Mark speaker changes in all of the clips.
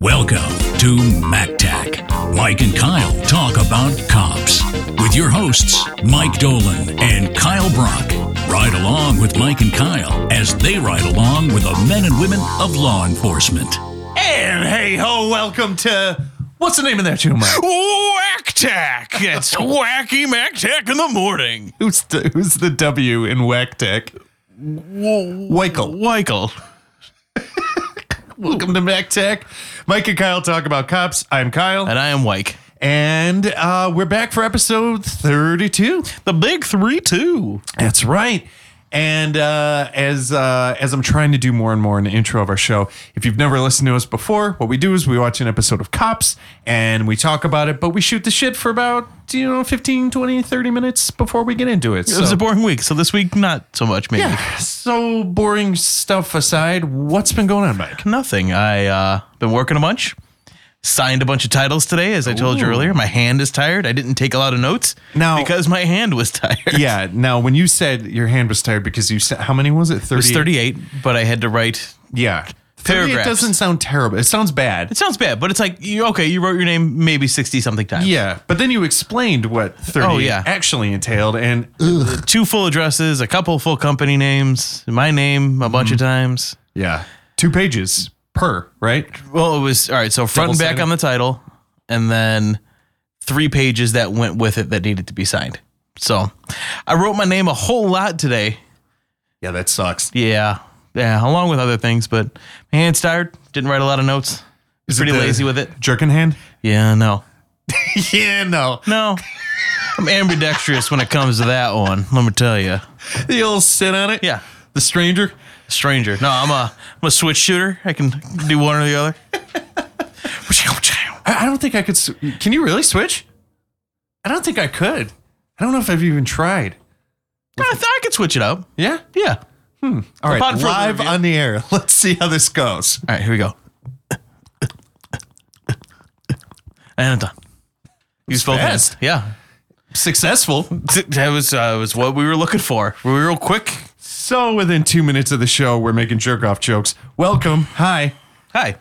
Speaker 1: Welcome to MacTac. Mike and Kyle talk about cops with your hosts, Mike Dolan and Kyle Brock. Ride along with Mike and Kyle as they ride along with the men and women of law enforcement.
Speaker 2: And hey ho, welcome to what's the name of that show, Mike?
Speaker 3: Whack Tack. It's Wacky Mac Tack in the morning.
Speaker 2: Who's the, who's the W in Wacktech? Weichel.
Speaker 3: Michael.
Speaker 2: Welcome to MacTech. Mike and Kyle talk about cops. I'm Kyle,
Speaker 3: And I am Wike.
Speaker 2: and uh, we're back for episode 32.
Speaker 3: The big three, two.
Speaker 2: That's right. And uh, as uh, as I'm trying to do more and more in the intro of our show, if you've never listened to us before, what we do is we watch an episode of Cops and we talk about it, but we shoot the shit for about you know 15, 20, 30 minutes before we get into it.
Speaker 3: It was
Speaker 2: So-
Speaker 3: a boring week, so this week, not so much, maybe.
Speaker 2: so boring stuff aside, what's been going on, Mike?
Speaker 3: Nothing. I uh been working a bunch. Signed a bunch of titles today, as I told you earlier. My hand is tired. I didn't take a lot of notes
Speaker 2: Now-
Speaker 3: because my hand was tired.
Speaker 2: Yeah. Now, when you said your hand was tired because you said how many was it? Thirty.
Speaker 3: It was 38, but I had to write.
Speaker 2: Yeah. 38
Speaker 3: Paragraphs.
Speaker 2: doesn't sound terrible. It sounds bad.
Speaker 3: It sounds bad, but it's like, you, okay, you wrote your name maybe 60 something times.
Speaker 2: Yeah, but then you explained what 30
Speaker 3: Oh, yeah.
Speaker 2: actually entailed, and ugh,
Speaker 3: Two full addresses, a couple full company names, my name a bunch of times.
Speaker 2: yeah, two pages per, right?
Speaker 3: Well, it was all right. So front and back
Speaker 2: Double-sided.
Speaker 3: on the title, and then three pages that went with it that needed to be signed. So I wrote my name a whole lot today.
Speaker 2: Yeah, that sucks.
Speaker 3: Yeah, yeah, along with other things. But my hand's tired. Didn't write a lot of notes. Was
Speaker 2: it
Speaker 3: pretty
Speaker 2: the-
Speaker 3: lazy with it.
Speaker 2: Jerkin hand?
Speaker 3: Yeah, no,
Speaker 2: yeah, no.
Speaker 3: no. I'm ambidextrous when it comes to that one. Let me tell you.
Speaker 2: You'll sit on it.
Speaker 3: Yeah,
Speaker 2: The stranger.
Speaker 3: stranger. No, I'm a I'm a switch shooter. I can do one or the other.
Speaker 2: I, I don't think I could. s- Can you really switch? I don't think I could. I don't know if I've even tried.
Speaker 3: I, th- I could switch it up.
Speaker 2: Yeah.
Speaker 3: Yeah.
Speaker 2: All right,
Speaker 3: Upon further
Speaker 2: live
Speaker 3: review.
Speaker 2: on the air. Let's see how this goes.
Speaker 3: All right, here we go. And I'm done. You spoke
Speaker 2: fast.
Speaker 3: fast. Yeah.
Speaker 2: Successful.
Speaker 3: That was uh, was what we were looking for. We were real quick.
Speaker 2: So within two minutes of the show, we're making jerk off jokes. Welcome. Hi.
Speaker 3: Hi.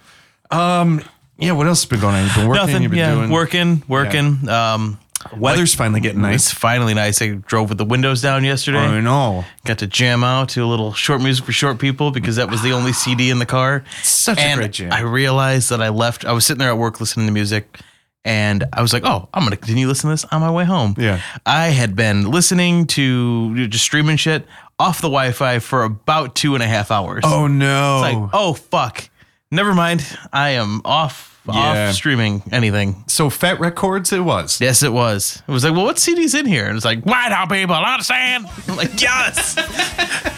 Speaker 2: Yeah. What else has been going on? You've been working.
Speaker 3: Nothing.
Speaker 2: You've been
Speaker 3: yeah.
Speaker 2: doing.
Speaker 3: Working, working. Um
Speaker 2: Weather's finally getting
Speaker 3: it's
Speaker 2: nice.
Speaker 3: finally nice. I drove with the windows down yesterday.
Speaker 2: I know.
Speaker 3: Got to jam out to a little short music for short people because that was the only CD in the car.
Speaker 2: Such a
Speaker 3: and
Speaker 2: great jam.
Speaker 3: I realized that I left. I was sitting there at work listening to music, and I was like, "Oh, I'm gonna continue listening to this on my way home."
Speaker 2: Yeah.
Speaker 3: I had been listening to just streaming shit off the Wi-Fi for about two and a half hours.
Speaker 2: oh no.
Speaker 3: It's like, oh fuck, never mind. I am off
Speaker 2: Yeah.
Speaker 3: off streaming anything.
Speaker 2: so Fat Records, it was.
Speaker 3: Yes, it was. It was like, well, what CD's in here? And it's like, white out people, understand? I'm like, yes.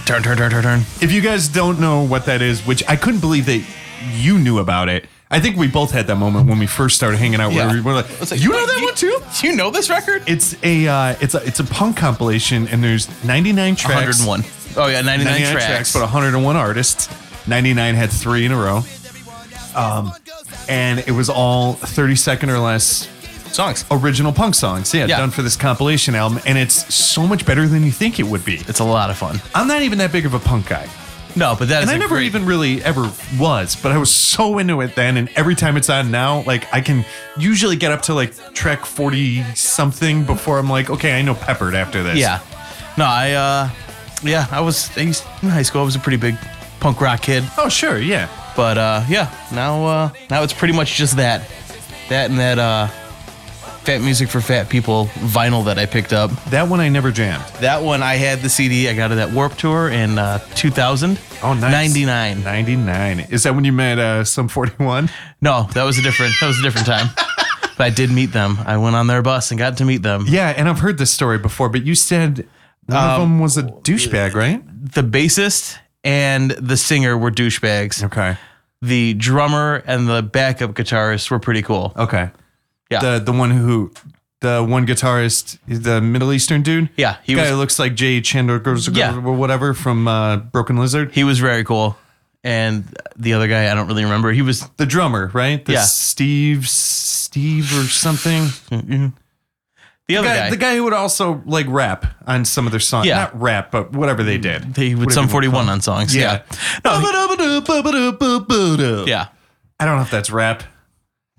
Speaker 3: turn, turn, turn, turn, turn.
Speaker 2: If you guys don't know what that is, which I couldn't believe that you knew about it. I think we both had that moment when we first started hanging out.
Speaker 3: Yeah.
Speaker 2: Where we were like,
Speaker 3: It's like,
Speaker 2: "You know
Speaker 3: wait,
Speaker 2: that one too?"
Speaker 3: You know this record?
Speaker 2: It's a uh, it's a it's a punk compilation, and there's 99 tracks.
Speaker 3: 101. Oh yeah, 99,
Speaker 2: 99
Speaker 3: tracks.
Speaker 2: tracks. but 101 artists. 99 had three in a row. Um, and it was all 30 second or less
Speaker 3: songs.
Speaker 2: original punk songs. Yeah,
Speaker 3: Yeah.
Speaker 2: done for this compilation album. And it's so much better than you think it would be.
Speaker 3: It's a lot of fun.
Speaker 2: I'm not even that big of a punk guy.
Speaker 3: No, but that is
Speaker 2: And I
Speaker 3: a
Speaker 2: never
Speaker 3: great-
Speaker 2: even really ever was, but I was so into it then. And every time it's on now, like I can usually get up to like track 40 something before I'm like, okay, I know Peppered after this.
Speaker 3: Yeah. No, I uh yeah, I was I used, in high school I was a pretty big punk rock kid,
Speaker 2: Oh, sure. Yeah.
Speaker 3: but uh yeah, now uh now it's pretty much just that that and that uh Fat Music for Fat People vinyl that I picked up.
Speaker 2: That one I never jammed.
Speaker 3: That one I had the CD. I got it at Warp Tour in uh 2000.
Speaker 2: Oh, nice.
Speaker 3: 99.
Speaker 2: 99. Is that when you met uh, some 41?
Speaker 3: No, that was a different that was a different time. but I did meet them. I went on their bus and got to meet them.
Speaker 2: Yeah, and I've heard this story before, but you said one of
Speaker 3: Um,
Speaker 2: them was a douchebag, right?
Speaker 3: The bassist and the singer were douchebags.
Speaker 2: Okay.
Speaker 3: The drummer and the backup guitarist were pretty cool.
Speaker 2: Okay.
Speaker 3: Yeah.
Speaker 2: The the one who the one guitarist, the Middle Eastern dude.
Speaker 3: Yeah,
Speaker 2: He
Speaker 3: he
Speaker 2: guy
Speaker 3: was
Speaker 2: who looks like Jay Chandler
Speaker 3: Yeah.
Speaker 2: or whatever from uh, Broken Lizard.
Speaker 3: he was very cool. And the other guy, I don't really remember. He was
Speaker 2: The drummer, right? The
Speaker 3: Yeah.
Speaker 2: Steve Steve or something.
Speaker 3: the other
Speaker 2: Guy-
Speaker 3: guy.
Speaker 2: The guy who would also like rap on some of their songs.
Speaker 3: Yeah.
Speaker 2: Not rap, but whatever they did.
Speaker 3: he would
Speaker 2: Whatever
Speaker 3: some
Speaker 2: you wanna call
Speaker 3: 41 on songs. Yeah.
Speaker 2: it. Yeah.
Speaker 3: Yeah.
Speaker 2: I don't know if that's rap.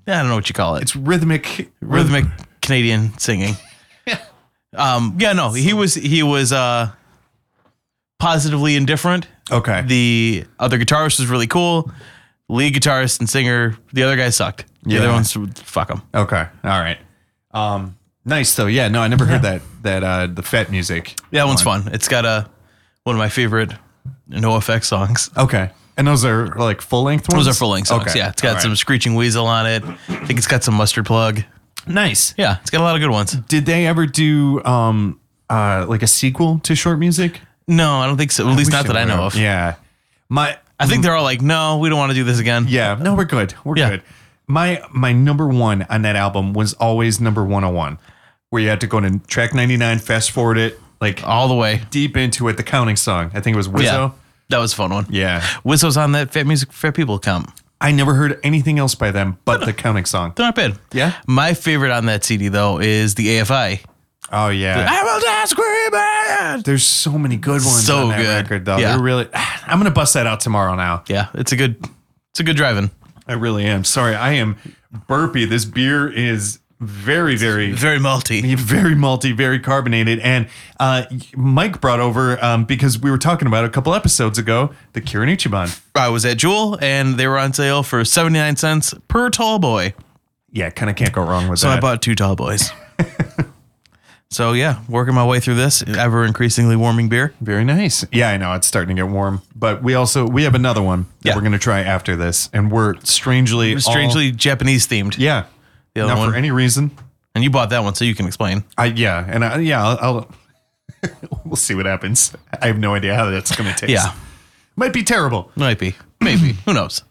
Speaker 3: I don't know what you call it.
Speaker 2: It's rhythmic,
Speaker 3: rhythmic Canadian singing. Um, yeah, no, he was he was uh, positively indifferent.
Speaker 2: Okay.
Speaker 3: The other guitarist was really cool. Lead guitarist and singer, the other guy sucked. The other
Speaker 2: Yeah.
Speaker 3: ones, fuck him.
Speaker 2: okay. All right. Um, nice though. Yeah. No, I never heard that. That uh, the fat music.
Speaker 3: Yeah, that one's fun. It's got a one of my favorite No Effect songs.
Speaker 2: Okay. And those are like full length ones.
Speaker 3: Those are full length songs. Yeah, it's got
Speaker 2: All right.
Speaker 3: some Screeching Weasel on it. I think it's got some Mustard Plug.
Speaker 2: nice.
Speaker 3: Yeah, it's got a lot of good ones.
Speaker 2: Did they ever do um uh like a sequel to short music?
Speaker 3: No, I don't think so. At least
Speaker 2: We
Speaker 3: not
Speaker 2: should
Speaker 3: that I know
Speaker 2: have.
Speaker 3: of.
Speaker 2: Yeah. My
Speaker 3: I think they're all like, no, we don't want to do this again.
Speaker 2: yeah. No, we're good. We're
Speaker 3: Yeah.
Speaker 2: good. My my number one on that album was always number one hundred one, where you had to go to track ninety nine, fast forward it like
Speaker 3: All the way.
Speaker 2: deep into it. The counting song. I think it was
Speaker 3: Yeah.
Speaker 2: Wizzo.
Speaker 3: That was a fun one.
Speaker 2: Yeah.
Speaker 3: Whistle's on that Fat Music Fat People comp.
Speaker 2: I never heard anything else by them but the counting song.
Speaker 3: They're not bad.
Speaker 2: Yeah?
Speaker 3: My favorite on that CD though is the AFI.
Speaker 2: Oh yeah.
Speaker 3: will die screaming.
Speaker 2: There's so many good ones
Speaker 3: So
Speaker 2: on that
Speaker 3: good.
Speaker 2: record though.
Speaker 3: Yeah.
Speaker 2: They're really I'm gonna bust that out tomorrow now.
Speaker 3: Yeah, it's a good, it's a good driving.
Speaker 2: I really am. Sorry, I am burpy. This beer is very, very,
Speaker 3: Very malty.
Speaker 2: very malty, very carbonated. And uh, Mike brought over um, because we were talking about it a couple episodes ago the Kirin Ichiban.
Speaker 3: I was at Jewel and they were on sale for seventy nine cents per tall boy.
Speaker 2: Yeah, kind of can't go wrong with
Speaker 3: So
Speaker 2: that.
Speaker 3: I bought two tall boys. so yeah, working my way through this ever increasingly warming beer.
Speaker 2: very nice. Yeah, I know it's starting to get warm, but we also we have another one that
Speaker 3: Yeah.
Speaker 2: we're going to try after this, and we're strangely, all-
Speaker 3: Strangely Japanese themed.
Speaker 2: yeah,
Speaker 3: The other
Speaker 2: not
Speaker 3: one.
Speaker 2: for any reason.
Speaker 3: And you bought that one, so you can explain.
Speaker 2: I yeah, and I, yeah, I'll, I'll we'll see what happens. I have no idea how that's going to taste.
Speaker 3: Yeah,
Speaker 2: might be terrible.
Speaker 3: might be, maybe. Who knows?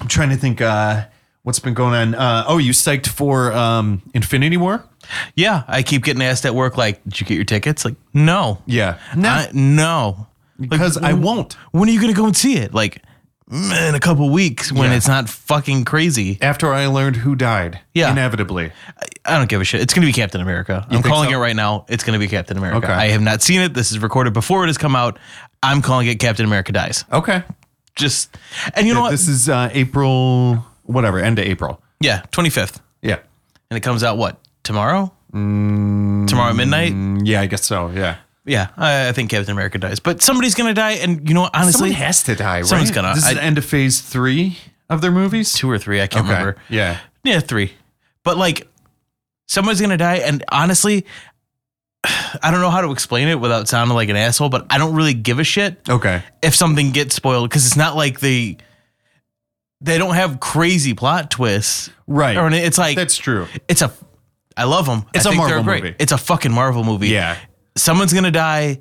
Speaker 2: I'm trying to think uh, what's been going on. Uh, oh, you psyched for um, Infinity War?
Speaker 3: Yeah, I keep getting asked at work, like, did you get your tickets? Like, no.
Speaker 2: Yeah.
Speaker 3: I- no. Like, mm.
Speaker 2: because I
Speaker 3: when-
Speaker 2: won't.
Speaker 3: When are you going to go and see it? Like, mm, in a couple weeks when
Speaker 2: Yeah.
Speaker 3: it's not fucking crazy.
Speaker 2: After I learned who died,
Speaker 3: Yeah.
Speaker 2: inevitably.
Speaker 3: I don't give a shit. It's going to be Captain America. I'm
Speaker 2: think
Speaker 3: calling
Speaker 2: so?
Speaker 3: it right now. It's going to be Captain America.
Speaker 2: Okay.
Speaker 3: I have not seen it. This is recorded before it has come out. I'm calling it Captain America Dies.
Speaker 2: Okay.
Speaker 3: Just, and you know what?
Speaker 2: This is uh, April, whatever, end of April.
Speaker 3: yeah, 25th.
Speaker 2: Yeah.
Speaker 3: And it comes out what? Tomorrow? Tomorrow at midnight?
Speaker 2: Mm, Yeah, I guess so. Yeah.
Speaker 3: Yeah, I, I think Captain America dies. But somebody's going to die. And you know what?
Speaker 2: Someone
Speaker 3: Honestly,
Speaker 2: has to die, right?
Speaker 3: someone's gonna-
Speaker 2: This is
Speaker 3: I-
Speaker 2: the end of phase three of their movies?
Speaker 3: two or three. I can't remember.
Speaker 2: Yeah.
Speaker 3: Yeah, three. But like, someone's gonna die, and honestly, I don't know how to explain it without sounding like an asshole. But I don't really give a shit
Speaker 2: Okay.
Speaker 3: if something gets spoiled because it's not like the they don't have crazy plot twists.
Speaker 2: Right.
Speaker 3: Or it's like
Speaker 2: That's true.
Speaker 3: it's a. I love them.
Speaker 2: It's
Speaker 3: a
Speaker 2: a Marvel movie.
Speaker 3: It's a fucking Marvel movie.
Speaker 2: Yeah.
Speaker 3: Someone's gonna die.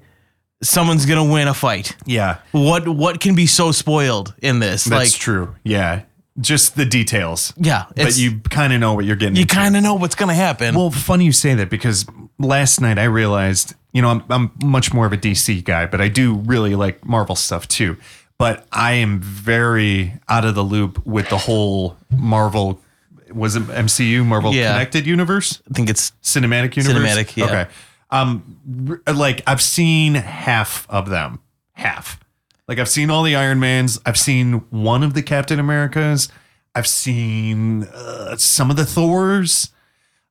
Speaker 3: Someone's gonna win a fight.
Speaker 2: Yeah.
Speaker 3: What what can be so spoiled in this?
Speaker 2: That's
Speaker 3: like,
Speaker 2: true. Yeah. Just the details.
Speaker 3: yeah,
Speaker 2: But
Speaker 3: it's-
Speaker 2: you kind of know what you're getting
Speaker 3: you
Speaker 2: into.
Speaker 3: kind of know what's gonna happen.
Speaker 2: Well, funny you say that because last night I realized, you know, I'm, I'm much more of a DC guy, but I do really like Marvel stuff too. But I am very out of the loop with the whole Marvel, was it MCU, Marvel
Speaker 3: Yeah.
Speaker 2: Connected Universe?
Speaker 3: I think it's
Speaker 2: Cinematic Universe?
Speaker 3: Cinematic, yeah.
Speaker 2: Okay. Um, r- like I've seen half of them, half. Like I've seen all the Iron Mans. I've seen one of the Captain Americas. I've seen uh, some of the Thors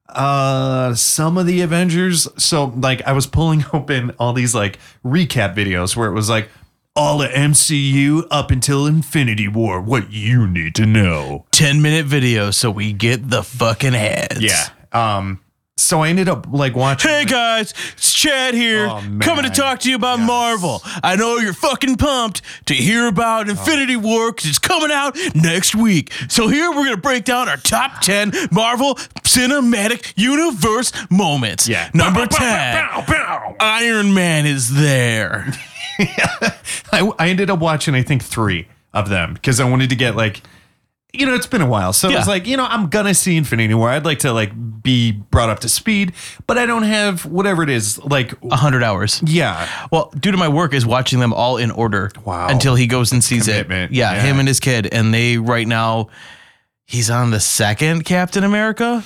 Speaker 2: uh some of the avengers so like i was pulling open all these like recap videos where it was like all the mcu up until infinity war what you need to know
Speaker 3: 10 minute video so we get the fucking ads.
Speaker 2: um so i ended up like watching
Speaker 3: Hey guys, it's Chad here,
Speaker 2: Oh, man.
Speaker 3: coming to talk to you about Marvel. I know you're fucking pumped to hear about Infinity War because it's coming out next week. So here we're gonna break down our top ten Marvel Cinematic Universe moments.
Speaker 2: Yeah.
Speaker 3: number ten, Iron Man is there.
Speaker 2: I, I ended up watching i think three of them because i wanted to get like you know it's been a while so it's
Speaker 3: Yeah.
Speaker 2: like you know i'm gonna see infinity war i'd like to like be brought up to speed but i don't have whatever it is like
Speaker 3: A hundred hours.
Speaker 2: yeah
Speaker 3: Well, due to my work is watching them all in order.
Speaker 2: Wow.
Speaker 3: Until he goes and sees
Speaker 2: Commitment.
Speaker 3: it. Yeah,
Speaker 2: Yeah.
Speaker 3: him and his kid. And they right now he's on the second Captain America.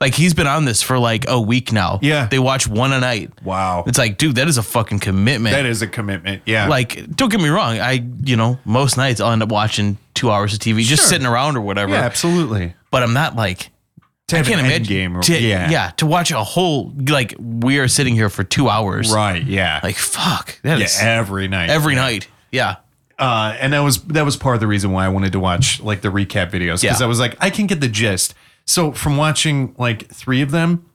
Speaker 3: Like he's been on this for like a week now.
Speaker 2: Hmm. Yeah.
Speaker 3: They watch one a night.
Speaker 2: Wow.
Speaker 3: It's like, dude, that is a fucking commitment.
Speaker 2: That is a commitment. Yeah.
Speaker 3: like, don't get me wrong. I, you know, most nights I'll end up watching two hours of TV just
Speaker 2: Sure.
Speaker 3: sitting around or whatever.
Speaker 2: yeah, absolutely.
Speaker 3: But I'm not like,
Speaker 2: To
Speaker 3: I
Speaker 2: have
Speaker 3: can't
Speaker 2: an end
Speaker 3: imagine.
Speaker 2: game. Or,
Speaker 3: to-
Speaker 2: yeah.
Speaker 3: Yeah. To watch a whole, like, we are sitting here for two hours.
Speaker 2: Right. Yeah.
Speaker 3: Like, fuck. That
Speaker 2: yeah.
Speaker 3: is
Speaker 2: Every night.
Speaker 3: every night. Yeah.
Speaker 2: uh, and that was that was part of the reason why I wanted to watch like the recap videos because I
Speaker 3: Yeah.
Speaker 2: was like, I can get the gist. So from watching like three of them,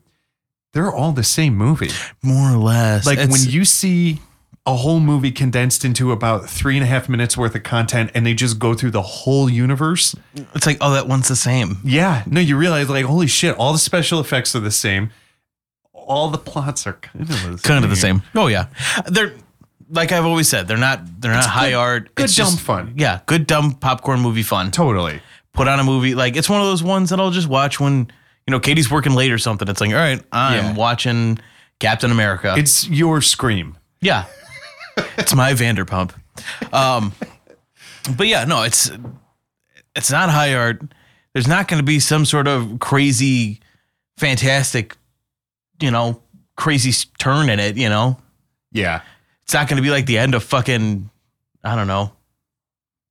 Speaker 2: they're all the same movie.
Speaker 3: More or less.
Speaker 2: Like
Speaker 3: It's-
Speaker 2: when you see a whole movie condensed into about three and a half minutes worth of content, and they just go through the whole universe.
Speaker 3: it's like, oh, that one's the same.
Speaker 2: Yeah, no, you realize like, holy shit, all the special effects are the same. All the plots are kind of the same.
Speaker 3: Kind of the same. Oh yeah. They're like I've always said, they're not they're not high art.
Speaker 2: good
Speaker 3: It's
Speaker 2: dumb
Speaker 3: just-
Speaker 2: fun.
Speaker 3: Yeah, good dumb popcorn movie fun.
Speaker 2: Totally.
Speaker 3: Put on a movie like it's one of those ones that I'll just watch when you know Katie's working late or something. It's like, all right, I'm
Speaker 2: Yeah.
Speaker 3: watching Captain America.
Speaker 2: It's your scream.
Speaker 3: yeah, it's my Vanderpump. Um, but yeah, no, it's it's not high art. There's not going to be some sort of crazy, fantastic, you know, crazy s- turn in it. You know,
Speaker 2: Yeah.
Speaker 3: it's not going to be like the end of fucking I don't know,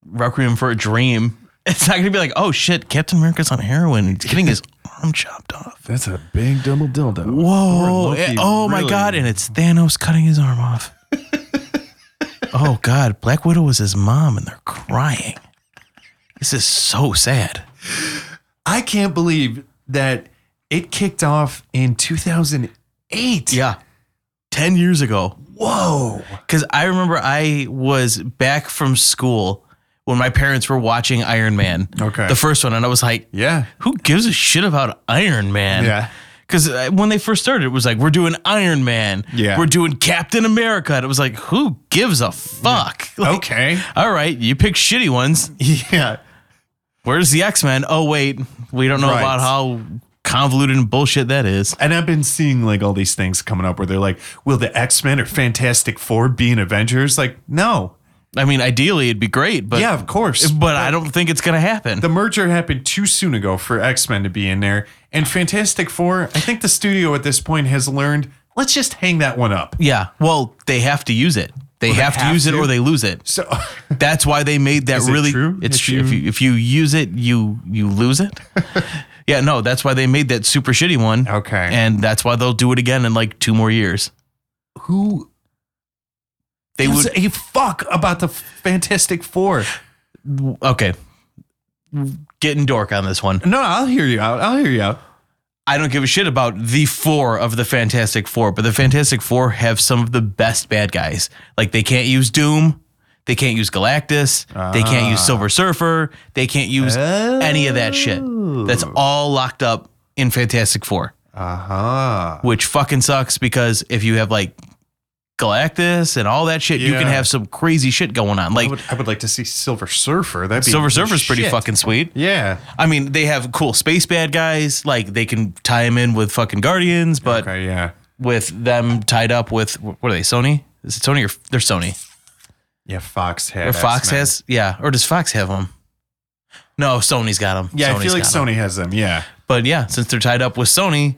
Speaker 3: Requiem for a Dream. It's not going to be like, oh shit, Captain America's on heroin. He's getting his arm chopped off.
Speaker 4: That's a big double dildo.
Speaker 3: Whoa!
Speaker 2: Loki,
Speaker 3: eh, oh my
Speaker 2: really-
Speaker 3: god! And it's Thanos cutting his arm off. oh god! Black Widow was his mom, and they're crying. This is so sad.
Speaker 2: I can't believe that it kicked off in 2008.
Speaker 3: Yeah, ten years ago.
Speaker 2: Whoa.
Speaker 3: Because I remember I was back from school when my parents were watching Iron Man.
Speaker 2: Okay.
Speaker 3: The first one. And I was like,
Speaker 2: Yeah.
Speaker 3: who gives a shit about Iron Man?
Speaker 2: Yeah.
Speaker 3: Because when they first started, it was like, we're doing Iron Man.
Speaker 2: Yeah.
Speaker 3: We're doing Captain America. And it was like, who gives a fuck? Like,
Speaker 2: Okay.
Speaker 3: All right. You pick shitty ones.
Speaker 2: Yeah.
Speaker 3: Where's the X Men? Oh, wait. We don't know
Speaker 2: Right.
Speaker 3: about how convoluted and bullshit that is.
Speaker 2: And I've been seeing like all these things coming up where they're like, will the X Men or Fantastic Four be in Avengers? Like, no.
Speaker 3: I mean, ideally, it'd be great, but.
Speaker 2: yeah, of course.
Speaker 3: But I don't think it's gonna happen.
Speaker 2: The merger happened too soon ago for X Men to be in there. And Fantastic Four, I think the studio at this point has learned let's just hang that one up.
Speaker 3: Yeah. Well, they have to use it. They have to
Speaker 2: have
Speaker 3: use it
Speaker 2: to?
Speaker 3: or they lose it.
Speaker 2: So,
Speaker 3: That's why they made that
Speaker 2: it
Speaker 3: really
Speaker 2: true?
Speaker 3: it's
Speaker 2: If
Speaker 3: true. If
Speaker 2: you-
Speaker 3: you if you use it, you you lose it. yeah, no, that's why they made that super shitty one.
Speaker 2: Okay.
Speaker 3: And that's why they'll do it again in like two more years.
Speaker 2: who
Speaker 3: They
Speaker 2: gives
Speaker 3: would
Speaker 2: a fuck about the Fantastic Four?
Speaker 3: Okay. Getting dork on this one.
Speaker 2: No, I'll hear you out. I'll hear you out.
Speaker 3: I don't give a shit about the four of the Fantastic Four, but the Fantastic Four have some of the best bad guys. Like they can't use Doom, they can't use Galactus, they can't use
Speaker 2: Ah.
Speaker 3: Silver Surfer, they can't use any of that shit. That's
Speaker 2: Oh.
Speaker 3: all locked up in Fantastic Four,
Speaker 2: Uh huh.
Speaker 3: which fucking sucks because if you have like Galactus and all that shit, you can
Speaker 2: Yeah.
Speaker 3: have some crazy shit going on.
Speaker 2: I
Speaker 3: Like
Speaker 2: would, I would like to see Silver Surfer. That'd be
Speaker 3: Silver Surfer's pretty
Speaker 2: shit.
Speaker 3: fucking sweet.
Speaker 2: Yeah.
Speaker 3: I mean, they have cool space bad guys. Like they can tie him in with fucking Guardians, but
Speaker 2: Okay. Yeah.
Speaker 3: with them tied up with what are they? Sony? Is it Sony or they're Sony?
Speaker 2: Yeah. Fox
Speaker 3: Or
Speaker 2: has.
Speaker 3: Fox has? Yeah. Or does Fox have them? No, Sony's got them.
Speaker 2: Yeah, I feel like Sony has them. Yeah.
Speaker 3: But yeah, since they're tied up with Sony,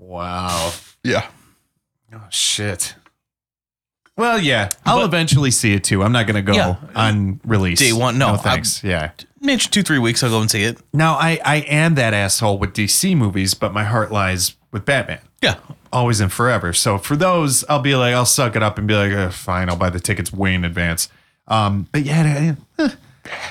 Speaker 2: Wow. Yeah. Oh shit. Well, yeah, I'll
Speaker 3: But-
Speaker 2: eventually see it too. I'm not gonna go
Speaker 3: Yeah.
Speaker 2: on release
Speaker 3: Day one, no,
Speaker 2: thanks. yeah.
Speaker 3: maybe two three weeks I'll go and see it.
Speaker 2: Now I I am that asshole with DC movies, but my heart lies with Batman.
Speaker 3: Yeah.
Speaker 2: always and forever. So for those, I'll be like, I'll suck it up and be like, "Ugh, fine, I'll buy the tickets way in advance. Um, but yeah, eh,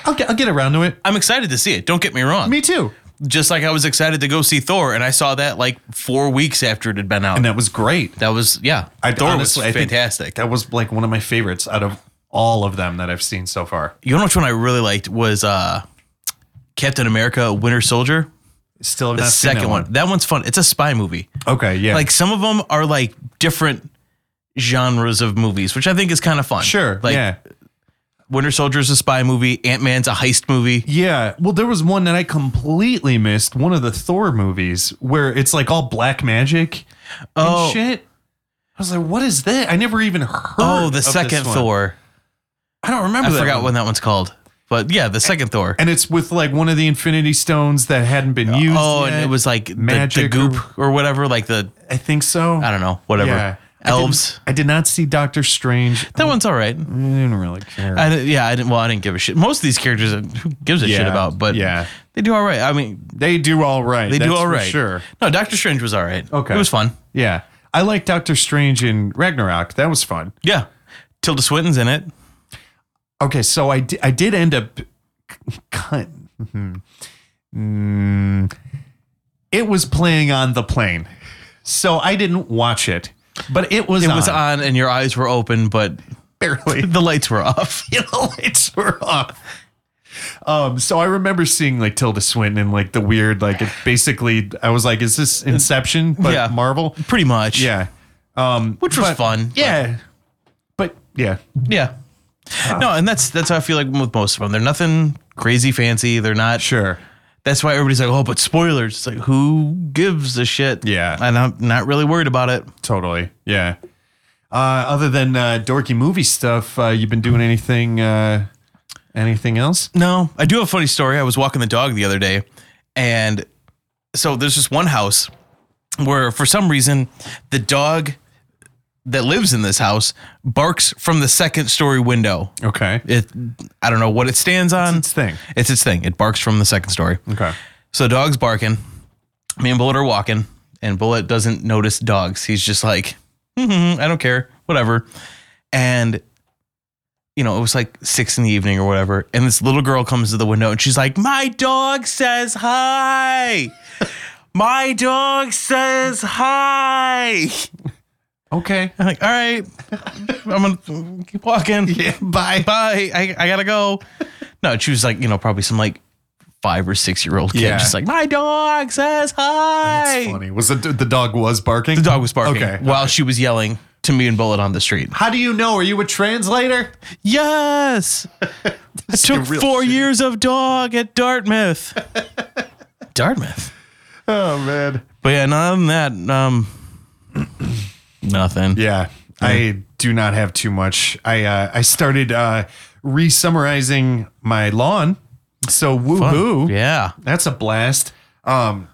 Speaker 2: I'll get, I'll get around to it.
Speaker 3: I'm excited to see it. Don't get me wrong.
Speaker 2: Me too.
Speaker 3: Just like I was excited to go see Thor, and I saw that like four weeks after it had been out.
Speaker 2: And that was great.
Speaker 3: that was yeah.
Speaker 2: I
Speaker 3: Thor
Speaker 2: honestly, I
Speaker 3: was
Speaker 2: think
Speaker 3: fantastic.
Speaker 2: That was like one of my favorites out of all of them that I've seen so far.
Speaker 3: you know which one I really liked was uh, Captain America: Winter Soldier.
Speaker 2: Still have
Speaker 3: The
Speaker 2: not seen
Speaker 3: second
Speaker 2: that
Speaker 3: one. That one's fun. It's a spy movie.
Speaker 2: Okay, yeah,
Speaker 3: like some of them are like different genres of movies, which I think is kind of fun.
Speaker 2: sure,
Speaker 3: Like
Speaker 2: yeah,
Speaker 3: Winter Soldier is a spy movie, Ant Man's a heist movie.
Speaker 2: yeah. Well, there was one that I completely missed. One of the Thor movies where it's like all black magic
Speaker 3: Oh.
Speaker 2: and shit. I was like, what is that? I never even heard.
Speaker 3: Oh, the
Speaker 2: of this
Speaker 3: second
Speaker 2: one.
Speaker 3: Thor.
Speaker 2: I don't remember.
Speaker 3: I
Speaker 2: that
Speaker 3: forgot
Speaker 2: one.
Speaker 3: what that one's called. But yeah, the second Thor.
Speaker 2: and it's with like one of the Infinity Stones that hadn't been used.
Speaker 3: Oh,
Speaker 2: yet.
Speaker 3: and it was like the, the
Speaker 2: magic
Speaker 3: goop or whatever, like the
Speaker 2: I think so.
Speaker 3: I don't know, whatever.
Speaker 2: Yeah. I didn't-
Speaker 3: Elves.
Speaker 2: I did not see Doctor Strange.
Speaker 3: That one's all right.
Speaker 2: I didn't really care.
Speaker 3: I didn't, yeah, I didn't. Well, I didn't give a shit. Most of these characters, uh, who gives a shit
Speaker 2: Yeah,
Speaker 3: about? But
Speaker 2: yeah.
Speaker 3: they do all right. I mean,
Speaker 2: they do all right.
Speaker 3: they
Speaker 2: that's
Speaker 3: do all
Speaker 2: for
Speaker 3: right.
Speaker 2: Sure.
Speaker 3: No, Doctor Strange was all right.
Speaker 2: Okay.
Speaker 3: it was fun.
Speaker 2: Yeah. I like Doctor Strange in Ragnarok. That was fun.
Speaker 3: Yeah, Tilda Swinton's in it.
Speaker 2: Okay, so I di- I did end up cut. Mm-hmm. Mm. It was playing on the plane, so I didn't watch it, but it was
Speaker 3: It was on, and your eyes were open, but
Speaker 2: barely.
Speaker 3: the lights were off.
Speaker 2: you know, lights were off. Um, so I remember seeing like Tilda Swinton and like the weird, like it basically, I was like, is this Inception, but
Speaker 3: Mm. Yeah.
Speaker 2: Marvel?
Speaker 3: Pretty much.
Speaker 2: Yeah. Um,
Speaker 3: which was fun.
Speaker 2: yeah. But yeah.
Speaker 3: But, yeah. No, and that's that's how I feel like with most of them. They're nothing crazy fancy. They're not.
Speaker 2: Sure.
Speaker 3: That's why everybody's like, oh, but spoilers. It's like, who gives a shit?
Speaker 2: Yeah.
Speaker 3: and I'm not really worried about it.
Speaker 2: Totally. Yeah. Uh, other than uh, dorky movie stuff, uh, you've been doing anything? Uh, anything else?
Speaker 3: No, I do have a funny story. I was walking the dog the other day, and so there's this one house where, for some reason, the dog that lives in this house barks from the second story window.
Speaker 2: Okay.
Speaker 3: It, I don't know what it stands on.
Speaker 2: its thing.
Speaker 3: It's its thing. It barks from the second story.
Speaker 2: Okay.
Speaker 3: So the dog's barking. Me and Bullet are walking, and Bullet doesn't notice dogs. He's just like, mm I don't care, whatever. And you know, it was like six in the evening or whatever. And this little girl comes to the window and she's like, My dog says hi. My dog says hi.
Speaker 2: Okay.
Speaker 3: I'm like, all right, I'm gonna keep walking. Yeah, bye. Bye. I, I gotta go. No, she was like, you know, probably some like five or six year old kid.
Speaker 2: Yeah.
Speaker 3: Just like, my dog says hi.
Speaker 2: That's funny. Was the the dog was barking?
Speaker 3: The dog was barking
Speaker 2: Okay.
Speaker 3: while she was yelling to me and Bullet on the street.
Speaker 2: How do you know? Are you a translator?
Speaker 3: Yes. I took
Speaker 2: real
Speaker 3: four
Speaker 2: shitty-
Speaker 3: years of dog at Dartmouth. Dartmouth.
Speaker 2: Oh man.
Speaker 3: But yeah, no, other than that, um, nothing.
Speaker 2: Yeah, I do not have too much. I uh, I started uh, re-summarizing my lawn, so woohoo!
Speaker 3: Yeah.
Speaker 2: that's a blast. Um,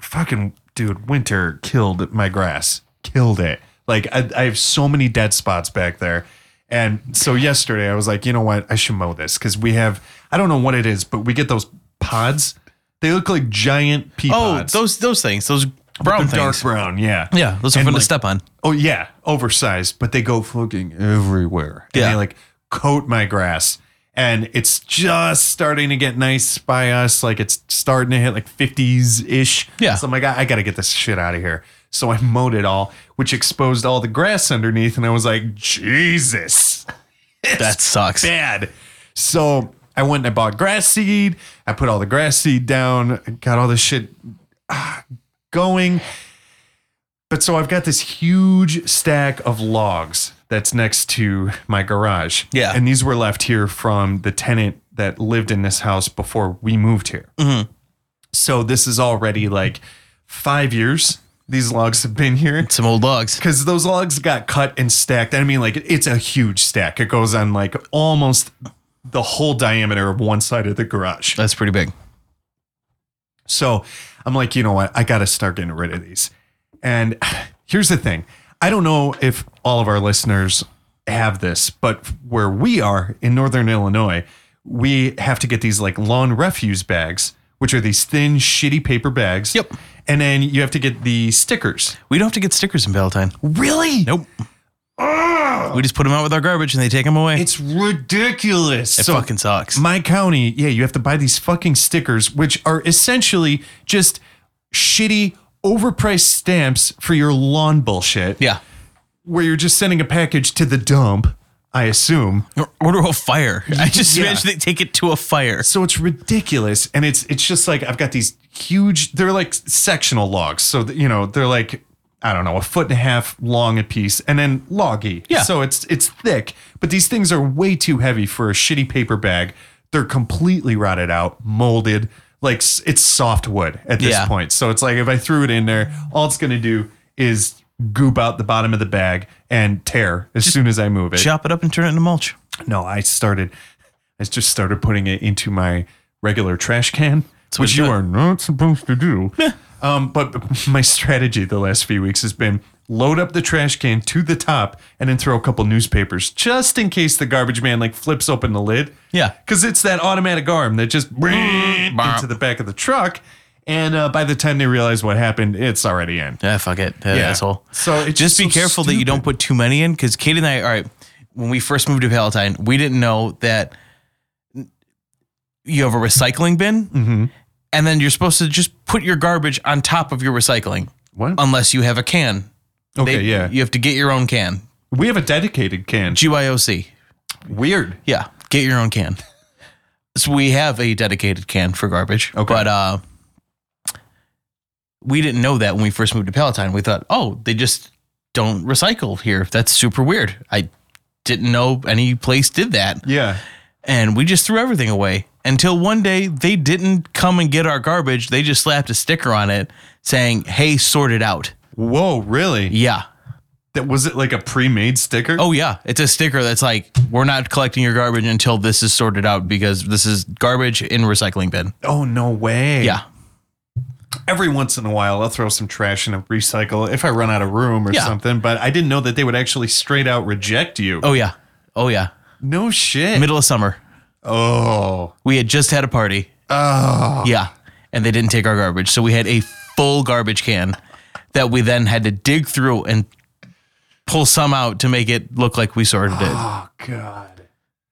Speaker 2: fucking dude, winter killed my grass, killed it. Like I, I have so many dead spots back there, and so yesterday I was like, you know what, I should mow this because we have I don't know what it is, but we get those pods. They look like giant pea
Speaker 3: Oh,
Speaker 2: pods.
Speaker 3: those those things, those brown
Speaker 2: They're dark
Speaker 3: things.
Speaker 2: brown, yeah,
Speaker 3: Yeah, those are
Speaker 2: And
Speaker 3: fun to
Speaker 2: like-
Speaker 3: step on.
Speaker 2: Oh yeah, oversized, but they go fucking everywhere. And
Speaker 3: Yeah.
Speaker 2: they like coat my grass. And it's just starting to get nice by us. Like it's starting to hit like 50s ish.
Speaker 3: Yeah.
Speaker 2: So I'm like, I, I gotta get this shit out of here. So I mowed it all, which exposed all the grass underneath, and I was like, Jesus
Speaker 3: That sucks.
Speaker 2: bad. So I went and I bought grass seed. I put all the grass seed down, got all this shit ah, going. But so I've got this huge stack of logs that's next to my garage.
Speaker 3: Yeah.
Speaker 2: And these were left here from the tenant that lived in this house before we moved here. So this is already like five years. These logs have been here
Speaker 3: Some old logs.
Speaker 2: because those logs got cut and stacked. I mean, like it's a huge stack. It goes on like almost the whole diameter of one side of the garage.
Speaker 3: That's pretty big.
Speaker 2: So I'm like, you know what? I got to start getting rid of these. And here's the thing I don't know if all of our listeners have this, but where we are in Northern Illinois, we have to get these like lawn refuse bags, which are these thin, shitty paper bags.
Speaker 3: Yep.
Speaker 2: And then you have to get the stickers.
Speaker 3: We don't have to get stickers in Valentine.
Speaker 2: Really?
Speaker 3: Nope. We just put them out with our garbage and they take them away.
Speaker 2: It's ridiculous.
Speaker 3: it fucking sucks.
Speaker 2: My county, yeah, you have to buy these fucking stickers, which are essentially just shitty, overpriced stamps for your lawn bullshit.
Speaker 3: yeah.
Speaker 2: Where you're just sending a package to the dump, I assume.
Speaker 3: Or, or to a fire. I just
Speaker 2: Yeah.
Speaker 3: imagine they take it to a fire.
Speaker 2: So it's ridiculous. And it's it's just like I've got these huge, they're like sectional logs. So that, you know, they're like, I don't know, a foot and a half long a piece and then loggy.
Speaker 3: Yeah.
Speaker 2: So it's it's thick. But these things are way too heavy for a shitty paper bag. They're completely rotted out, molded. Like s- it's soft wood at this
Speaker 3: Yeah.
Speaker 2: point. So it's like if I threw it in there, all it's gonna do is goop out the bottom of the bag and tear as soon as I move it.
Speaker 3: Chop it up and turn it into mulch.
Speaker 2: No, I started. I just started putting it into my regular trash can,
Speaker 3: what
Speaker 2: which
Speaker 3: you
Speaker 2: you are not supposed to do. um, but my strategy the last few weeks has been load up the trash can to the top and then throw a couple newspapers just in case the garbage man like flips open the lid.
Speaker 3: Yeah.
Speaker 2: Because it's that automatic arm that just into the back of the truck. And uh, by the time they realize what happened, it's already in.
Speaker 3: Yeah, fuck it, that
Speaker 2: Yeah.
Speaker 3: asshole.
Speaker 2: So it's
Speaker 3: just
Speaker 2: just
Speaker 3: be
Speaker 2: so
Speaker 3: careful that you don't put too many in, because Kate and I, all right, when we first moved to Palatine, we didn't know that you have a recycling bin,
Speaker 2: Mm-hmm.
Speaker 3: and then you're supposed to just put your garbage on top of your recycling,
Speaker 2: What?
Speaker 3: unless you have a can.
Speaker 2: okay,
Speaker 3: They-
Speaker 2: yeah.
Speaker 3: you have to get your own can.
Speaker 2: We have a dedicated can.
Speaker 3: GYOC.
Speaker 2: Weird.
Speaker 3: Yeah, get your own can. So we have a dedicated can for garbage.
Speaker 2: Okay.
Speaker 3: But uh we didn't know that when we first moved to Palatine. We thought, "Oh, they just don't recycle here. That's super weird." I didn't know any place did that.
Speaker 2: Yeah.
Speaker 3: And we just threw everything away until one day they didn't come and get our garbage. They just slapped a sticker on it saying, "Hey, sort it out."
Speaker 2: Whoa, really?
Speaker 3: Yeah.
Speaker 2: That was it like a pre-made sticker?
Speaker 3: Oh yeah, it's a sticker that's like, "We're not collecting your garbage until this is sorted out because this is garbage in recycling bin."
Speaker 2: Oh, no way.
Speaker 3: Yeah.
Speaker 2: Every once in a while I'll throw some trash in a recycle if I run out of room or
Speaker 3: Yeah.
Speaker 2: something, but I didn't know that they would actually straight out reject you.
Speaker 3: Oh yeah. Oh yeah.
Speaker 2: No shit.
Speaker 3: Middle of summer.
Speaker 2: oh.
Speaker 3: We had just had a party. Oh. Yeah. And they didn't take our garbage. So we had a full garbage can that we then had to dig through and pull some out to make it look like we sorted it.
Speaker 2: Oh god.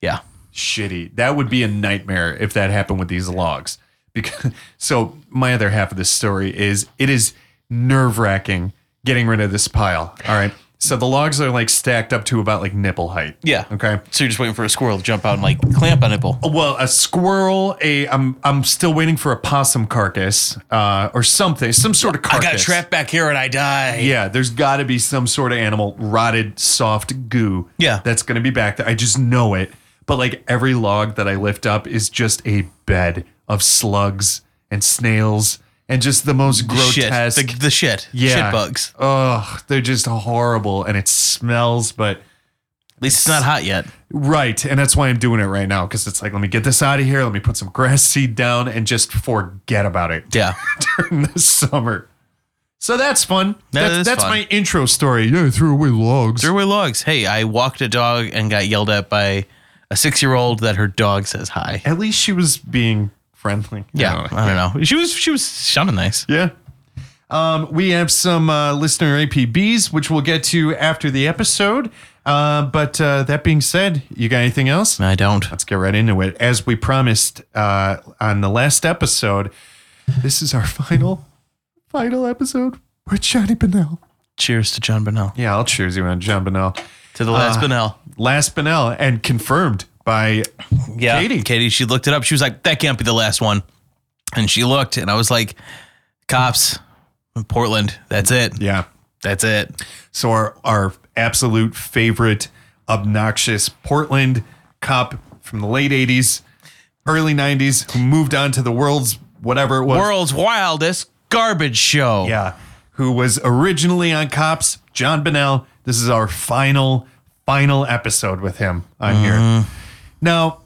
Speaker 3: Yeah.
Speaker 2: shitty. That would be a nightmare if that happened with these logs. Because so my other half of this story is it is nerve wracking getting rid of this pile. All right. So the logs are like stacked up to about like nipple height.
Speaker 3: Yeah.
Speaker 2: Okay.
Speaker 3: So you're just waiting for a squirrel to jump out and like clamp a nipple.
Speaker 2: Well, a squirrel, a I'm I'm still waiting for a possum carcass, uh, or something, some sort of
Speaker 3: I
Speaker 2: carcass.
Speaker 3: got trapped back here and I died.
Speaker 2: Yeah, there's got to be some sort of animal, rotted, soft goo.
Speaker 3: Yeah.
Speaker 2: That's going to be back there. I just know it. But like every log that I lift up is just a bed of slugs and snails and just the most
Speaker 3: Shit.
Speaker 2: grotesque.
Speaker 3: The, the shit. Shit bugs.
Speaker 2: Ugh, they're just horrible and it smells, but
Speaker 3: At least it's not hot yet.
Speaker 2: right. And that's why I'm doing it right now because it's like, let me get this out of here. Let me put some grass seed down and just forget about it
Speaker 3: Yeah.
Speaker 2: during the summer. So that's fun.
Speaker 3: That
Speaker 2: that's
Speaker 3: is
Speaker 2: that's
Speaker 3: fun.
Speaker 2: my intro story. Yeah, I threw away logs.
Speaker 3: Threw away logs. Hey, I walked a dog and got yelled at by a six year old that her dog says hi.
Speaker 2: At least she was being friendly.
Speaker 3: Yeah, I don't, know. She was she was sounding nice.
Speaker 2: Yeah. Um, we have some uh, listener APBs, which we'll get to after the episode. Uh, but uh, that being said, you got anything else?
Speaker 3: I don't.
Speaker 2: Let's get right into it. As we promised uh, on the last episode, this is our final, final episode with Johnny Bunnell.
Speaker 3: Cheers to John Bonnell.
Speaker 2: Yeah, I'll cheers you on John Bunnell.
Speaker 3: To the
Speaker 2: Uh,
Speaker 3: last Bonnell.
Speaker 2: Last Bunnell, and confirmed by
Speaker 3: Yeah.
Speaker 2: Katie.
Speaker 3: Katie, she looked it up. She was like, that can't be the last one. And she looked, and I was like, cops in Portland. That's it.
Speaker 2: yeah.
Speaker 3: That's it.
Speaker 2: So our our absolute favorite obnoxious Portland cop from the late 80s, early 90s who moved on to the world's whatever it was.
Speaker 3: World's wildest garbage show.
Speaker 2: Yeah. Who was originally on Cops, John Bennell. This is our final final episode with him on here.
Speaker 3: Mm-hmm.
Speaker 2: Now,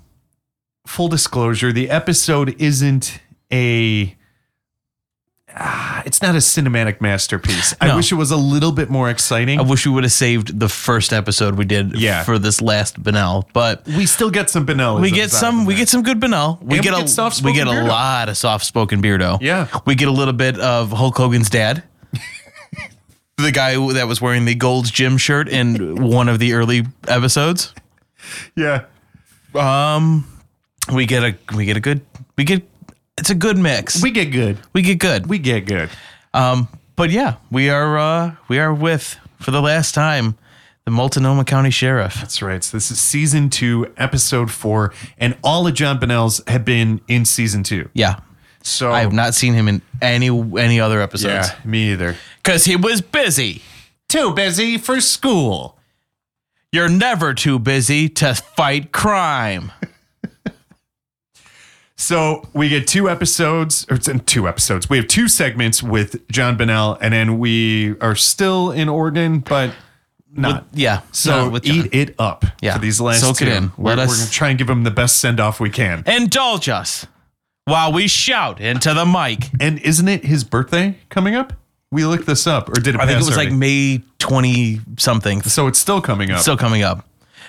Speaker 2: full disclosure, the episode isn't a ah, it's not a cinematic masterpiece. I
Speaker 3: No.
Speaker 2: wish it was a little bit more exciting.
Speaker 3: I wish we would have saved the first episode we did
Speaker 2: Yeah.
Speaker 3: for this last Bonnell, but
Speaker 2: we still get some Benellisms.
Speaker 3: we get some we get some good Bonnell. We
Speaker 2: And
Speaker 3: get,
Speaker 2: we
Speaker 3: a
Speaker 2: get soft-spoken
Speaker 3: we get a
Speaker 2: Beardo.
Speaker 3: lot of soft spoken beardo.
Speaker 2: Yeah.
Speaker 3: We get a little bit of Hulk Hogan's dad. the guy who- that was wearing the Gold's Gym shirt in one of the early episodes.
Speaker 2: yeah.
Speaker 3: We get a we get a good we get it's a good mix.
Speaker 2: We get good.
Speaker 3: we get good.
Speaker 2: We get good.
Speaker 3: Um but yeah, we are uh we are with for the last time the Multnomah County Sheriff.
Speaker 2: That's right. So this is season two, episode four, and all of John Bennell's have been in season two.
Speaker 3: Yeah.
Speaker 2: So
Speaker 3: I have not seen him in any any other episodes.
Speaker 2: Yeah, me either.
Speaker 3: Cause he was busy.
Speaker 2: Too busy for school.
Speaker 3: You're never too busy to fight crime.
Speaker 2: So we get two episodes, or it's in two episodes. We have two segments with John Bennell, and then we are still in Oregon, but not.
Speaker 3: yeah,
Speaker 2: So
Speaker 3: no, with John.
Speaker 2: eat it up
Speaker 3: Yeah.
Speaker 2: for these last
Speaker 3: Soak
Speaker 2: two.
Speaker 3: it in.
Speaker 2: We're,
Speaker 3: Let us-
Speaker 2: we're gonna try and give them the best send off we can.
Speaker 3: Indulge us while we shout into the mic.
Speaker 2: And isn't it his birthday coming up? We looked this up, or did it?
Speaker 3: I think it
Speaker 2: pass
Speaker 3: was like
Speaker 2: already?
Speaker 3: May 20 something.
Speaker 2: so. It's still coming up.
Speaker 3: Still coming up.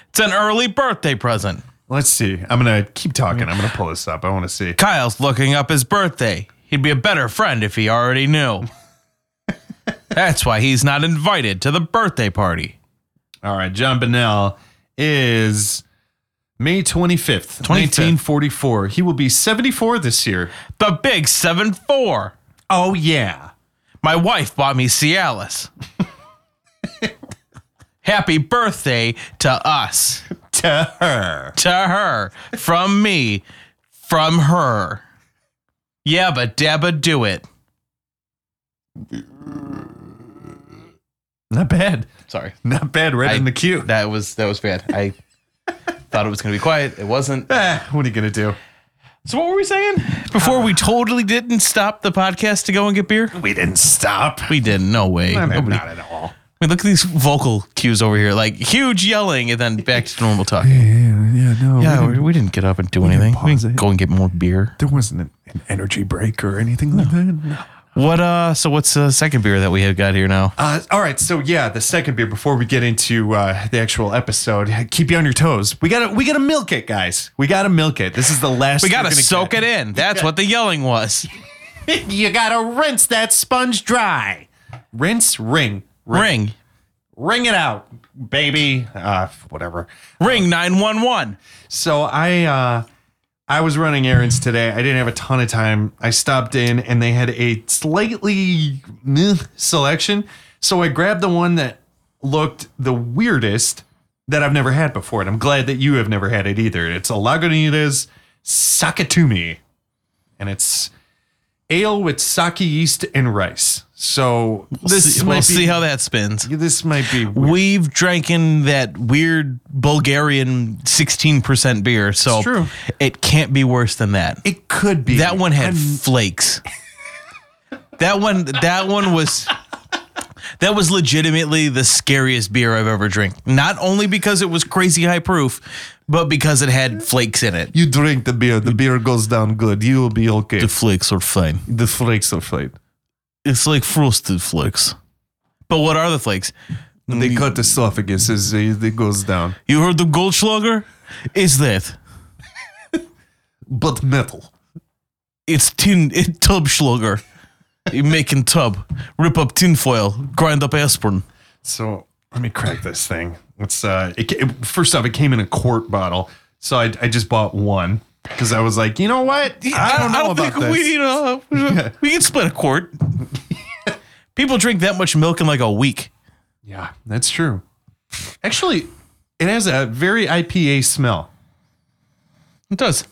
Speaker 3: It's an early birthday present.
Speaker 2: Let's see. I'm gonna keep talking. I'm gonna pull this up. I want to see.
Speaker 3: Kyle's looking up his birthday. He'd be a better friend if he already knew. That's why he's not invited to the birthday party.
Speaker 2: All right, John Bennell is May 25th, 1944. He will be 74 this year.
Speaker 3: The big 7 4.
Speaker 2: Oh yeah.
Speaker 3: My wife bought me Cialis. Happy birthday to us.
Speaker 2: To her.
Speaker 3: To her. From me. From her. Yabba dabba do it.
Speaker 2: Not bad.
Speaker 3: Sorry.
Speaker 2: Not bad. Right
Speaker 3: I-
Speaker 2: in the queue.
Speaker 3: That was that was bad. I thought it was gonna be quiet. It wasn't.
Speaker 2: Ah, what are you gonna do?
Speaker 3: So what were we saying? Before we totally didn't stop the podcast to go and get beer?
Speaker 2: We didn't stop.
Speaker 3: We didn't. No way.
Speaker 2: I mean,
Speaker 3: Nobody-
Speaker 2: not at all.
Speaker 3: I mean, look at these vocal cues over here, like huge yelling, and then back to normal talk.
Speaker 4: Yeah, yeah, no. we
Speaker 3: Yeah,
Speaker 4: didn't-
Speaker 3: we, we didn't get up and do anything. We
Speaker 4: pause
Speaker 3: didn't
Speaker 4: it.
Speaker 3: go and get more beer.
Speaker 4: there wasn't an, an energy break or anything like that. No.
Speaker 3: What? Uh. So what's the second beer that we have got here now?
Speaker 2: Uh, all right, so yeah, the second beer before we get into uh, the actual episode, keep you on your toes. We gotta, we gotta milk it, guys. We gotta milk it. This is the last.
Speaker 3: We gotta soak it in. That's what the yelling was.
Speaker 2: it. you gotta rinse that sponge dry. Rinse, ring,
Speaker 3: Ring,
Speaker 2: ring it out, baby. Uh, whatever.
Speaker 3: ring
Speaker 2: Uh,
Speaker 3: nine one one.
Speaker 2: So I uh I was running errands today. I didn't have a ton of time. I stopped in and they had a slightly meh selection. So I grabbed the one that looked the weirdest that I've never had before. And I'm glad that you have never had it either. It's a Lagunitas Sakatumi. And it's ale with sake yeast and rice. So this
Speaker 3: We'll
Speaker 2: might be
Speaker 3: see how that spins.
Speaker 2: this might be
Speaker 3: We've drank in that weird Bulgarian 16% beer, so
Speaker 2: It's true.
Speaker 3: it can't be worse than that.
Speaker 2: it could be
Speaker 3: That one had
Speaker 2: I'm-
Speaker 3: flakes. that one that one was that was legitimately the scariest beer I've ever drank. Not only because it was crazy high proof, but because it had flakes in it.
Speaker 2: you drink the beer, the beer goes down good. You will be okay.
Speaker 3: flakes are fine.
Speaker 2: the flakes are flayed.
Speaker 3: It's like frosted flakes. But what are the flakes? Mm.
Speaker 2: They cut esophagus as it goes down.
Speaker 3: You heard the Goldschlager? Is that?
Speaker 2: But metal.
Speaker 3: It's tin it, tub schlager. You're making tub. Rip up tinfoil. Grind up aspirin.
Speaker 2: So let me crack this thing. It's uh, it, ca- it, first off, it came in a quart bottle, so I, I just bought one because I was like, you know what? I don't know about
Speaker 3: think
Speaker 2: this.
Speaker 3: we need a. We can split a quart. People drink that much milk in like a week.
Speaker 2: yeah, that's true. Actually, it has a very IPA smell.
Speaker 3: It does.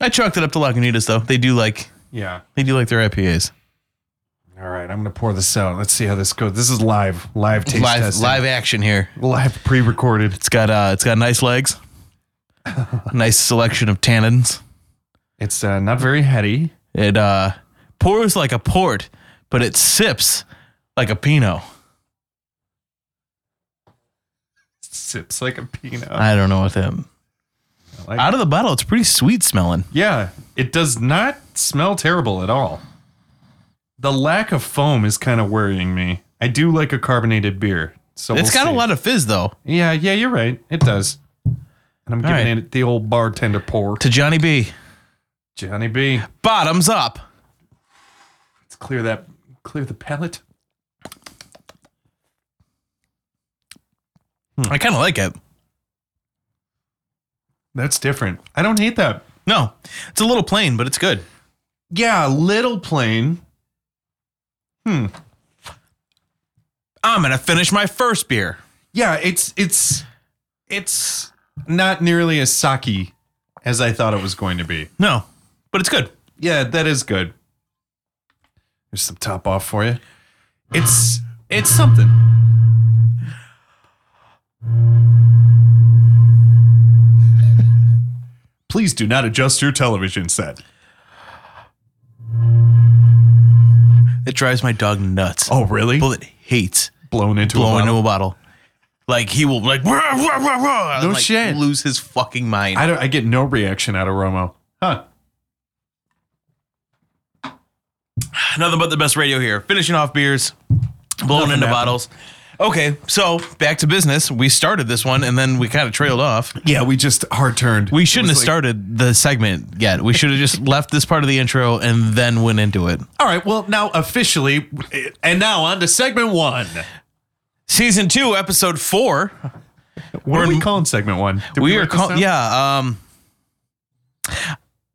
Speaker 3: I chalked it up to Lagunitas though. They do like
Speaker 2: Yeah.
Speaker 3: they do like their IPAs.
Speaker 2: All right, I'm gonna pour this out. Let's see how this goes. This is live, live taste
Speaker 3: live
Speaker 2: testing,
Speaker 3: live action here.
Speaker 2: live pre-recorded.
Speaker 3: It's got uh it's got nice legs. nice selection of tannins.
Speaker 2: It's uh, not very heady.
Speaker 3: It uh pours like a port, but it sips like a pinot.
Speaker 2: Sips like a peanut.
Speaker 3: I don't know what that.
Speaker 2: like-
Speaker 3: out of the bottle, it's pretty sweet smelling.
Speaker 2: Yeah, it does not smell terrible at all. The lack of foam is kind of worrying me. I do like a carbonated beer, so
Speaker 3: it's got a lot of fizz though.
Speaker 2: Yeah, yeah, you're right. It does. And I'm
Speaker 3: All
Speaker 2: giving
Speaker 3: right.
Speaker 2: it the old bartender pour.
Speaker 3: To Johnny B,
Speaker 2: Johnny B,
Speaker 3: bottoms up.
Speaker 2: let's clear that, clear the palate. Hmm.
Speaker 3: I kind of like it.
Speaker 2: That's different. I don't hate that.
Speaker 3: No, it's a little plain, but it's good.
Speaker 2: Yeah, a little plain.
Speaker 3: I'm gonna finish my first beer.
Speaker 2: Yeah, it's it's it's not nearly as sake as I thought it was going to be.
Speaker 3: No, but it's good.
Speaker 2: Yeah, that is good. There's some top off for you. It's it's something. Please do not adjust your television set.
Speaker 3: It drives my dog nuts.
Speaker 2: Oh, really?
Speaker 3: Bullet hates
Speaker 2: blown into
Speaker 3: blowing
Speaker 2: Oh, a
Speaker 3: into
Speaker 2: bottle.
Speaker 3: a bottle. Like he will like "Rah, rah, rah, rah," and,
Speaker 2: No
Speaker 3: like,
Speaker 2: shit.
Speaker 3: lose his fucking mind.
Speaker 2: I don't. I get no reaction out of Romo. Huh?
Speaker 3: Nothing but the best radio here. Finishing off beers, blowing into
Speaker 2: happened.
Speaker 3: bottles. Okay, so back to business. We started this one and then we kind of trailed off.
Speaker 2: Yeah, we just hard turned.
Speaker 3: We shouldn't have started the segment yet. We should have just left this part of the intro and then went into it.
Speaker 2: All right. Well, now officially, and now on to segment one.
Speaker 3: Season two, episode four.
Speaker 2: What are we calling segment one? Did
Speaker 3: we are
Speaker 2: write this
Speaker 3: called
Speaker 2: down?
Speaker 3: yeah um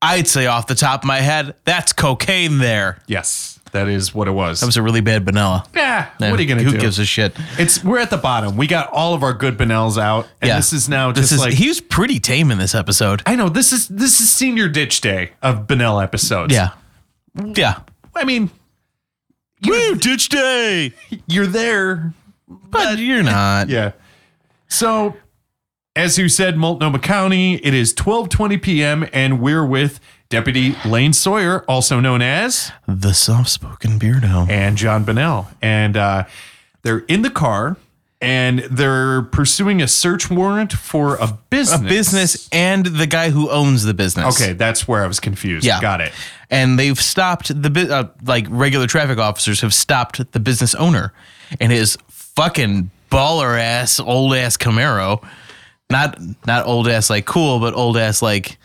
Speaker 3: i'd say off the top of my head that's cocaine there
Speaker 2: Yes, that is what it was.
Speaker 3: that was a really bad vanilla
Speaker 2: yeah. What are you gonna
Speaker 3: who
Speaker 2: do?
Speaker 3: gives a shit
Speaker 2: it's we're at the bottom. We got all of our good Benells out, and
Speaker 3: Yeah.
Speaker 2: this is now just
Speaker 3: this is
Speaker 2: like
Speaker 3: he was pretty tame in this episode
Speaker 2: I know this is this is senior ditch day of Benell episodes.
Speaker 3: yeah yeah
Speaker 2: I mean
Speaker 3: Woo, ditch day
Speaker 2: you're there.
Speaker 3: but you're not
Speaker 2: Yeah. So as you said, Multnomah County. It is 12:20 p.m. and we're with Deputy Lane Sawyer, also known as
Speaker 3: the soft-spoken beardo
Speaker 2: and John Bennell. And uh, they're in the car and they're pursuing a search warrant for a business.
Speaker 3: business and the guy who owns the business
Speaker 2: Okay, that's where I was confused.
Speaker 3: Yeah.
Speaker 2: Got it.
Speaker 3: and they've stopped the bu- uh, like regular traffic officers have stopped the business owner and his fucking baller ass old ass Camaro, not not old ass like cool, but old ass like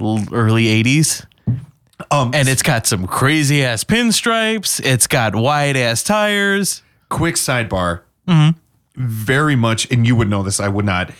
Speaker 3: l- early eighties.
Speaker 2: Um,
Speaker 3: And it's got some crazy ass pinstripes. It's got wide ass tires.
Speaker 2: quick sidebar.
Speaker 3: Mm-hmm.
Speaker 2: Very much, and you would know this, I would not.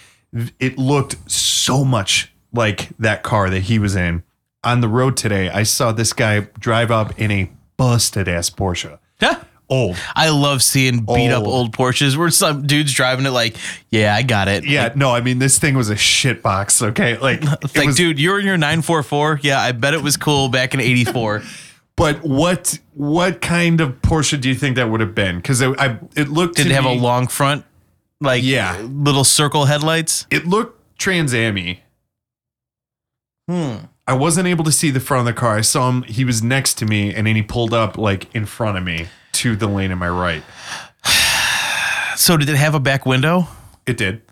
Speaker 2: It looked so much like that car that he was in. On the road today, I saw this guy drive up in a busted ass Porsche.
Speaker 3: Yeah.
Speaker 2: Old.
Speaker 3: I love seeing beat up
Speaker 2: Old.
Speaker 3: old Porsches where some dude's driving it like, yeah, I got it.
Speaker 2: Yeah, no, I mean, this thing was a shit box, okay? Like,
Speaker 3: It's like, dude, you're in your 944. Yeah, I bet it was cool back in 84.
Speaker 2: But what what kind of Porsche do you think that would have been? Because I, I it looked
Speaker 3: Did
Speaker 2: to
Speaker 3: it have a
Speaker 2: me-
Speaker 3: long front? Like
Speaker 2: Yeah.
Speaker 3: little circle headlights?
Speaker 2: It looked Trans Am. Hmm. I wasn't able to see the front of the car. I saw him. He was next to me, and then he pulled up like in front of me to the lane in my right.
Speaker 3: So did it have a back window?
Speaker 2: It did.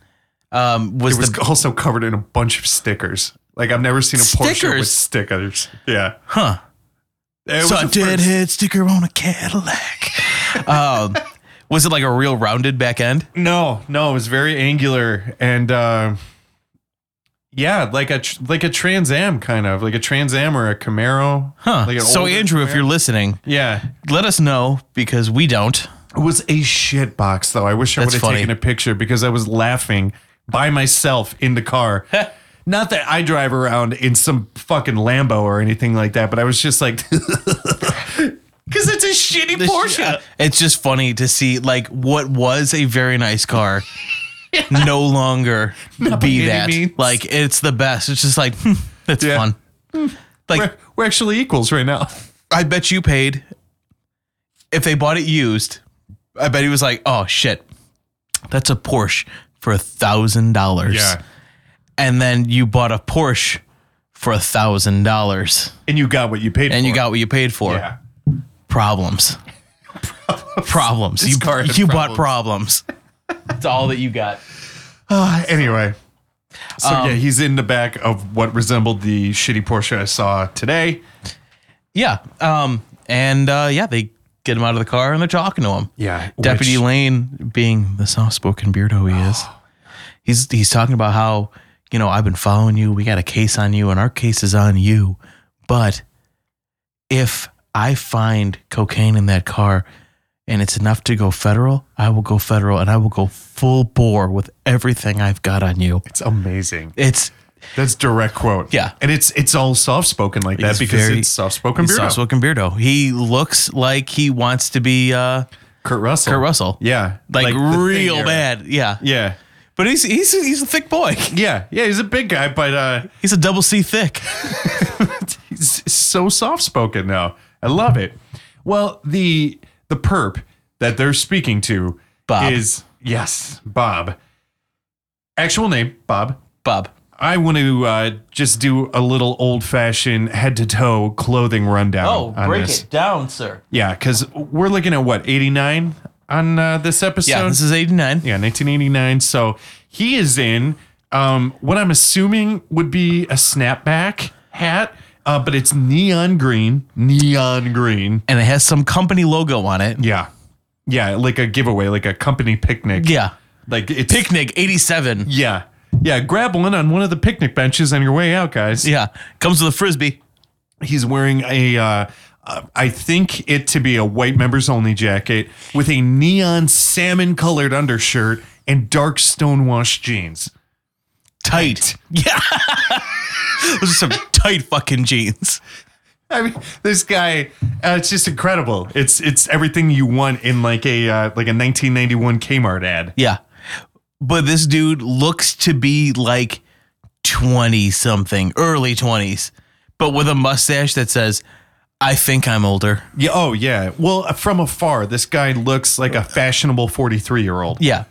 Speaker 3: Um was,
Speaker 2: It was
Speaker 3: the
Speaker 2: also covered in a bunch of stickers. Like I've never seen a Porsche with
Speaker 3: Stickers?
Speaker 2: stickers. Yeah.
Speaker 3: huh.
Speaker 2: It
Speaker 3: Saw
Speaker 2: the
Speaker 3: a
Speaker 2: first-
Speaker 3: deadhead sticker on a Cadillac. um was it like a real rounded back end?
Speaker 2: No, no, it was very angular and uh, yeah, like a tr- like a Trans Am kind of like a Trans Am or a Camaro.
Speaker 3: Huh.
Speaker 2: Like an
Speaker 3: so
Speaker 2: older
Speaker 3: Andrew, if
Speaker 2: Camaro.
Speaker 3: you're listening,
Speaker 2: yeah,
Speaker 3: let us know because we don't.
Speaker 2: it was a shit box though. I wish I would
Speaker 3: That's
Speaker 2: have
Speaker 3: funny.
Speaker 2: taken a picture because I was laughing by myself in the car. Not that I drive around in some fucking Lambo or anything like that, but I was just like, because it's a shitty Porsche.
Speaker 3: It's just funny to see like what was a very nice car. No longer be
Speaker 2: any
Speaker 3: that.
Speaker 2: means.
Speaker 3: Like it's the best. It's just like hmm, that's
Speaker 2: Yeah.
Speaker 3: fun. Like
Speaker 2: We're, we're actually equals right now.
Speaker 3: I bet you paid if they bought it used. I bet he was like, "Oh shit, that's a Porsche for a thousand dollars." and then you bought a Porsche for a thousand dollars,
Speaker 2: and you got what you paid,
Speaker 3: and
Speaker 2: for.
Speaker 3: you got what you paid for.
Speaker 2: yeah.
Speaker 3: Problems. problems. You,
Speaker 2: car had
Speaker 3: you bought problems. That's all that you got.
Speaker 2: Uh, anyway. So
Speaker 3: Um,
Speaker 2: yeah, he's in the back of what resembled the shitty Porsche I saw today.
Speaker 3: Yeah. Um. And uh, yeah, they get him out of the car and they're talking to him.
Speaker 2: Yeah,
Speaker 3: Deputy
Speaker 2: which-
Speaker 3: Lane, being the soft-spoken beardo he is, he's he's talking about how you know I've been following you. We got a case on you, and our case is on you. But if I find cocaine in that car and it's enough to go federal, I will go federal, and I will go full bore with everything I've got on you.
Speaker 2: It's amazing.
Speaker 3: It's
Speaker 2: That's direct quote.
Speaker 3: Yeah.
Speaker 2: and it's it's all soft spoken like that
Speaker 3: He's
Speaker 2: because
Speaker 3: very-
Speaker 2: it's soft spoken.
Speaker 3: soft spoken beardo. He looks like he wants to be uh,
Speaker 2: Kurt Russell.
Speaker 3: Kurt Russell.
Speaker 2: Yeah,
Speaker 3: like,
Speaker 2: the
Speaker 3: real
Speaker 2: thing
Speaker 3: bad. Yeah.
Speaker 2: Yeah,
Speaker 3: But he's he's he's a thick boy.
Speaker 2: yeah, yeah. He's a big guy, but uh,
Speaker 3: He's a double C thick.
Speaker 2: he's so soft spoken now. I love it. Well, the the perp that they're speaking to
Speaker 3: Bob.
Speaker 2: is yes, Bob. Actual name Bob.
Speaker 3: Bob.
Speaker 2: I want to uh, just do a little old fashioned head to toe clothing rundown. on this.
Speaker 3: Oh, down, sir.
Speaker 2: Yeah, because we're looking at what, 89? on uh, this episode.
Speaker 3: Yeah, this is 89.
Speaker 2: Yeah, 1989. So he is in um, what I'm assuming would be a snapback hat, uh, but it's neon green. Neon green.
Speaker 3: And it has some company logo on it.
Speaker 2: Yeah. Yeah, like a giveaway, like a company picnic.
Speaker 3: Yeah.
Speaker 2: Like it's.
Speaker 3: Picnic 87.
Speaker 2: yeah. Yeah. Grab one on one of the picnic benches on your way out, guys.
Speaker 3: Yeah. Comes with a frisbee.
Speaker 2: He's wearing a. Uh, uh, I think it to be a white members only jacket with a neon salmon colored undershirt and dark stonewashed jeans.
Speaker 3: Tight. Yeah. Those are some tight fucking jeans.
Speaker 2: I mean, this guy, uh, it's just incredible. It's it's everything you want in like a uh, like a 1991 Kmart ad.
Speaker 3: Yeah. But this dude looks to be like 20 something, early 20s, but with a mustache that says, I think I'm older.
Speaker 2: Yeah. Oh yeah. Well, from afar, this guy looks like a fashionable 43 year old
Speaker 3: Yeah.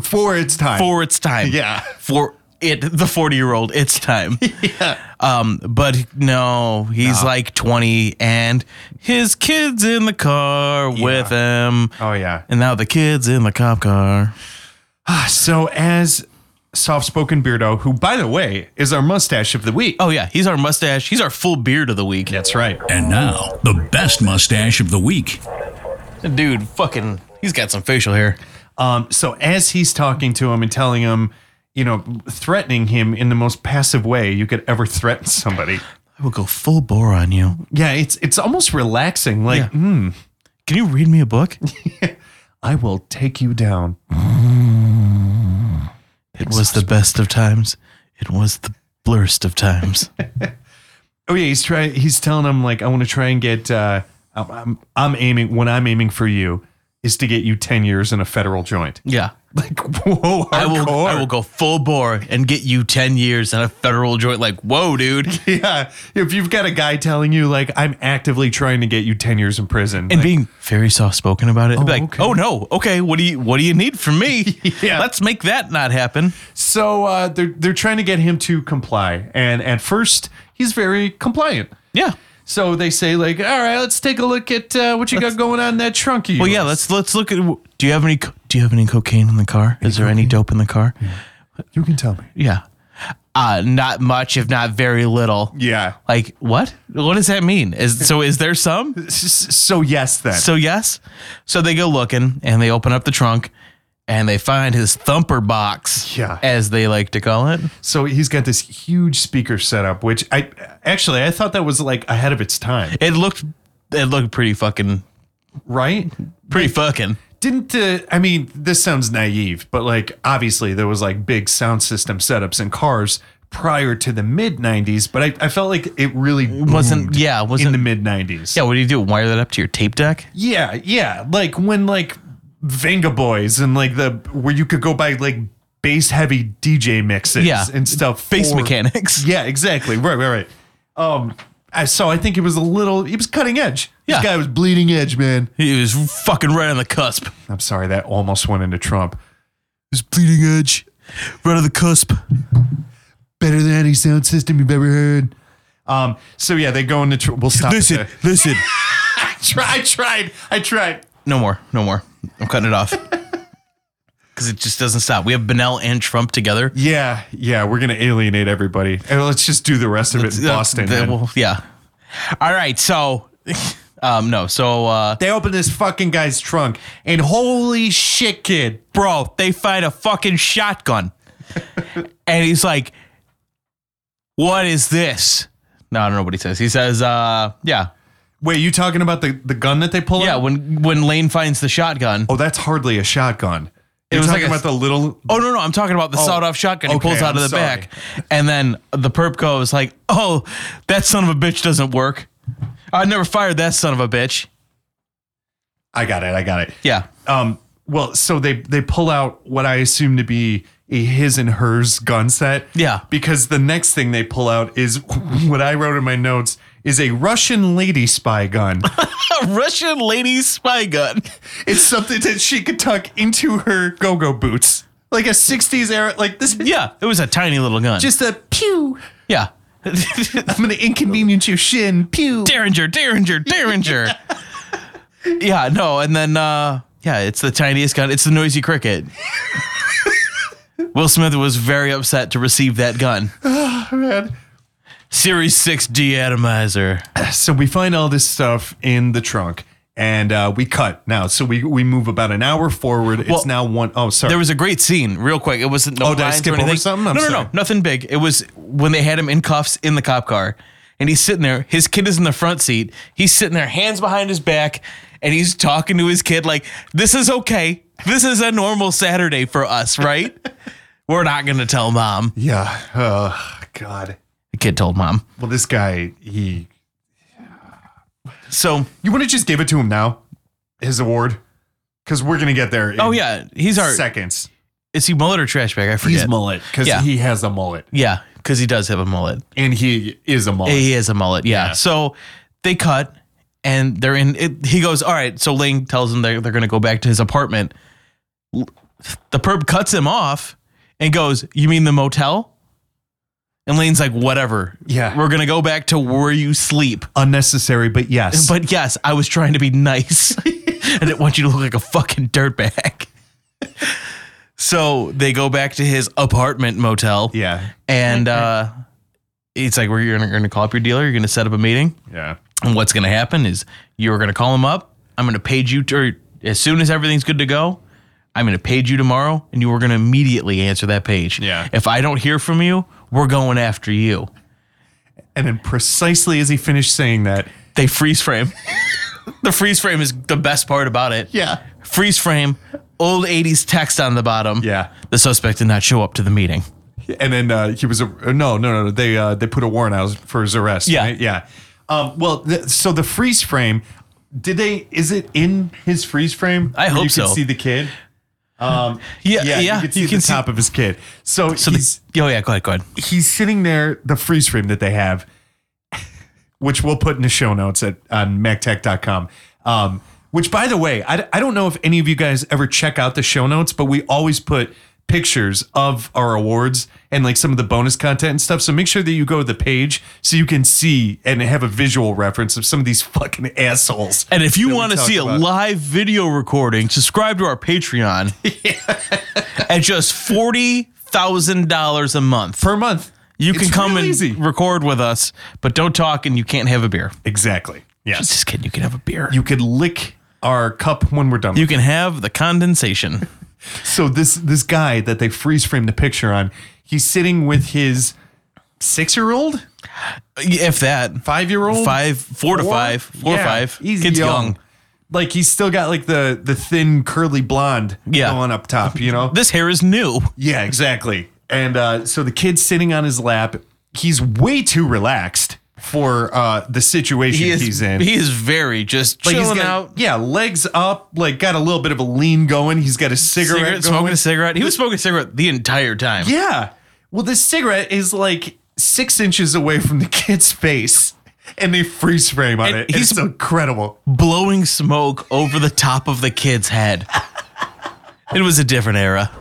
Speaker 2: for its time.
Speaker 3: For its time.
Speaker 2: yeah.
Speaker 3: For it, the 40 year old, it's time.
Speaker 2: Yeah.
Speaker 3: Um, but no, he's like 20 and his kid's in the car with him.
Speaker 2: Oh yeah.
Speaker 3: And now the kid's in the cop car.
Speaker 2: Uh, So as soft spoken beardo, who by the way is our mustache of the week.
Speaker 3: Oh, yeah. He's our mustache. He's our full beard of the week.
Speaker 2: That's right.
Speaker 1: And now, the best mustache of the week.
Speaker 3: Dude, fucking, he's got some facial hair.
Speaker 2: Um, so as he's talking to him and telling him, you know, threatening him in the most passive way you could ever threaten somebody.
Speaker 3: I will go full bore on you.
Speaker 2: Yeah, it's it's almost relaxing. Like, "Mm,
Speaker 3: Yeah. Can you read me a book?
Speaker 2: I will take you down.
Speaker 3: It was the best of times. It was the blurst of times.
Speaker 2: Oh yeah, he's trying. He's telling him like, I want to try and get. Uh, I'm, I'm I'm aiming. What I'm aiming for you is to get you ten years in a federal joint.
Speaker 3: Yeah.
Speaker 2: Like, whoa, hardcore.
Speaker 3: I will, I will go full bore and get you 10 years and a federal joint. Like, whoa, dude.
Speaker 2: Yeah, if you've got a guy telling you like, I'm actively trying to get you ten years in prison.
Speaker 3: and
Speaker 2: like,
Speaker 3: being very soft spoken about it. I'd be like,
Speaker 2: okay.
Speaker 3: oh no, okay, what do you what do you need from me?
Speaker 2: Yeah.
Speaker 3: Let's make that not happen.
Speaker 2: so uh, they're they're trying to get him to comply, and at first he's very compliant.
Speaker 3: Yeah.
Speaker 2: So they say like, all right, let's take a look at uh, what you got going on in that trunk. Of
Speaker 3: Well,
Speaker 2: yours."
Speaker 3: yeah. Let's let's look at. Do you have any co- Do you have any cocaine in the car? Is there any dope in the car?
Speaker 4: You can tell me.
Speaker 3: Yeah. Uh, not much, if not very little.
Speaker 2: yeah.
Speaker 3: Like what? What does that mean? Is so? Is there some?
Speaker 2: S- So yes, then.
Speaker 3: So yes. So they go looking and they open up the trunk and they find his thumper box.
Speaker 2: Yeah.
Speaker 3: As they like to call it.
Speaker 2: So he's got this huge speaker setup, which I actually I thought that was like ahead of its time,
Speaker 3: It looked. It looked pretty fucking.
Speaker 2: right?
Speaker 3: Pretty fucking.
Speaker 2: Didn't the I mean this sounds naive, but like obviously there was like big sound system setups in cars prior to the mid '90s, but I, I felt like it really
Speaker 3: wasn't
Speaker 2: boomed
Speaker 3: yeah
Speaker 2: in
Speaker 3: wasn't
Speaker 2: the mid '90s.
Speaker 3: yeah what do you do wire that up to your tape deck
Speaker 2: yeah, yeah, like when like Venga Boys and like the where you could go buy like bass heavy DJ mixes
Speaker 3: Yeah.
Speaker 2: and stuff.
Speaker 3: face
Speaker 2: for-
Speaker 3: mechanics
Speaker 2: Yeah, exactly. Right, right, right. Um, I, so I think it was a little. He was cutting edge.
Speaker 3: Yeah.
Speaker 2: This guy was bleeding edge, man.
Speaker 3: he was fucking right on the cusp it
Speaker 2: I'm sorry, that almost went into Trump.
Speaker 3: was bleeding edge right on the cusp
Speaker 2: Better than any sound system you've ever heard. Um, so yeah, they go into. Tr- we'll stop. it there.
Speaker 3: listen
Speaker 2: I tried. I tried. I tried.
Speaker 3: no more no more i'm cutting it off because it just doesn't stop we have benell and trump together
Speaker 2: Yeah, yeah. We're gonna alienate everybody. And let's just do the rest of it in Boston.
Speaker 3: They-
Speaker 2: man.
Speaker 3: well, yeah all right so um no so uh
Speaker 2: they open this fucking guy's trunk, and holy shit, kid.
Speaker 3: bro, they find a fucking shotgun. and he's like, what is this? No, I don't know what he says. He says, uh, yeah.
Speaker 2: Wait, you talking about the the gun that they pull?
Speaker 3: Yeah,
Speaker 2: out?
Speaker 3: when when Lane finds the shotgun.
Speaker 2: Oh, that's hardly a shotgun. You're
Speaker 3: was like
Speaker 2: talking
Speaker 3: a-
Speaker 2: about the little
Speaker 3: Oh no, no, I'm talking about the sawed-off shotgun he
Speaker 2: okay,
Speaker 3: pulls out
Speaker 2: I'm
Speaker 3: of the
Speaker 2: sorry.
Speaker 3: back. And then the perp goes like, "Oh, that son of a bitch doesn't work. I never fired that son of a bitch."
Speaker 2: I got it. I got it.
Speaker 3: Yeah.
Speaker 2: Um. Well, so they they pull out what I assume to be a his and hers gun set.
Speaker 3: Yeah.
Speaker 2: Because the next thing they pull out is what I wrote in my notes is a Russian lady spy gun.
Speaker 3: A Russian lady spy gun.
Speaker 2: it's something that she could tuck into her go-go boots, like a '60s era. Like this is
Speaker 3: Yeah, it was a tiny little gun.
Speaker 2: just a pew.
Speaker 3: yeah.
Speaker 2: I'm gonna inconvenience your shin. Pew.
Speaker 3: Derringer, Derringer, Derringer. yeah, no, and then uh Yeah, it's the tiniest gun. It's the noisy cricket. Will Smith was very upset to receive that gun.
Speaker 2: Man.
Speaker 3: Series 6 deatomizer.
Speaker 2: So we find all this stuff in the trunk and uh, we cut now. So we, we move about an hour forward. It's
Speaker 3: Well,
Speaker 2: now one oh sorry.
Speaker 3: There was a great scene, real quick. It wasn't no
Speaker 2: Oh, did I
Speaker 3: lines
Speaker 2: skip
Speaker 3: or
Speaker 2: over
Speaker 3: anything.
Speaker 2: something? I'm
Speaker 3: no, no,
Speaker 2: sorry.
Speaker 3: no, nothing big. It was when they had him in cuffs in the cop car, and he's sitting there. His kid is in the front seat. He's sitting there, hands behind his back, and he's talking to his kid like, "This is okay. This is a normal Saturday for us, right? We're not gonna tell mom."
Speaker 2: yeah. Oh God.
Speaker 3: The kid told mom.
Speaker 2: Well, this guy, he
Speaker 3: So,
Speaker 2: you want to just give it to him now, his award, because we're gonna get there. in
Speaker 3: oh yeah, he's our.
Speaker 2: seconds.
Speaker 3: Is he mullet or trash bag? I forget.
Speaker 2: He's mullet because
Speaker 3: Yeah.
Speaker 2: he has a mullet
Speaker 3: Yeah, because he does have a mullet.
Speaker 2: and he is a mullet.
Speaker 3: He is a mullet. Yeah.
Speaker 2: Yeah.
Speaker 3: So they cut and they're in. It, he goes, All right. So Ling tells him they're, they're going to go back to his apartment. L- The perp cuts him off and goes, You mean the motel? And Lane's like, Whatever.
Speaker 2: Yeah.
Speaker 3: We're going to go back to where you sleep.
Speaker 2: Unnecessary, but yes.
Speaker 3: But yes, I was trying to be nice. I didn't want you to look like a fucking dirtbag. so they go back to his apartment motel.
Speaker 2: yeah,
Speaker 3: And uh, it's like, we're you're going to call up your dealer. You're going to set up a meeting.
Speaker 2: yeah.
Speaker 3: And what's going to happen is you're going to call him up. I'm going to page you, or as soon as everything's good to go, I'm going to page you tomorrow, and you are going to immediately answer that page.
Speaker 2: Yeah.
Speaker 3: If I don't hear from you, we're going after you.
Speaker 2: And then precisely as he finished saying that,
Speaker 3: They freeze frame. the freeze frame is the best part about it.
Speaker 2: yeah,
Speaker 3: Freeze frame, old 80s text on the bottom.
Speaker 2: Yeah.
Speaker 3: The suspect did not show up to the meeting.
Speaker 2: and then uh, he was a no, no, no. They uh, they put a warrant out for his arrest.
Speaker 3: Yeah.
Speaker 2: right? yeah. Um, well, th- so the freeze frame. Did they? Is it in his freeze frame?
Speaker 3: I
Speaker 2: Where
Speaker 3: hope
Speaker 2: you
Speaker 3: so.
Speaker 2: Can see the kid. Um,
Speaker 3: Yeah, yeah,
Speaker 2: You can see
Speaker 3: you
Speaker 2: the
Speaker 3: can see-
Speaker 2: top of his kid. So,
Speaker 3: So
Speaker 2: he's
Speaker 3: the, oh, yeah, go ahead, go ahead.
Speaker 2: he's sitting there. The freeze frame that they have, which we'll put in the show notes at on mactech.com. Um, which, by the way, I, I don't know if any of you guys ever check out the show notes, but we always put pictures of our awards and like some of the bonus content and stuff. So make sure that you go to the page so you can see and have a visual reference of some of these fucking assholes.
Speaker 3: And if you
Speaker 2: we
Speaker 3: want to
Speaker 2: talked
Speaker 3: see a
Speaker 2: about.
Speaker 3: live video recording, subscribe to our Patreon at just forty thousand dollars a month.
Speaker 2: Per month,
Speaker 3: You can
Speaker 2: It's
Speaker 3: come
Speaker 2: real
Speaker 3: and
Speaker 2: easy.
Speaker 3: record with us, but don't talk and you can't have a beer.
Speaker 2: exactly. Yes,
Speaker 3: Just kidding, you can have a beer. You,
Speaker 2: you could lick our cup when we're done. with
Speaker 3: can have the condensation.
Speaker 2: So this this guy that they freeze frame the picture on, he's sitting with his six year old,
Speaker 3: if that.
Speaker 2: five year old,
Speaker 3: Five four to five. Four or five.
Speaker 2: He's
Speaker 3: Kid's
Speaker 2: young.
Speaker 3: young.
Speaker 2: Like he's still got like the the thin curly blonde
Speaker 3: Yeah.
Speaker 2: going up top, you know.
Speaker 3: This hair is new.
Speaker 2: yeah, exactly. And uh, so the kid's sitting on his lap. He's way too relaxed for uh, the situation he's in.
Speaker 3: He is very just
Speaker 2: Like, he's
Speaker 3: chilling
Speaker 2: got-
Speaker 3: out.
Speaker 2: Yeah, legs up. Like got a little bit of a lean going. He's got a cigarette,
Speaker 3: Cigarette,
Speaker 2: going.
Speaker 3: smoking a cigarette. He was smoking a cigarette the entire time.
Speaker 2: Yeah. Well, this cigarette is like six inches away from the kid's face, and they freeze frame on
Speaker 3: And
Speaker 2: it.
Speaker 3: he's-
Speaker 2: it's incredible.
Speaker 3: blowing smoke over the top of the kid's head. It was a different era.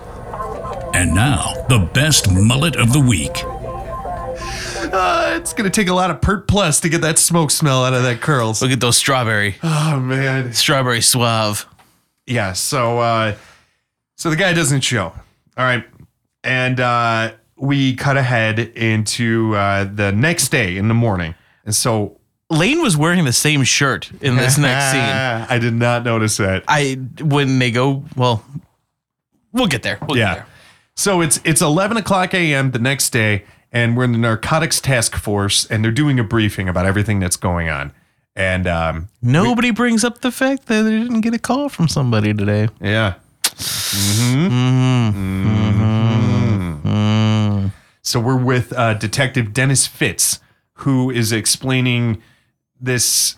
Speaker 1: And now, the best mullet of the week.
Speaker 2: Uh, it's gonna take a lot of pert plus to get that smoke smell out of that curls.
Speaker 3: Look at those strawberry,
Speaker 2: Oh man.
Speaker 3: strawberry suave.
Speaker 2: Yeah. So, uh, so the guy doesn't show. All right, and uh, we cut ahead into uh, the next day in the morning, and so
Speaker 3: Lane was wearing the same shirt in this next scene.
Speaker 2: I did not notice that.
Speaker 3: I when they go, well, we'll get there. We'll
Speaker 2: Yeah.
Speaker 3: get
Speaker 2: So it's it's eleven o'clock a.m. the next day, and we're in the narcotics task force, and they're doing a briefing about everything that's going on. And um,
Speaker 3: there. Nobody brings up the fact that they didn't get a call from somebody today.
Speaker 2: yeah. Mm-hmm. Mm-hmm. So we're with uh, Detective Dennis Fitz, who is explaining this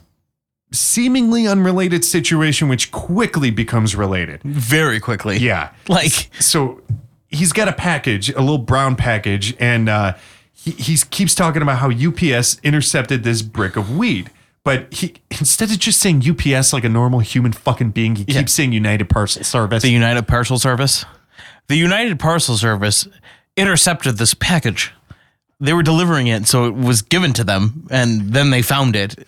Speaker 2: seemingly unrelated situation, which quickly becomes related.
Speaker 3: Very quickly.
Speaker 2: Yeah.
Speaker 3: Like
Speaker 2: so he's got a package, a little brown package, and uh, he he's, keeps talking about how UPS intercepted this brick of weed. But he instead of just saying UPS like a normal human fucking being, he keeps saying United Parcel Service.
Speaker 3: the United Parcel Service. The United Parcel Service intercepted this package. They were delivering it, so it was given to them, and then they found it.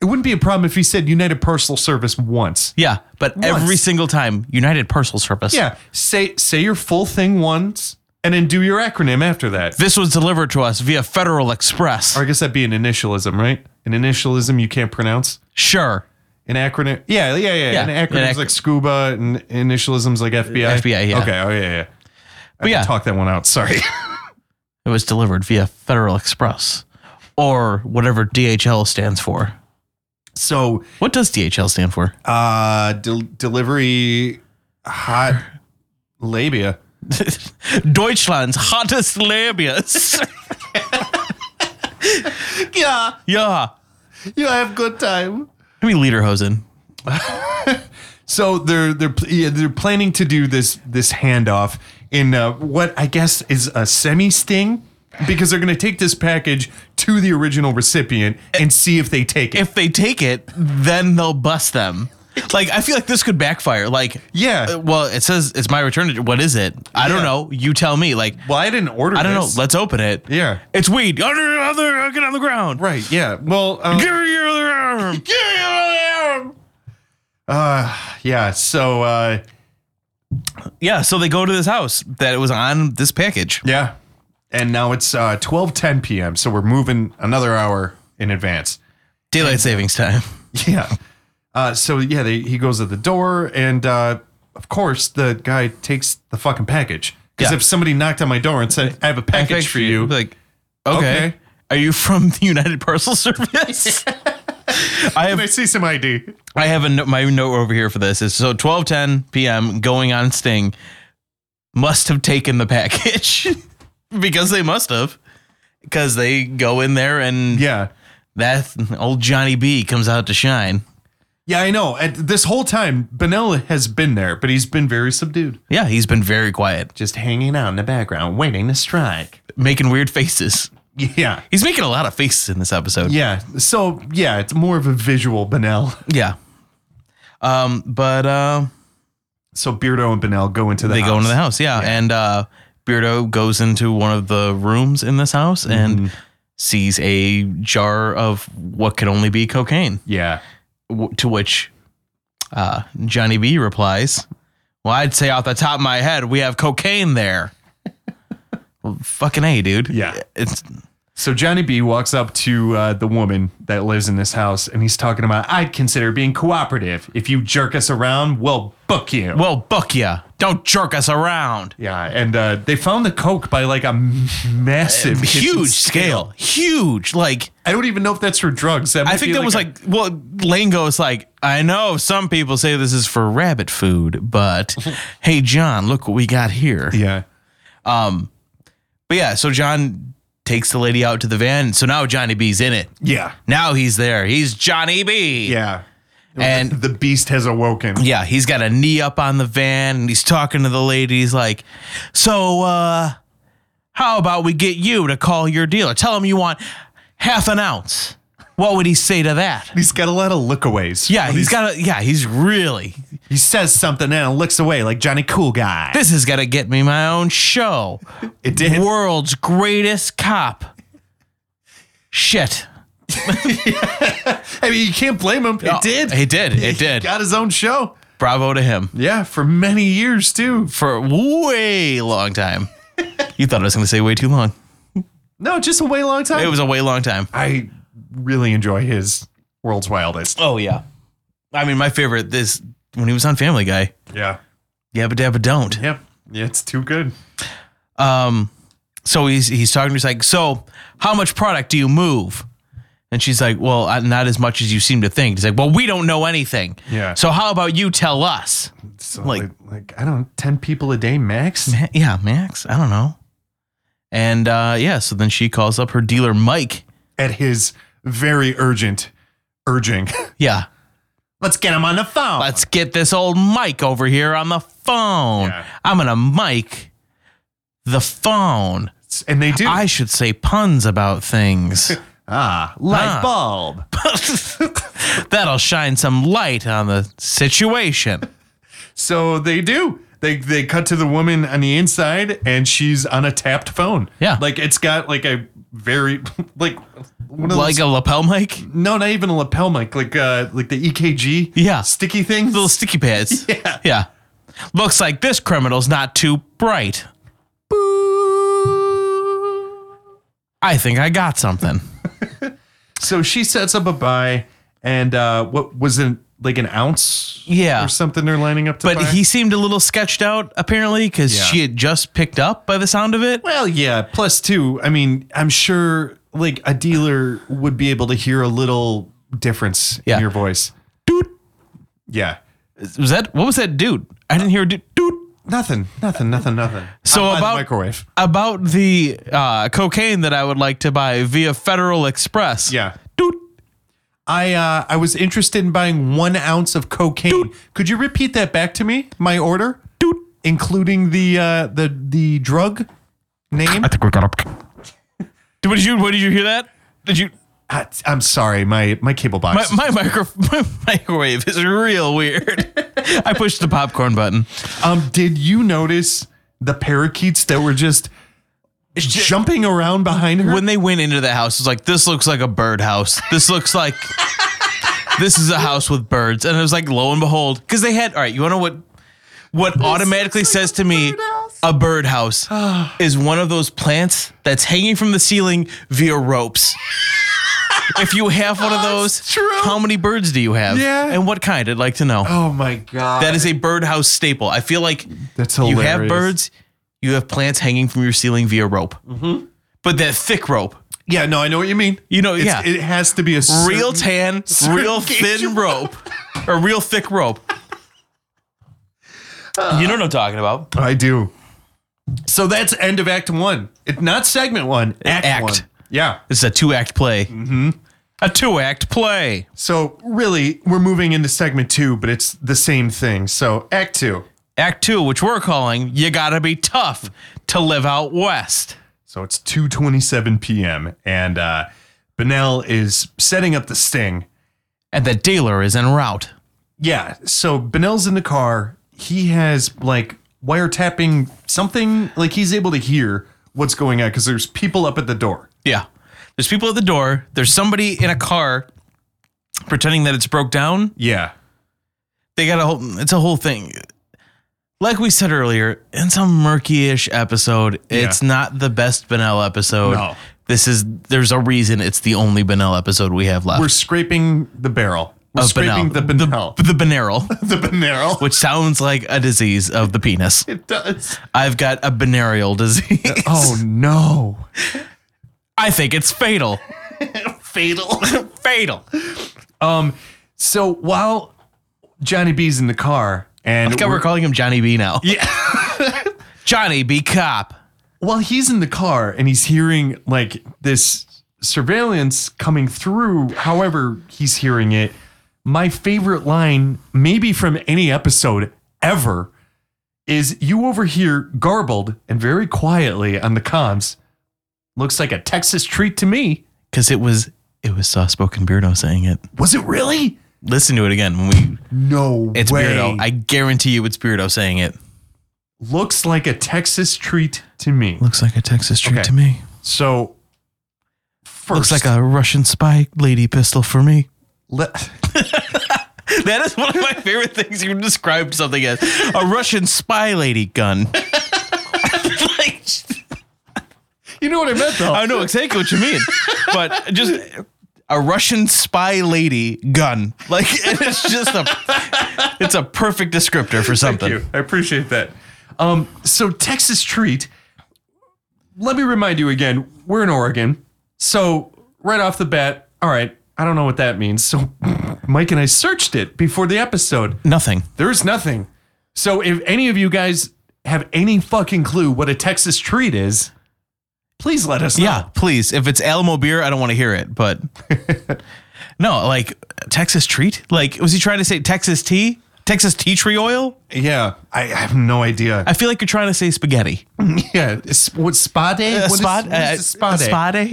Speaker 2: It wouldn't be a problem if he said United Parcel Service once.
Speaker 3: Yeah, but every
Speaker 2: Once.
Speaker 3: single time, United Parcel Service.
Speaker 2: Yeah, say say your full thing once, and then do your acronym after that.
Speaker 3: This was delivered to us via Federal Express.
Speaker 2: Or I guess that'd be an initialism, right? An initialism you can't pronounce.
Speaker 3: Sure.
Speaker 2: An acronym. Yeah, yeah, yeah.
Speaker 3: Yeah,
Speaker 2: An
Speaker 3: an
Speaker 2: acronym's
Speaker 3: ac-
Speaker 2: like scuba and initialisms like FBI.
Speaker 3: FBI, yeah.
Speaker 2: Okay. Oh yeah, yeah. I
Speaker 3: But
Speaker 2: can
Speaker 3: yeah.
Speaker 2: talk that one out. Sorry.
Speaker 3: It was delivered via Federal Express or whatever DHL stands for.
Speaker 2: so,
Speaker 3: What does DHL stand for?
Speaker 2: uh, del- delivery hot labia.
Speaker 3: Deutschland's hottest labias.
Speaker 2: Yeah,
Speaker 3: yeah.
Speaker 2: you have good time.
Speaker 3: Let me lederhosen.
Speaker 2: So they're they're pl- yeah, they're planning to do this this handoff in uh, what I guess is a semi sting because they're going to take this package to the original recipient and see if they take it.
Speaker 3: If they take it, then they'll bust them. Like I feel like this could backfire. Like
Speaker 2: Yeah.
Speaker 3: uh, well, it says it's my return. to- What is it?
Speaker 2: Yeah.
Speaker 3: I don't know. You tell me. Like
Speaker 2: well, I didn't order.
Speaker 3: I don't know.
Speaker 2: this.
Speaker 3: Let's open it.
Speaker 2: Yeah.
Speaker 3: It's weed. Under, under, get on the ground.
Speaker 2: right. Yeah. Well. um,
Speaker 3: Give her your other arm.
Speaker 2: yeah. So. Uh,
Speaker 3: Yeah. So they go to this house that it was on this package.
Speaker 2: yeah. And now it's uh, twelve ten p.m. So we're moving another hour in advance.
Speaker 3: Daylight savings time.
Speaker 2: Yeah. Uh, so yeah, they, he goes to the door, and uh, of course the guy takes the fucking package. Because
Speaker 3: Yeah.
Speaker 2: if somebody knocked on my door and said, "I have a package, for you,"
Speaker 3: Like, okay.
Speaker 2: Okay.
Speaker 3: Are you from the United Parcel Service? I
Speaker 2: can I
Speaker 3: have
Speaker 2: see some ID?
Speaker 3: I have a no- my note over here for this is so 12:10 p.m. going on Sting must have taken the package because they must have because they go in there and
Speaker 2: Yeah.
Speaker 3: that old Johnny B comes out to shine.
Speaker 2: Yeah, I know. At this whole time, Benella has been there, but he's been very subdued,
Speaker 3: Yeah, he's been very quiet,
Speaker 2: just hanging out in the background, waiting to strike.
Speaker 3: making weird faces.
Speaker 2: Yeah.
Speaker 3: He's making a lot of faces in this episode.
Speaker 2: Yeah. So yeah, it's more of a visual Benell.
Speaker 3: Yeah. Um, but uh,
Speaker 2: So Beardo and Benell go into the
Speaker 3: they
Speaker 2: house.
Speaker 3: go into the house, yeah, and uh, Beardo goes into one of the rooms in this house
Speaker 2: Mm-hmm.
Speaker 3: and sees a jar of what can only be cocaine.
Speaker 2: Yeah.
Speaker 3: W- to which uh, Johnny B replies, "Well, I'd say off the top of my head, we have cocaine there." well, fucking a, dude.
Speaker 2: Yeah.
Speaker 3: it's
Speaker 2: So Johnny B walks up to uh, the woman that lives in this house, and he's talking about I'd consider being cooperative. If you jerk us around, we'll book you.
Speaker 3: well, buck ya. Don't jerk us around.
Speaker 2: yeah, and uh, they found the coke by like a massive, kitchen
Speaker 3: Huge scale, huge. Like
Speaker 2: I don't even know if that's for drugs. That
Speaker 3: I
Speaker 2: might
Speaker 3: think
Speaker 2: be
Speaker 3: that was
Speaker 2: a-
Speaker 3: like, well, Lango is like, I know some people say this is for rabbit food, but hey, John, look what we got here.
Speaker 2: yeah,
Speaker 3: But yeah, so John takes the lady out to the van. So now Johnny B's in it.
Speaker 2: yeah,
Speaker 3: Now he's there. He's Johnny B.
Speaker 2: yeah.
Speaker 3: And-
Speaker 2: the beast has awoken.
Speaker 3: Yeah, he's got a knee up on the van and he's talking to the lady. He's like, So, uh, how about we get you to call your dealer? Tell him you want half an ounce. What would he say to that?
Speaker 2: He's got a lot of lookaways.
Speaker 3: Yeah, he's got a, yeah, he's really,
Speaker 2: He says something and looks away like Johnny Cool Guy.
Speaker 3: this is gonna get me my own show.
Speaker 2: It did.
Speaker 3: World's greatest cop. Shit.
Speaker 2: I mean, you can't blame him. It did.
Speaker 3: It Oh, did. It
Speaker 2: He
Speaker 3: did.
Speaker 2: Got his own show.
Speaker 3: Bravo to him
Speaker 2: Yeah, for many years too.
Speaker 3: for a way long time. you thought I was gonna say way too long.
Speaker 2: No, just a way long time.
Speaker 3: It was a way long time.
Speaker 2: I really enjoy his World's Wildest.
Speaker 3: Oh yeah. I mean, my favorite is when he was on Family Guy.
Speaker 2: Yeah.
Speaker 3: Yabba dabba don't.
Speaker 2: Yep. Yeah, it's too good.
Speaker 3: Um, so he's he's talking. He's like, so how much product do you move? And she's like, well, uh, not as much as you seem to think. He's like, well, we don't know anything.
Speaker 2: Yeah.
Speaker 3: So how about you tell us?
Speaker 2: So
Speaker 3: Like-
Speaker 2: like, like, I don't ten people a day max.
Speaker 3: Ma- Yeah, Max. I don't know. And uh, yeah, so then she calls up her dealer, Mike.
Speaker 2: At his very urgent urging.
Speaker 3: Yeah.
Speaker 2: Let's get him on the phone.
Speaker 3: Let's get this old Mike over here on the phone.
Speaker 2: Yeah.
Speaker 3: I'm gonna Mike the phone.
Speaker 2: and they do.
Speaker 3: I should say puns about things.
Speaker 2: ah, light
Speaker 3: Ah.
Speaker 2: bulb.
Speaker 3: That'll shine some light on the situation.
Speaker 2: So they do. They they cut to the woman on the inside, and she's on a tapped phone.
Speaker 3: Yeah.
Speaker 2: like it's got like a very like one of
Speaker 3: like
Speaker 2: those,
Speaker 3: a lapel mic,
Speaker 2: no, not even a lapel mic, like uh like the EKG,
Speaker 3: Yeah.
Speaker 2: sticky thing.
Speaker 3: little sticky pads. Yeah, yeah. Looks like this criminal's not too bright. I think I got something.
Speaker 2: So she sets up a buy, and uh what was it like an ounce?
Speaker 3: Yeah.
Speaker 2: or something. They're lining up to
Speaker 3: But
Speaker 2: buy?
Speaker 3: he seemed a little sketched out, apparently, because
Speaker 2: Yeah.
Speaker 3: she had just picked up by the sound of it.
Speaker 2: Well, yeah. Plus two. I mean, I'm sure like a dealer would be able to hear a little difference
Speaker 3: Yeah.
Speaker 2: in your voice.
Speaker 3: Dude,
Speaker 2: Yeah.
Speaker 3: was that what was that dude? I didn't hear a dude. dude.
Speaker 2: Nothing. Nothing. Nothing. Nothing.
Speaker 3: So
Speaker 2: I'll buy the
Speaker 3: about-
Speaker 2: microwave.
Speaker 3: About the uh, cocaine that I would like to buy via Federal Express.
Speaker 2: Yeah.
Speaker 3: dude.
Speaker 2: I uh, I was interested in buying one ounce of cocaine. Could you repeat that back to me? My order, dude, including the uh, the the drug name.
Speaker 3: think we got up. What did you? What did you hear that? Did you?
Speaker 2: I, am Ah, sorry, my my cable
Speaker 3: My,
Speaker 2: box.
Speaker 3: my, micro, my microwave is real weird. I pushed the popcorn button.
Speaker 2: um, did you notice the parakeets that were just jumping around behind her?
Speaker 3: When they went into the house, it was like, this looks like a birdhouse. This looks like this is a house with birds. And it was like, lo and behold, because they had all right, you wanna know what what automatically says to me a birdhouse is one of those plants that's hanging from the ceiling via ropes. if you have one of those, how many birds do you have?
Speaker 2: Yeah.
Speaker 3: And what kind? I'd like to know.
Speaker 2: oh my god,
Speaker 3: That is a birdhouse staple. I feel like
Speaker 2: That's
Speaker 3: you have
Speaker 2: hilarious.
Speaker 3: birds, you have plants hanging from your ceiling via rope, but that thick rope,
Speaker 2: yeah. No, I know what Mm-hmm. you mean.
Speaker 3: You know,
Speaker 2: It's-
Speaker 3: yeah.
Speaker 2: it has to be a
Speaker 3: real
Speaker 2: certain-
Speaker 3: tan,
Speaker 2: certain
Speaker 3: real
Speaker 2: gauge
Speaker 3: thin
Speaker 2: of-
Speaker 3: rope, or real thick rope.
Speaker 2: Uh.
Speaker 3: you know what I'm talking about?
Speaker 2: I do. So that's end of Act One. It's not segment one. Act,
Speaker 3: Act.
Speaker 2: one. Yeah.
Speaker 3: It's a two act play. Mm-hmm. A two act play.
Speaker 2: So really, we're moving into segment two, but it's the same thing. So Act Two.
Speaker 3: Act two, which we're calling "You Gotta Be Tough to Live Out West."
Speaker 2: So it's 2:27 p.m. and uh, Benell is setting up the sting.
Speaker 3: And the dealer is en route.
Speaker 2: Yeah. So Benell's in the car. He has like wiretapping something. Like he's able to hear what's going on because there's people up at the door.
Speaker 3: Yeah. There's people at the door. There's somebody in a car pretending that it's broke down.
Speaker 2: Yeah.
Speaker 3: They got a whole it's a whole thing. Like we said earlier, in some murky-ish episode, it's not the best Benel episode.
Speaker 2: No.
Speaker 3: This is there's a reason it's the only Benel episode we have left.
Speaker 2: We're scraping the barrel. We're
Speaker 3: Of
Speaker 2: scraping
Speaker 3: Benel.
Speaker 2: the Benell.
Speaker 3: the Beneral,
Speaker 2: The, Benell.
Speaker 3: which sounds like a disease of the penis.
Speaker 2: it does.
Speaker 3: I've got a venereal disease.
Speaker 2: Oh no.
Speaker 3: I think it's fatal. fatal. fatal.
Speaker 2: So while Johnny B's in the car and
Speaker 3: God, we're calling him Johnny B now. Yeah. Johnny B Cop.
Speaker 2: while he's in the car and he's hearing like this surveillance coming through, however he's hearing it, my favorite line, maybe from any episode ever, is you overhear garbled and very quietly on the comms. Looks like a Texas treat to me.
Speaker 3: Because it was it was soft spoken Beardo saying it.
Speaker 2: Was it really?
Speaker 3: Listen to it again when we
Speaker 2: No
Speaker 3: it's
Speaker 2: way.
Speaker 3: Beardo. I guarantee you it's Beardo saying it.
Speaker 2: Looks like a Texas treat to me.
Speaker 3: Looks like a Texas treat
Speaker 2: Okay.
Speaker 3: to me.
Speaker 2: So first,
Speaker 3: Looks like a Russian spy lady pistol for me.
Speaker 2: le-
Speaker 3: That is one of my favorite things you described something as. A Russian spy lady gun. Like,
Speaker 2: You know what I meant though.
Speaker 3: I know exactly what you mean. But just a Russian spy lady gun. Like it's just a it's a perfect descriptor for something.
Speaker 2: Thank you. I appreciate that. Um, so Texas treat. Let me remind you again. We're in Oregon, so right off the bat, all right. I don't know what that means. So Mike and I searched it before the episode.
Speaker 3: Nothing.
Speaker 2: There's nothing. So if any of you guys have any fucking clue what a Texas treat is, please let us know.
Speaker 3: Yeah, please. If it's Alamo beer, I don't want to hear it. But no, like Texas treat. Like was he trying to say Texas tea? Texas tea tree oil?
Speaker 2: yeah. I, I have no idea.
Speaker 3: I feel like you're trying to say spaghetti.
Speaker 2: yeah, it's- what Uh, spa day? What is-
Speaker 3: spot-
Speaker 2: what is
Speaker 3: uh,
Speaker 2: a spa day?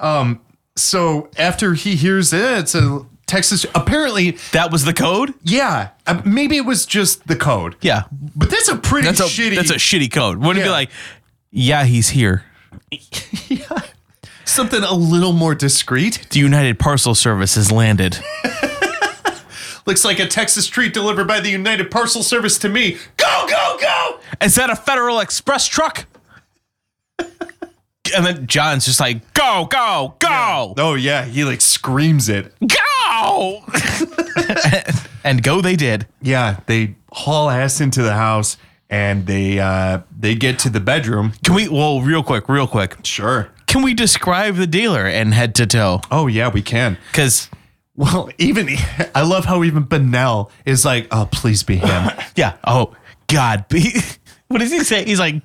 Speaker 3: spade?
Speaker 2: So after he hears it, it's a Texas. Apparently,
Speaker 3: That was the code.
Speaker 2: yeah, uh, maybe it was just the code.
Speaker 3: Yeah,
Speaker 2: But that's a pretty
Speaker 3: that's a
Speaker 2: shitty.
Speaker 3: that's a shitty code. Wouldn't it
Speaker 2: Yeah.
Speaker 3: be like, yeah, he's here.
Speaker 2: something a little more discreet.
Speaker 3: The United Parcel Service has landed.
Speaker 2: Looks like a Texas treat delivered by the United Parcel Service to me. Go, go, go!
Speaker 3: Is that a Federal Express truck? and then John's just like, go, go, go,
Speaker 2: Oh, yeah, he like screams it.
Speaker 3: go. and go they did.
Speaker 2: Yeah, they haul ass into the house and they uh they get to the bedroom.
Speaker 3: Can we, well, real quick, real quick.
Speaker 2: Sure.
Speaker 3: Can we describe the dealer and head to toe?
Speaker 2: Oh yeah, we can.
Speaker 3: Because,
Speaker 2: Well, even I love how even Benell is like, oh please be him.
Speaker 3: yeah, oh, God. Be, what does he say? He's like,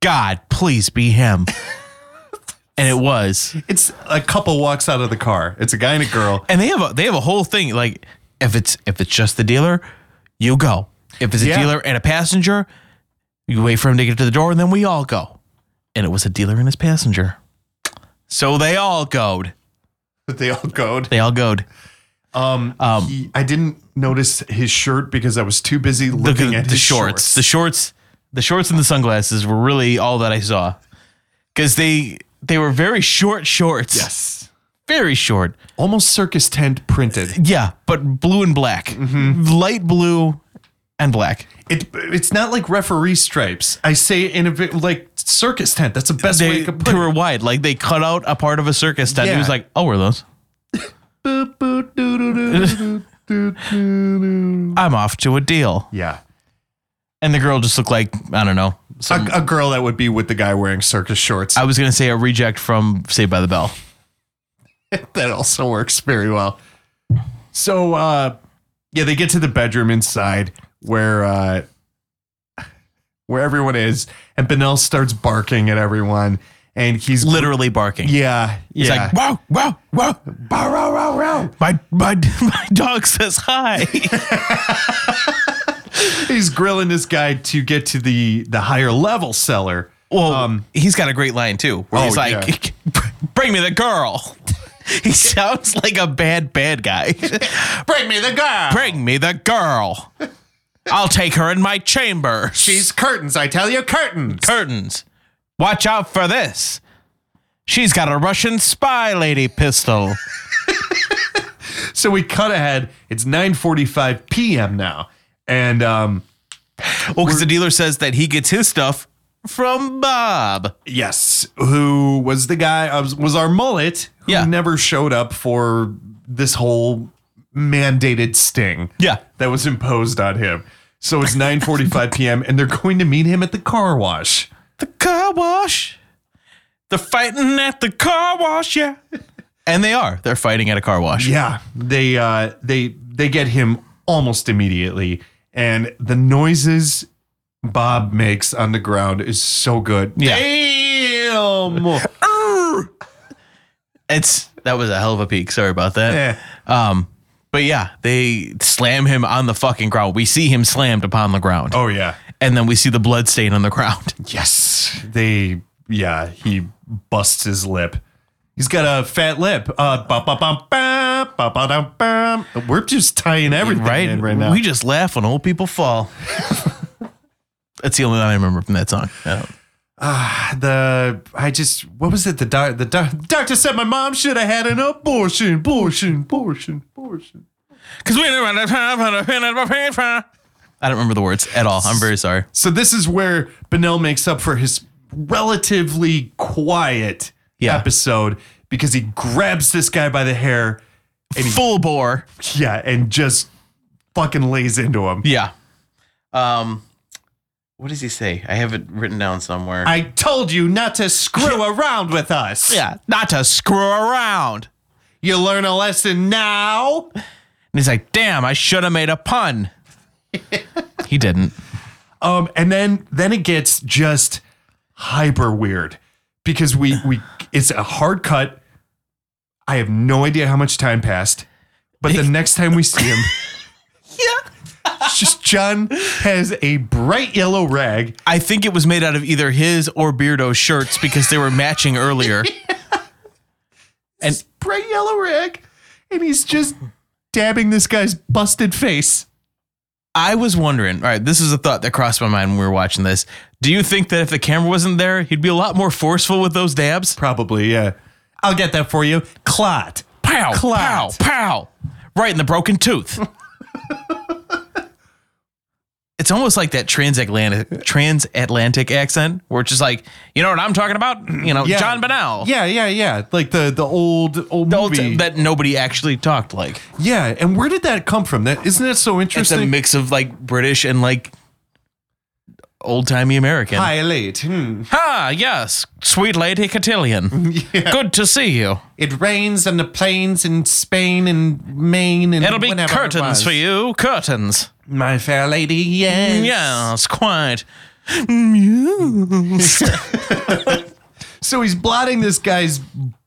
Speaker 3: God, please be him. and it was.
Speaker 2: it's a couple walks out of the car. It's a guy and a girl.
Speaker 3: and they have a they have a whole thing like if it's if it's just the dealer you go if it's a
Speaker 2: Yeah.
Speaker 3: dealer and a passenger you wait for him to get to the door and then we all go and it was a dealer and his passenger so they all goed
Speaker 2: But they all goad.
Speaker 3: they all goed
Speaker 2: Um,
Speaker 3: Um,
Speaker 2: he- I didn't notice his shirt because I was too busy
Speaker 3: the,
Speaker 2: looking
Speaker 3: the
Speaker 2: at his
Speaker 3: shorts.
Speaker 2: shorts.
Speaker 3: the shorts the shorts and the sunglasses were really all that i saw because they they were very short shorts
Speaker 2: Yes.
Speaker 3: very short
Speaker 2: Almost circus tent printed.
Speaker 3: yeah but blue and black
Speaker 2: Mm-hmm.
Speaker 3: light blue and black
Speaker 2: It it's not like referee stripes. I say in a vi- like circus tent. That's the best way
Speaker 3: they,
Speaker 2: I could
Speaker 3: they
Speaker 2: put
Speaker 3: were wide. Like they cut out a part of a circus tent. He
Speaker 2: Yeah.
Speaker 3: was like, "Oh, were those?" I'm off to a deal.
Speaker 2: Yeah.
Speaker 3: And the girl just looked like I don't know. Some,
Speaker 2: a, a girl that would be with the guy wearing circus shorts.
Speaker 3: I was gonna say a reject from Saved by the Bell.
Speaker 2: that also works very well. So uh yeah, they get to the bedroom inside where uh where everyone is and Benel starts barking at everyone and he's
Speaker 3: Literally barking.
Speaker 2: yeah,
Speaker 3: He's
Speaker 2: yeah.
Speaker 3: like, "Wow, wow, wow,
Speaker 2: Bow, row, row, row.
Speaker 3: my my my dog says hi."
Speaker 2: He's grilling this guy to get to the the higher level cellar.
Speaker 3: well, Um, he's got a great line too, where
Speaker 2: Oh,
Speaker 3: he's like, "Bring me the girl." he sounds like a bad bad guy.
Speaker 2: Bring me the guy.
Speaker 3: Bring me the girl. I'll take her in my chamber.
Speaker 2: She's curtains, I tell you, curtains.
Speaker 3: curtains. Watch out for this. She's got a Russian spy lady pistol.
Speaker 2: so we cut ahead. It's 9:45 p.m. now. And um
Speaker 3: Well, because the dealer says that he gets his stuff from Bob.
Speaker 2: Yes, who was the guy? uh, Was our mullet who
Speaker 3: Yeah.
Speaker 2: never showed up for this whole mandated sting?
Speaker 3: Yeah.
Speaker 2: that was imposed on him. So it's 9:45 p.m. and they're going to meet him at the car wash.
Speaker 3: The car wash. They're fighting at the car wash, yeah. And they are. They're fighting at a car wash.
Speaker 2: Yeah, they uh, they they get him almost immediately, and the noises Bob makes on the ground is so good.
Speaker 3: Yeah.
Speaker 2: Damn.
Speaker 3: It's that was a hell of a peak. Sorry about that.
Speaker 2: Eh.
Speaker 3: Um, but yeah, they slam him on the fucking ground. We see him slammed upon the ground.
Speaker 2: Oh yeah.
Speaker 3: And then we see the blood stain on the ground.
Speaker 2: Yes. They, yeah, he busts his lip. He's got a fat lip. Uh, ba ba ba ba ba ba dum bum. We're just tying everything
Speaker 3: right?
Speaker 2: in right now.
Speaker 3: We just laugh when old people fall. That's the only line I remember from that song. Yeah.
Speaker 2: the I just what was it? The doc, the doc, doctor said my mom should have had an abortion, abortion, abortion, abortion.
Speaker 3: Cause we didn't run out of time for the pen and the paper. I don't remember the words at all. I'm very sorry.
Speaker 2: So this is where Benell makes up for his relatively quiet
Speaker 3: Yeah.
Speaker 2: episode because he grabs this guy by the hair,
Speaker 3: Full bore.
Speaker 2: yeah, and just fucking lays into him.
Speaker 3: Yeah. Um, what does he say? I have it written down somewhere.
Speaker 2: I told you not to screw around with us.
Speaker 3: yeah, not to screw around.
Speaker 2: You learn a lesson now.
Speaker 3: And he's like, "Damn, I should have made a pun." he didn't.
Speaker 2: Um, and then then it gets just hyper weird because we we it's a hard cut. I have no idea how much time passed, but the next time we see him,
Speaker 3: Yeah.
Speaker 2: it's just John has a bright yellow rag.
Speaker 3: I think it was made out of either his or Beardo's shirts because they were matching earlier.
Speaker 2: bright yellow rag. and he's just dabbing this guy's busted face.
Speaker 3: I was wondering, all right, this is a thought that crossed my mind when we were watching this. Do you think that if the camera wasn't there, he'd be a lot more forceful with those dabs?
Speaker 2: Probably, yeah. I'll get that for you. Clot.
Speaker 3: Pow,
Speaker 2: Clout.
Speaker 3: pow, pow. Right in the broken tooth. it's almost like that transatlantic transatlantic accent where it's just like, you know what I'm talking about? You know,
Speaker 2: Yeah.
Speaker 3: John Bonnell.
Speaker 2: Yeah, yeah, yeah. Like the the old old
Speaker 3: The old
Speaker 2: movie.
Speaker 3: that nobody actually talked like.
Speaker 2: yeah, and where did that come from? That isn't that so
Speaker 3: It's a
Speaker 2: interesting?
Speaker 3: mix of like British and like old timey American.
Speaker 2: Hi, late. Hmm.
Speaker 3: Ah, yes, sweet lady Cotillion. Good to see you.
Speaker 2: It rains on the plains in Spain and Maine and
Speaker 3: It'll be
Speaker 2: whenever it
Speaker 3: curtains
Speaker 2: was.
Speaker 3: for you, Mm, curtains.
Speaker 2: my fair lady. Yes.
Speaker 3: Yes, quite.
Speaker 2: So he's blotting this guy's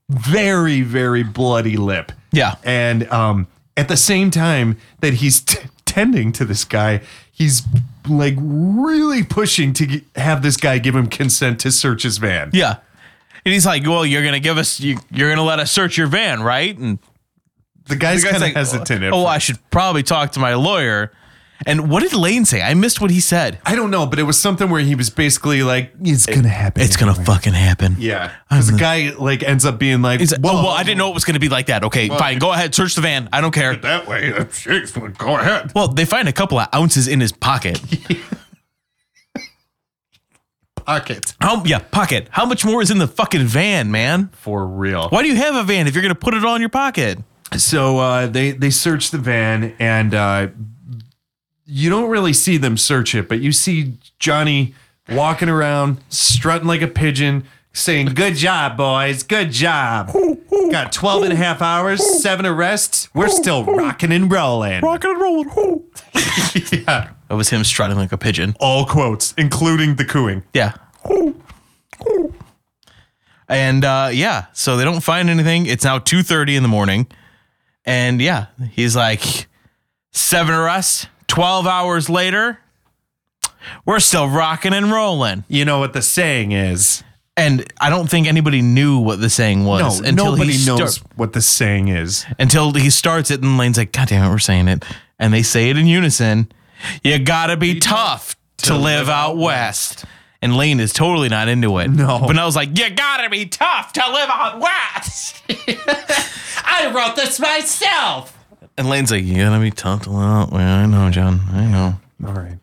Speaker 2: very, very bloody lip.
Speaker 3: Yeah.
Speaker 2: And um, at the same time that he's t- tending to this guy, he's like really pushing to g- have this guy give him consent to search his van.
Speaker 3: Yeah, and he's like, "Well, you're gonna give us, you, you're gonna let us search your van, right?" And
Speaker 2: The guy's,
Speaker 3: the
Speaker 2: kind of
Speaker 3: like,
Speaker 2: hesitant. at
Speaker 3: "Oh,
Speaker 2: first.
Speaker 3: I should probably talk to my lawyer." And what did Lane say? I missed what he said.
Speaker 2: I don't know, but it was something where he was basically like, "It's gonna happen."
Speaker 3: It's gonna fucking happen.
Speaker 2: yeah. Because the guy like ends up being like,
Speaker 3: He's like,
Speaker 2: "Well,
Speaker 3: oh, well, I didn't know it was gonna be like that. Okay, fine, go ahead, search the van. I don't care.
Speaker 2: that way." Jeez, well, Go ahead.
Speaker 3: Well, they find a couple of ounces in his pocket.
Speaker 2: Pocket
Speaker 3: How, yeah, pocket. How much more is in the fucking van, man?
Speaker 2: for real.
Speaker 3: Why do you have a van if you're gonna put it all in your pocket?
Speaker 2: So uh, they they search the van, and uh, you don't really see them search it, but you see Johnny walking around, strutting like a pigeon, saying, "Good job, boys. Good job. Got 12 and a half hours, seven arrests. We're still rocking and rolling."
Speaker 3: and rolling. yeah, that was him strutting like a pigeon.
Speaker 2: All quotes, including the cooing.
Speaker 3: Yeah. And uh, yeah, so they don't find anything. It's now two thirty in the morning, and yeah, he's like seven arrests. Twelve hours later, we're still rocking and rolling.
Speaker 2: You know what the saying is.
Speaker 3: And I don't think anybody knew what the saying
Speaker 2: No,
Speaker 3: was until
Speaker 2: nobody
Speaker 3: he star-
Speaker 2: knows what the saying is.
Speaker 3: until he starts it, and Lane's like, "God damn it, we're saying it," and they say it in unison. You gotta be tough to, live out west. And Lane is totally not into it.
Speaker 2: No.
Speaker 3: but I was like, "You gotta be tough to live out west."
Speaker 2: I wrote this myself.
Speaker 3: And Lane's like, "You gotta be tough to live out west." I know, John. I know.
Speaker 4: All right.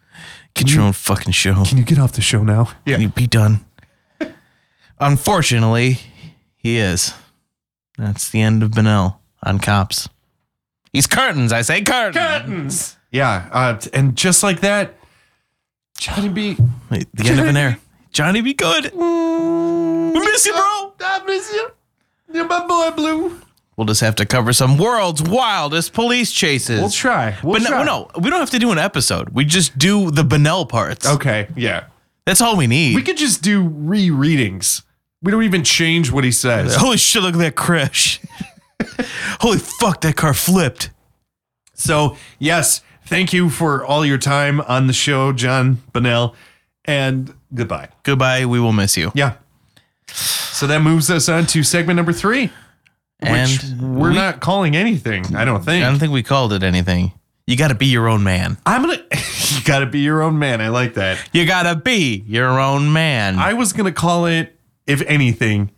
Speaker 3: Get your own fucking show.
Speaker 4: Can you get off the show now?
Speaker 2: Yeah.
Speaker 3: You be done. Unfortunately, he is. That's the end of Benel on cops. He's curtains. I say curtains.
Speaker 2: Yeah, uh, and just like that, Johnny B.
Speaker 3: Wait, the end of an air. Johnny, be good. We miss you, bro.
Speaker 2: I miss you. You're my boy, Blue.
Speaker 3: We'll just have to cover some world's wildest police chases.
Speaker 2: We'll try. We'll
Speaker 3: but no,
Speaker 2: try.
Speaker 3: no, we don't have to do an episode. We just do the Benell parts.
Speaker 2: Okay, yeah.
Speaker 3: That's all we need.
Speaker 2: We could just do rereadings. We don't even change what he says.
Speaker 3: Holy shit, look at that crash. Holy fuck, that car flipped.
Speaker 2: So, yes, thank you for all your time on the show, John Bonnell, and goodbye.
Speaker 3: Goodbye. We will miss you.
Speaker 2: Yeah. So that moves us on to segment number three, which
Speaker 3: and
Speaker 2: we're not calling anything, I don't
Speaker 3: I
Speaker 2: think.
Speaker 3: don't think we called it anything. You got to be your own man.
Speaker 2: I'm going to, you got to be your own man. I like that.
Speaker 3: You got to be your own man.
Speaker 2: I was gonna call it, if anything,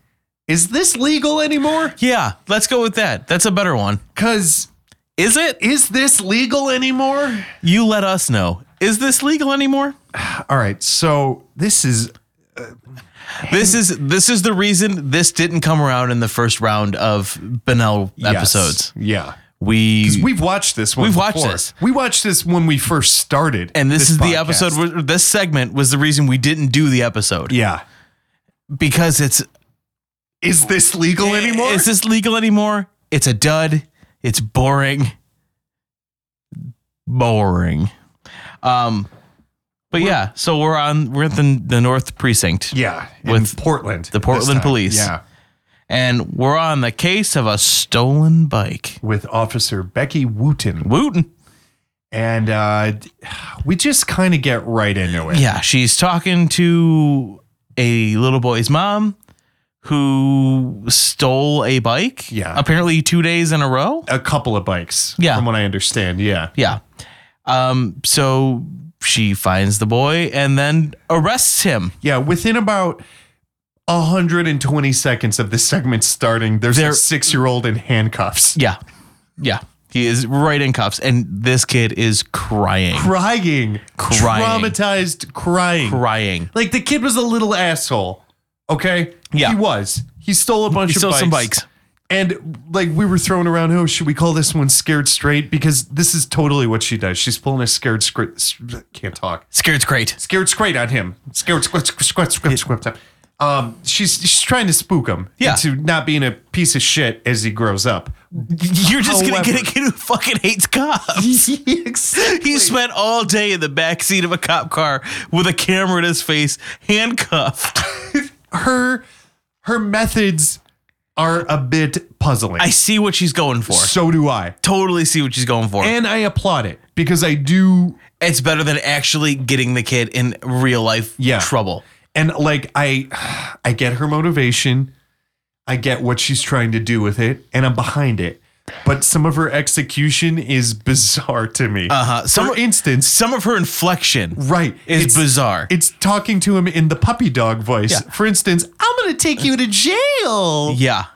Speaker 2: is this legal anymore?
Speaker 3: yeah, let's go with that. That's a better one.
Speaker 2: Cause
Speaker 3: Is it?
Speaker 2: is this legal anymore?
Speaker 3: You let us know. Is this legal anymore?
Speaker 2: All right, so this is
Speaker 3: This is this is the reason this didn't come around in the first round of Benel episodes.
Speaker 2: Yes. Yeah.
Speaker 3: We
Speaker 2: We've watched this one.
Speaker 3: We've watched
Speaker 2: before.
Speaker 3: this.
Speaker 2: We watched this when we first started.
Speaker 3: and this, is the
Speaker 2: podcast.
Speaker 3: episode where this segment was the reason we didn't do the episode
Speaker 2: Yeah.
Speaker 3: because it's
Speaker 2: Is this legal anymore?
Speaker 3: Eh, Is this legal anymore? It's a dud. It's boring. Boring. Um but yeah, so we're on we're at the, the North Precinct.
Speaker 2: yeah. In
Speaker 3: with
Speaker 2: Portland.
Speaker 3: the
Speaker 2: this
Speaker 3: Portland
Speaker 2: time.
Speaker 3: police.
Speaker 2: Yeah.
Speaker 3: And we're on the case of a stolen bike.
Speaker 2: With Officer Becky Wooten.
Speaker 3: Wooten.
Speaker 2: And uh, we just kind of get right into it.
Speaker 3: Yeah, she's talking to a little boy's mom who stole a bike.
Speaker 2: Yeah.
Speaker 3: Apparently, two days in a row.
Speaker 2: A couple of bikes.
Speaker 3: Yeah.
Speaker 2: From what I understand. Yeah.
Speaker 3: Yeah. Um, so she finds the boy and then arrests him.
Speaker 2: Yeah. Within about 120 seconds of this segment starting, there's
Speaker 3: There-
Speaker 2: a six year old in handcuffs
Speaker 3: Yeah. Yeah. He is right in cuffs. And this kid is crying.
Speaker 2: crying,
Speaker 3: Crying.
Speaker 2: traumatized crying.
Speaker 3: Crying.
Speaker 2: Like the kid was a little asshole. Okay.
Speaker 3: Yeah.
Speaker 2: He was. He stole a bunch
Speaker 3: He
Speaker 2: of
Speaker 3: stole
Speaker 2: bikes.
Speaker 3: some bikes.
Speaker 2: And like we were throwing around, oh, should we call this one scared straight? Because this is totally what she does. She's pulling a scared script. Can't talk.
Speaker 3: Scared straight.
Speaker 2: scared straight on him. Scared squat squat squat squat. Um, she's she's trying to spook him
Speaker 3: Yeah.
Speaker 2: into not being a piece of shit as he grows up.
Speaker 3: You're just going to get a
Speaker 2: However-
Speaker 3: kid who fucking hates cops. He spent all day in the backseat of a cop car with a camera in his face, handcuffed.
Speaker 2: her her methods are a bit puzzling.
Speaker 3: I see what she's going for.
Speaker 2: so do I,
Speaker 3: Totally see what she's going for.
Speaker 2: and I applaud it because I do.
Speaker 3: it's better than actually getting the kid in real life
Speaker 2: Yeah.
Speaker 3: trouble.
Speaker 2: And like I, I get her motivation. I get what she's trying to do with it, and I'm behind it. But some of her execution is bizarre to me.
Speaker 3: Uh-huh. Some-
Speaker 2: For instance,
Speaker 3: Some of her inflection
Speaker 2: Right.
Speaker 3: is bizarre.
Speaker 2: It's talking to him in the puppy dog voice.
Speaker 3: Yeah.
Speaker 2: For instance, I'm going to take you to jail.
Speaker 3: yeah.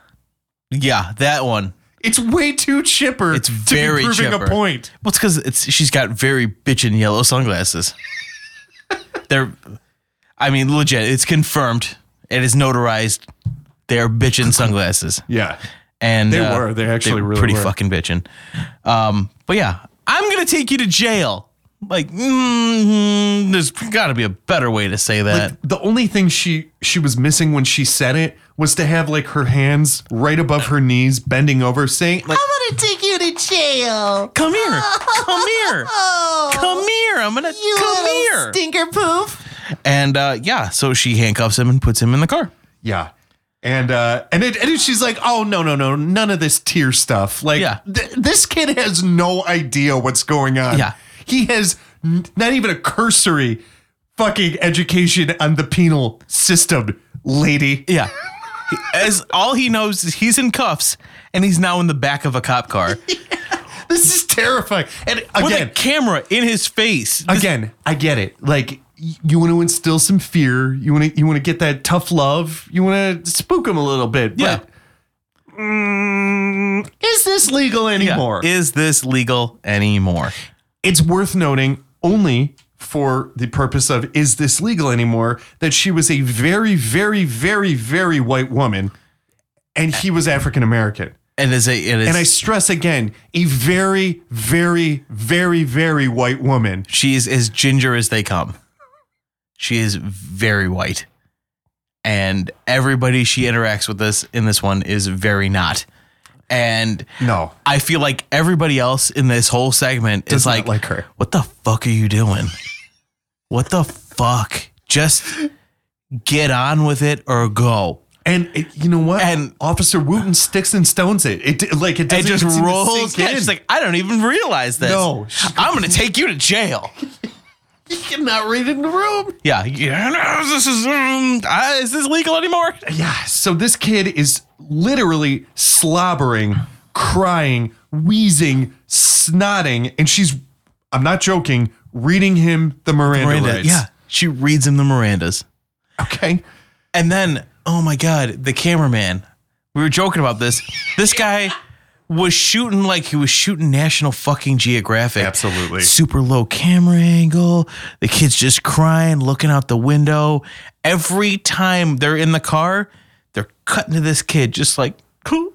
Speaker 3: Yeah, that one.
Speaker 2: It's way too chipper.
Speaker 3: It's very
Speaker 2: to be proving
Speaker 3: chipper.
Speaker 2: a point.
Speaker 3: Well, it's because it's she's got very bitchin' yellow sunglasses. They're, I mean, legit. It's confirmed. It is notarized. They're bitchin' sunglasses,
Speaker 2: Yeah.
Speaker 3: and uh,
Speaker 2: They were. They actually really
Speaker 3: pretty
Speaker 2: were.
Speaker 3: fucking bitchin'. Um, but yeah, I'm gonna take you to jail. Like, mm, there's got to be a better way to say that.
Speaker 2: The only thing she she was missing when she said it was to have like her hands right above her knees, bending over, saying, like,
Speaker 3: Oh
Speaker 5: I'm gonna take you to jail.
Speaker 3: come here, come here,
Speaker 5: Oh,
Speaker 3: come here. I'm gonna
Speaker 5: you
Speaker 3: come
Speaker 5: little
Speaker 3: here.
Speaker 5: stinker poof.
Speaker 3: and uh, yeah, so she handcuffs him and puts him in the car.
Speaker 2: "Yeah." And uh, and it, and she's like, "Oh no no no, none of this tear stuff. Like,
Speaker 3: Yeah.
Speaker 2: th- this kid has no idea what's going on.
Speaker 3: Yeah.
Speaker 2: he has n- not even a cursory fucking education on the penal system, lady.
Speaker 3: Yeah. He- As all he knows is he's in cuffs and he's now in the back of a cop car
Speaker 2: This is terrifying. And
Speaker 3: with
Speaker 2: again,
Speaker 3: a camera in his face.
Speaker 2: again, I get it. Like." y- You want to instill some fear. You want to you want to get that tough love. You want to spook him a little bit.
Speaker 3: Yeah.
Speaker 2: But Mm, is this legal
Speaker 3: Yeah.
Speaker 2: anymore?
Speaker 3: Is this legal anymore?
Speaker 2: It's worth noting only for the purpose of is this legal anymore that she was a very, very, very, very white woman and he was African American.
Speaker 3: And is it, it is,
Speaker 2: And I stress again, a very, very, very, very white woman.
Speaker 3: she is as ginger as they come. She is very white. And everybody she interacts with this in this one is very not. And
Speaker 2: No.
Speaker 3: I feel like everybody else in this whole segment is
Speaker 2: Does not
Speaker 3: like,
Speaker 2: like her.
Speaker 3: What the fuck are you doing? what the fuck? Just get on with it or go.
Speaker 2: And it, you know what?
Speaker 3: And-
Speaker 2: Officer Wooten sticks and stones it. It d- like it
Speaker 3: It
Speaker 2: doesn't
Speaker 3: just
Speaker 2: even seem to
Speaker 3: rolls.
Speaker 2: sink
Speaker 3: Yeah,
Speaker 2: in.
Speaker 3: she's like, I don't even realize this.
Speaker 2: No.
Speaker 3: I'm gonna take you to jail.
Speaker 2: I'm not reading the room.
Speaker 3: Yeah, yeah. no, This is um, I- is this legal anymore?
Speaker 2: Yeah, so this kid is literally slobbering, crying, wheezing, snotting, and she's, I'm not joking, reading him the Miranda, rights.
Speaker 3: Yeah, she reads him the Mirandas.
Speaker 2: Okay.
Speaker 3: And then, oh my God, the cameraman. We were joking about this. This guy was shooting like he was shooting National fucking Geographic.
Speaker 2: Absolutely.
Speaker 3: Super low camera angle. The kid's just crying, looking out the window. Every time they're in the car, they're cutting to this kid, just like, "Cool."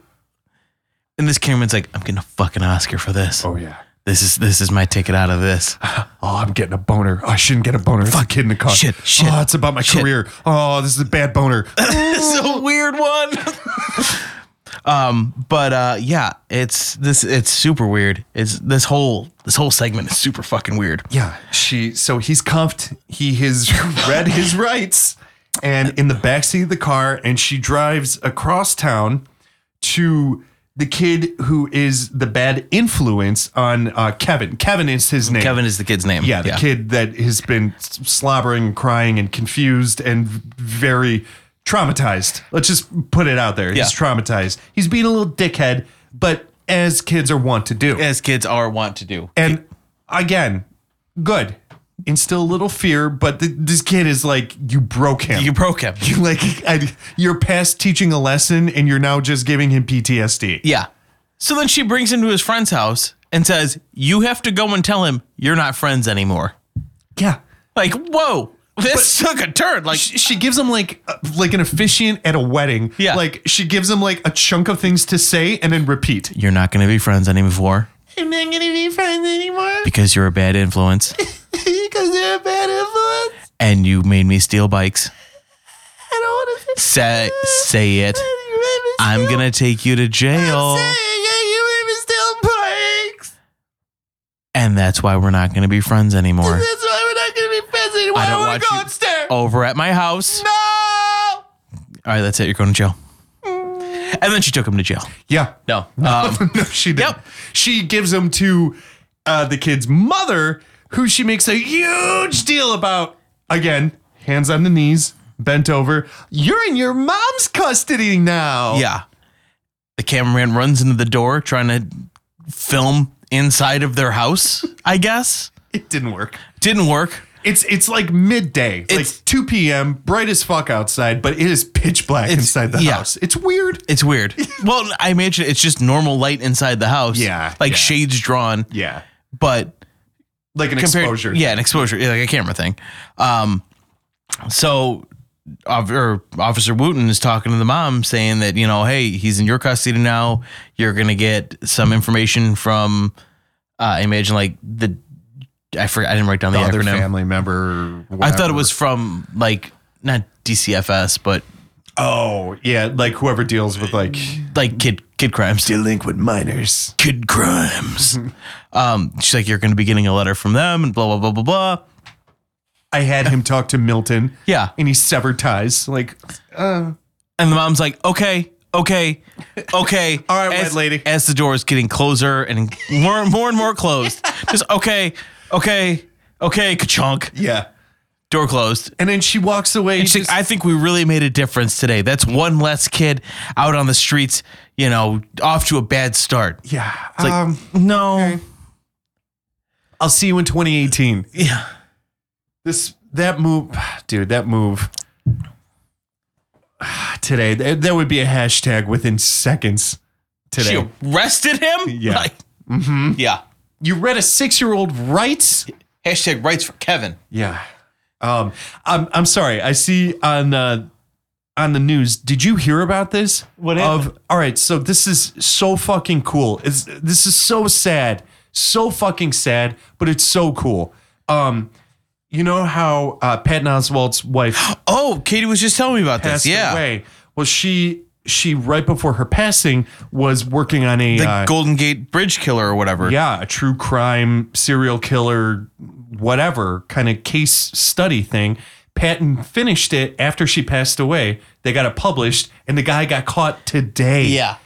Speaker 3: and this cameraman's like, I'm getting a fucking Oscar for this.
Speaker 2: Oh, yeah.
Speaker 3: This is this is my ticket out of this.
Speaker 2: Oh, I'm getting a boner. Oh, I shouldn't get a boner. It's a kid in the car.
Speaker 3: Shit, shit,
Speaker 2: Oh, it's about my
Speaker 3: shit.
Speaker 2: career. Oh, this is a bad boner.
Speaker 3: it's a weird one. um, but uh, yeah, it's this. It's super weird. It's this whole this whole segment is super fucking weird.
Speaker 2: yeah, she, so he's cuffed. He has read his rights and in the backseat of the car, and she drives across town. to the kid who is the bad influence on uh, Kevin. Kevin is his name.
Speaker 3: Kevin is the kid's name.
Speaker 2: Yeah, the kid that has been s- slobbering, crying, and confused, and v- very traumatized. Let's just put it out there.
Speaker 3: Yeah.
Speaker 2: He's traumatized. He's being a little dickhead, but as kids are wont to do.
Speaker 3: as kids are want to do.
Speaker 2: And again, good. Instill a little fear, but th- this kid is like, you broke him.
Speaker 3: You broke him.
Speaker 2: You like, I, you're past teaching a lesson and you're now just giving him PTSD.
Speaker 3: Yeah. So then she brings him to his friend's house and says, "You have to go and tell him you're not friends anymore."
Speaker 2: Yeah.
Speaker 3: Like, whoa, this took a turn. Like,
Speaker 2: She she gives him like uh, like an officiant at a wedding.
Speaker 3: Yeah.
Speaker 2: Like she gives him like a chunk of things to say and then repeat.
Speaker 3: you're not going to be friends anymore
Speaker 5: I'm not gonna be friends anymore
Speaker 3: because you're a bad influence,
Speaker 5: because they're a bad influence.
Speaker 3: and you made me steal bikes.
Speaker 5: I don't want to
Speaker 3: Say,
Speaker 5: say
Speaker 3: say it. I'm
Speaker 5: I'm
Speaker 3: gonna take you to jail,
Speaker 5: saying yeah, you made me steal bikes.
Speaker 3: and that's why we're not gonna be friends anymore.
Speaker 5: That's why we're not gonna be friends anymore.
Speaker 3: I
Speaker 5: I,
Speaker 3: don't
Speaker 5: wanna
Speaker 3: want
Speaker 5: go
Speaker 3: you-
Speaker 5: upstairs.
Speaker 3: Over at my house.
Speaker 5: No.
Speaker 3: All right, that's it. You're going to jail. And then she took him to jail.
Speaker 2: Yeah.
Speaker 3: No. Um,
Speaker 2: no, she did.
Speaker 3: Yep.
Speaker 2: not She gives him to uh, the kid's mother, who she makes a huge deal about. Again, hands on the knees, bent over. You're in your mom's custody now.
Speaker 3: yeah. The cameraman runs into the door trying to film inside of their house, I guess.
Speaker 2: It didn't work.
Speaker 3: Didn't work.
Speaker 2: It's it's like midday,
Speaker 3: It's-
Speaker 2: like 2 p.m., bright as fuck outside, but it is pitch black
Speaker 3: It's-
Speaker 2: inside the
Speaker 3: yeah.
Speaker 2: house. It's weird.
Speaker 3: It's weird. well, I imagine it's just normal light inside the house.
Speaker 2: Yeah,
Speaker 3: Like
Speaker 2: yeah.
Speaker 3: shades drawn,
Speaker 2: Yeah.
Speaker 3: but
Speaker 2: Like an
Speaker 3: compared-
Speaker 2: exposure.
Speaker 3: Yeah, an exposure, yeah, like a camera thing. Um, so, of- or Officer Wooten is talking to the mom, saying that you know, hey, he's in your custody now. You're gonna get some information from, uh, I imagine like the, I forgot, I didn't write down the,
Speaker 2: The other
Speaker 3: acronym.
Speaker 2: family member.
Speaker 3: I
Speaker 2: whatever.
Speaker 3: thought it was from like not DCFS, but
Speaker 2: Oh, yeah. Like whoever deals with like
Speaker 3: like kid kid crimes.
Speaker 2: delinquent minors.
Speaker 3: kid crimes. um, she's like, you're going to be getting a letter from them, and blah blah blah blah blah.
Speaker 2: I had him talk to Milton.
Speaker 3: Yeah.
Speaker 2: And he severed ties. Like,
Speaker 3: And the mom's like, okay, okay, okay.
Speaker 2: All right, white
Speaker 3: as,
Speaker 2: lady.
Speaker 3: As the door is getting closer and more, more and more closed. Just okay, okay, okay, ka-chunk.
Speaker 2: yeah.
Speaker 3: Door closed.
Speaker 2: And then she walks away.
Speaker 3: And she's
Speaker 2: just-
Speaker 3: like, I think we really made a difference today. That's one less kid out on the streets, you know, off to a bad start.
Speaker 2: yeah.
Speaker 3: like-
Speaker 2: um,
Speaker 3: No.
Speaker 2: I'll see you in 2018.
Speaker 3: Yeah.
Speaker 2: This, that move, dude, that move today, that, that would be a hashtag within seconds today.
Speaker 3: She arrested him?
Speaker 2: Yeah.
Speaker 3: Like,
Speaker 2: Mm-hmm.
Speaker 3: Yeah.
Speaker 2: you read a six year old rights?
Speaker 3: Hashtag rights for Kevin.
Speaker 2: Yeah. Um, I'm, I'm sorry. I see on, uh, on the news. Did you hear about this? What of all right, so this is so fucking cool. It's this is so sad. So fucking sad, but it's so cool. Um, you know how uh Patton Oswald's wife
Speaker 3: Oh, Katie was just telling me about
Speaker 2: passed
Speaker 3: this. Yeah.
Speaker 2: away. Well, she she right before her passing was working on a
Speaker 3: The
Speaker 2: uh,
Speaker 3: Golden Gate Bridge killer or whatever.
Speaker 2: yeah, a true crime serial killer, whatever kind of case study thing. Patton finished it after she passed away. They got it published, and the guy got caught today.
Speaker 3: Yeah.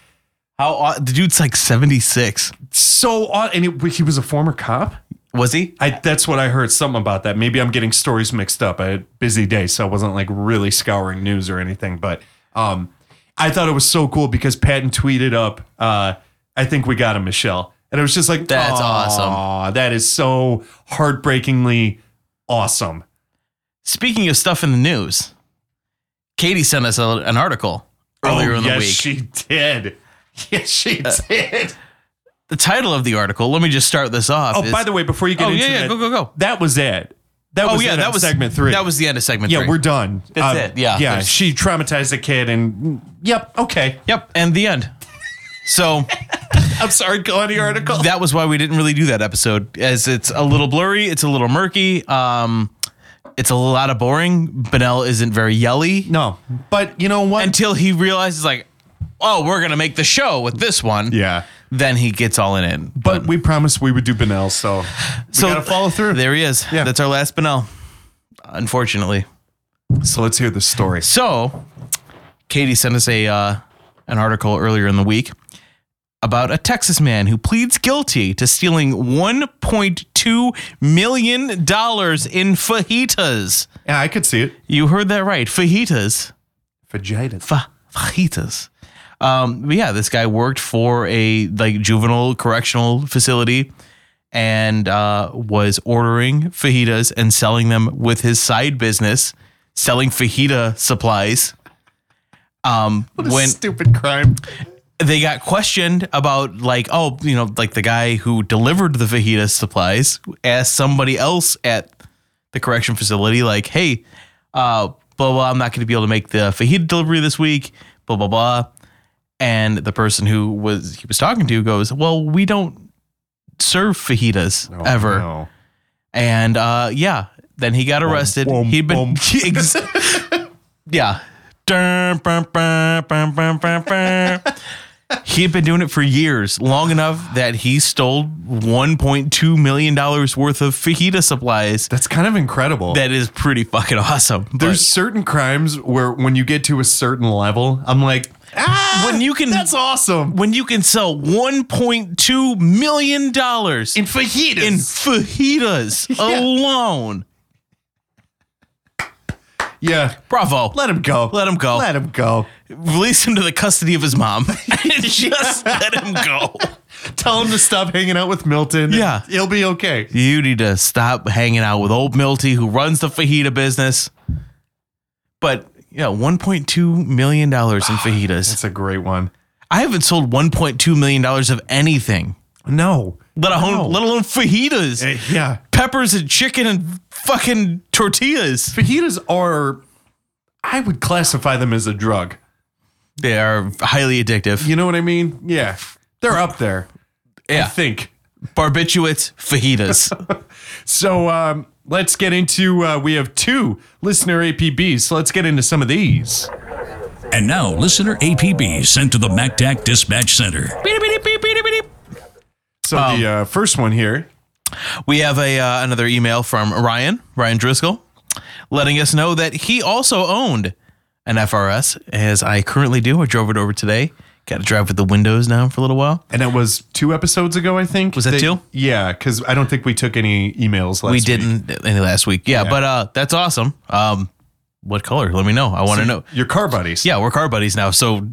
Speaker 3: How au- the dude's like 76.
Speaker 2: so au- and it, he was a former cop.
Speaker 3: Was he?
Speaker 2: I that's what I heard something about that. Maybe I'm getting stories mixed up. I had a busy day, so I wasn't like really scouring news or anything. But um, I thought it was so cool because Patton tweeted up, uh, "I think we got him, Michelle," and it was just like,
Speaker 3: That's
Speaker 2: "Aw,
Speaker 3: awesome.
Speaker 2: That is so heartbreakingly awesome."
Speaker 3: Speaking of stuff in the news, Katie sent us a, an article earlier
Speaker 2: oh,
Speaker 3: in the
Speaker 2: yes,
Speaker 3: week. Uh,
Speaker 2: she did. Yes, she did.
Speaker 3: the title of the article, let me just start this off.
Speaker 2: Oh, by the way, before you get
Speaker 3: Oh,
Speaker 2: into
Speaker 3: yeah, yeah,
Speaker 2: that,
Speaker 3: go, go, go.
Speaker 2: That was it. That
Speaker 3: oh
Speaker 2: was
Speaker 3: yeah,
Speaker 2: it
Speaker 3: that
Speaker 2: on
Speaker 3: was
Speaker 2: segment three.
Speaker 3: That was the end of segment
Speaker 2: Yeah,
Speaker 3: three.
Speaker 2: we're done. Uh,
Speaker 3: That's it. Yeah,
Speaker 2: Yeah.
Speaker 3: there's-
Speaker 2: She traumatized the kid and mm, yep. Okay.
Speaker 3: Yep, and the end. So
Speaker 2: I'm sorry. Go on the article.
Speaker 3: that was why we didn't really do that episode, as it's a little blurry, it's a little murky, um, it's a lot of boring. Benel isn't very yelly.
Speaker 2: No, but you know what?
Speaker 3: until he realizes like oh we're gonna make the show with this one
Speaker 2: yeah.
Speaker 3: then he gets all in it
Speaker 2: But we promised we would do Benel, so we
Speaker 3: So-
Speaker 2: gotta follow through.
Speaker 3: there he is
Speaker 2: Yeah.
Speaker 3: that's our last Benel unfortunately
Speaker 2: So let's hear the story.
Speaker 3: so Katie sent us a uh, an article earlier in the week about a Texas man who pleads guilty to stealing 1.2 million dollars in fajitas
Speaker 2: Yeah, I could see it.
Speaker 3: you heard that right fajitas
Speaker 2: Vaginas.
Speaker 3: fa- fajitas. Um, but yeah, this guy worked for a like juvenile correctional facility and uh, was ordering fajitas and selling them with his side business, selling fajita supplies. Um, when
Speaker 2: Stupid crime.
Speaker 3: they got questioned about like oh you know like the guy who delivered the fajita supplies asked somebody else at the correction facility like hey uh blah blah i'm not going to be able to make the fajita delivery this week blah blah blah and the person who was he was talking to goes well we don't serve fajitas ever
Speaker 2: No.
Speaker 3: and uh, yeah, then he got arrested.
Speaker 2: bum,
Speaker 3: He'd
Speaker 2: bum.
Speaker 3: been Ex- yeah. Dun, bum, bum, bum, bum, bum, bum. He'd been doing it for years, long enough that he stole 1.2 million dollars worth of fajita supplies.
Speaker 2: That's kind of incredible.
Speaker 3: That is pretty fucking awesome. but
Speaker 2: There's certain crimes where when you get to a certain level, I'm like, ah,
Speaker 3: When you can-
Speaker 2: that's awesome.
Speaker 3: when you can sell 1.2 million dollars in
Speaker 2: fajitas.
Speaker 3: fajitas alone,
Speaker 2: yeah,
Speaker 3: bravo.
Speaker 2: let him go.
Speaker 3: Let him go.
Speaker 2: Let him go.
Speaker 3: Release him to the custody of his mom. and just let him go.
Speaker 2: Tell him to stop hanging out with Milton.
Speaker 3: Yeah.
Speaker 2: he'll be okay.
Speaker 3: You need to stop hanging out with old Milty, who runs the fajita business. But yeah, one point two million dollars in fajitas.
Speaker 2: That's a great one.
Speaker 3: I haven't sold one point two million dollars of anything,
Speaker 2: No.
Speaker 3: let alone let alone fajitas,
Speaker 2: Eh, yeah.
Speaker 3: peppers and chicken and fucking tortillas.
Speaker 2: Fajitas are, I would classify them as a drug.
Speaker 3: They are highly addictive.
Speaker 2: You know what I mean? Yeah. They're up there, I
Speaker 3: Yeah,
Speaker 2: think.
Speaker 3: barbiturates, fajitas.
Speaker 2: So um, let's get into, uh, we have two listener APBs. So let's get into some of these.
Speaker 1: And now, listener APB sent to the MacTac Dispatch Center.
Speaker 2: So the
Speaker 3: Um,
Speaker 2: uh, first one here,
Speaker 3: we have a uh, another email from Ryan Ryan Driscoll, letting us know that he also owned an FRS, as I currently do. I drove it over today. Got to drive with the windows down for a little while.
Speaker 2: and that was two episodes ago, I think. Was
Speaker 3: that two?
Speaker 2: Yeah, because I don't think we took any emails last
Speaker 3: we
Speaker 2: week.
Speaker 3: didn't any last week. Yeah, but uh, that's awesome. Um, what color? Let me know. I want to know.
Speaker 2: Your car buddies.
Speaker 3: Yeah, we're car buddies now. So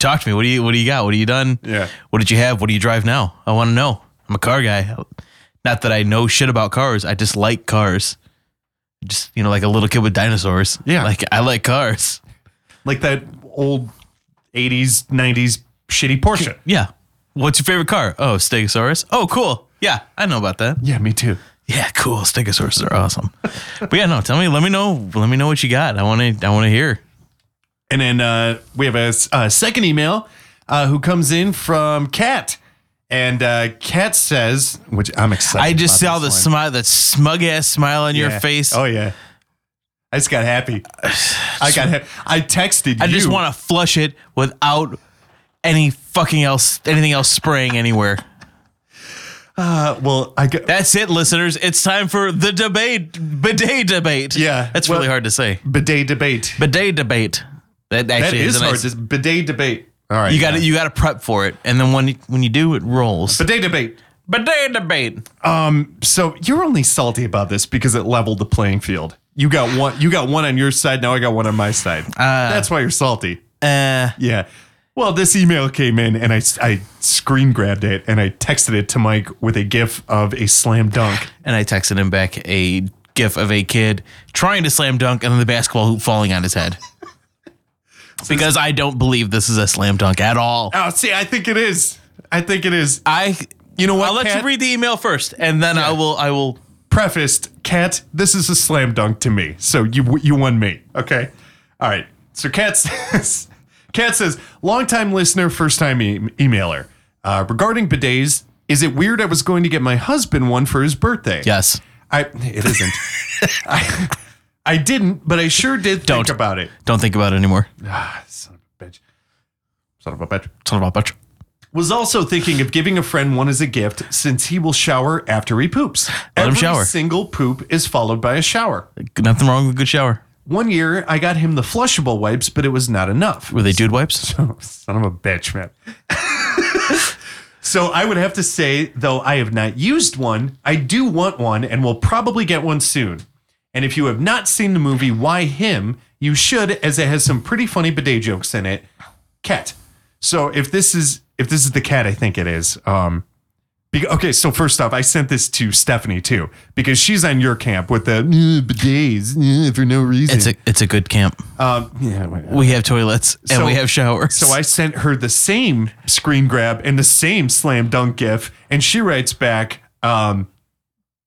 Speaker 3: talk to me. What do you What do you got? What have you done?
Speaker 2: Yeah.
Speaker 3: What did you have? What do you drive now? I want to know. I'm a car guy. Not that I know shit about cars. I just like cars. Just you know, like a little kid with dinosaurs.
Speaker 2: Yeah.
Speaker 3: Like I like cars.
Speaker 2: Like that old 80s, 90s shitty Porsche.
Speaker 3: Yeah. What's your favorite car? Oh, Stegosaurus. Oh, cool. Yeah, I know about that.
Speaker 2: Yeah, me too.
Speaker 3: Yeah, cool. Stegosauruses are awesome. but yeah, no, tell me. Let me know. Let me know what you got. I want to. I want to hear.
Speaker 2: And then uh, we have a, s- a second email uh, who comes in from Kat. And uh, Kat says, which I'm excited.
Speaker 3: I just
Speaker 2: about
Speaker 3: saw the
Speaker 2: this one.
Speaker 3: smile, that smug ass smile on
Speaker 2: Yeah.
Speaker 3: your face.
Speaker 2: Oh, yeah. I just got happy. I got happy. I texted
Speaker 3: I
Speaker 2: you.
Speaker 3: just want to flush it without any fucking else, anything else spraying anywhere.
Speaker 2: to. Well, I got.
Speaker 3: That's it, listeners. It's time for the debate, bidet debate.
Speaker 2: Yeah,
Speaker 3: that's
Speaker 2: well-
Speaker 3: really hard to say.
Speaker 2: bidet debate.
Speaker 3: Bidet debate. That actually
Speaker 2: That is
Speaker 3: a
Speaker 2: hard.
Speaker 3: nice,
Speaker 2: Just bidet debate. All right.
Speaker 3: You got to You got to prep for it, and then when you- when you do, it rolls.
Speaker 2: Bidet debate.
Speaker 3: bidet debate.
Speaker 2: So you're only salty about this because it leveled the playing field. You got one. You got one on your side. Now I got one on my side. That's why you're salty.
Speaker 3: Uh,
Speaker 2: Yeah. Well, this email came in and I, I screen grabbed it and I texted it to Mike with a gif of a slam dunk.
Speaker 3: and I texted him back a gif of a kid trying to slam dunk and then the basketball hoop falling on his head. because I don't believe this is a slam dunk at all.
Speaker 2: Oh, see, I think it is. I think it is.
Speaker 3: I
Speaker 2: You know what?
Speaker 3: I'll let
Speaker 2: Kat?
Speaker 3: you read the email first and then I will I will
Speaker 2: Prefaced, Kat, this is a slam dunk to me. So you you won me. Okay. All right. So Kat says, Kat says, longtime listener, first time e- emailer. Uh, regarding bidets, is it weird I was going to get my husband one for his birthday?
Speaker 3: Yes.
Speaker 2: I it isn't. I, I didn't, but I sure did
Speaker 3: Don't.
Speaker 2: think about it.
Speaker 3: Don't think about it anymore.
Speaker 2: Son of a bitch. Son of a bitch.
Speaker 3: Son of a bitch.
Speaker 2: Was also thinking of giving a friend one as a gift since he will shower after he poops.
Speaker 3: Let him
Speaker 2: Every
Speaker 3: shower.
Speaker 2: single poop is followed by a shower.
Speaker 3: Nothing wrong with a good shower.
Speaker 2: One year, I got him the flushable wipes, but it was not enough.
Speaker 3: Were they dude wipes?
Speaker 2: Son of a bitch, man. so I would have to say, though I have not used one, I do want one and will probably get one soon. And if you have not seen the movie Why Him, you should, as it has some pretty funny bidet jokes in it. Cat. So if this is if this is the cat, I think it is. Um, be- okay, so first off, I sent this to Stephanie too because she's on your camp with the "Uh, bidets uh, for no reason.
Speaker 3: It's a it's a good camp.
Speaker 2: um, yeah, whatever.
Speaker 3: We have toilets and
Speaker 2: So-
Speaker 3: we have showers.
Speaker 2: So I sent her the same screen grab and the same slam dunk gif, and she writes back, um,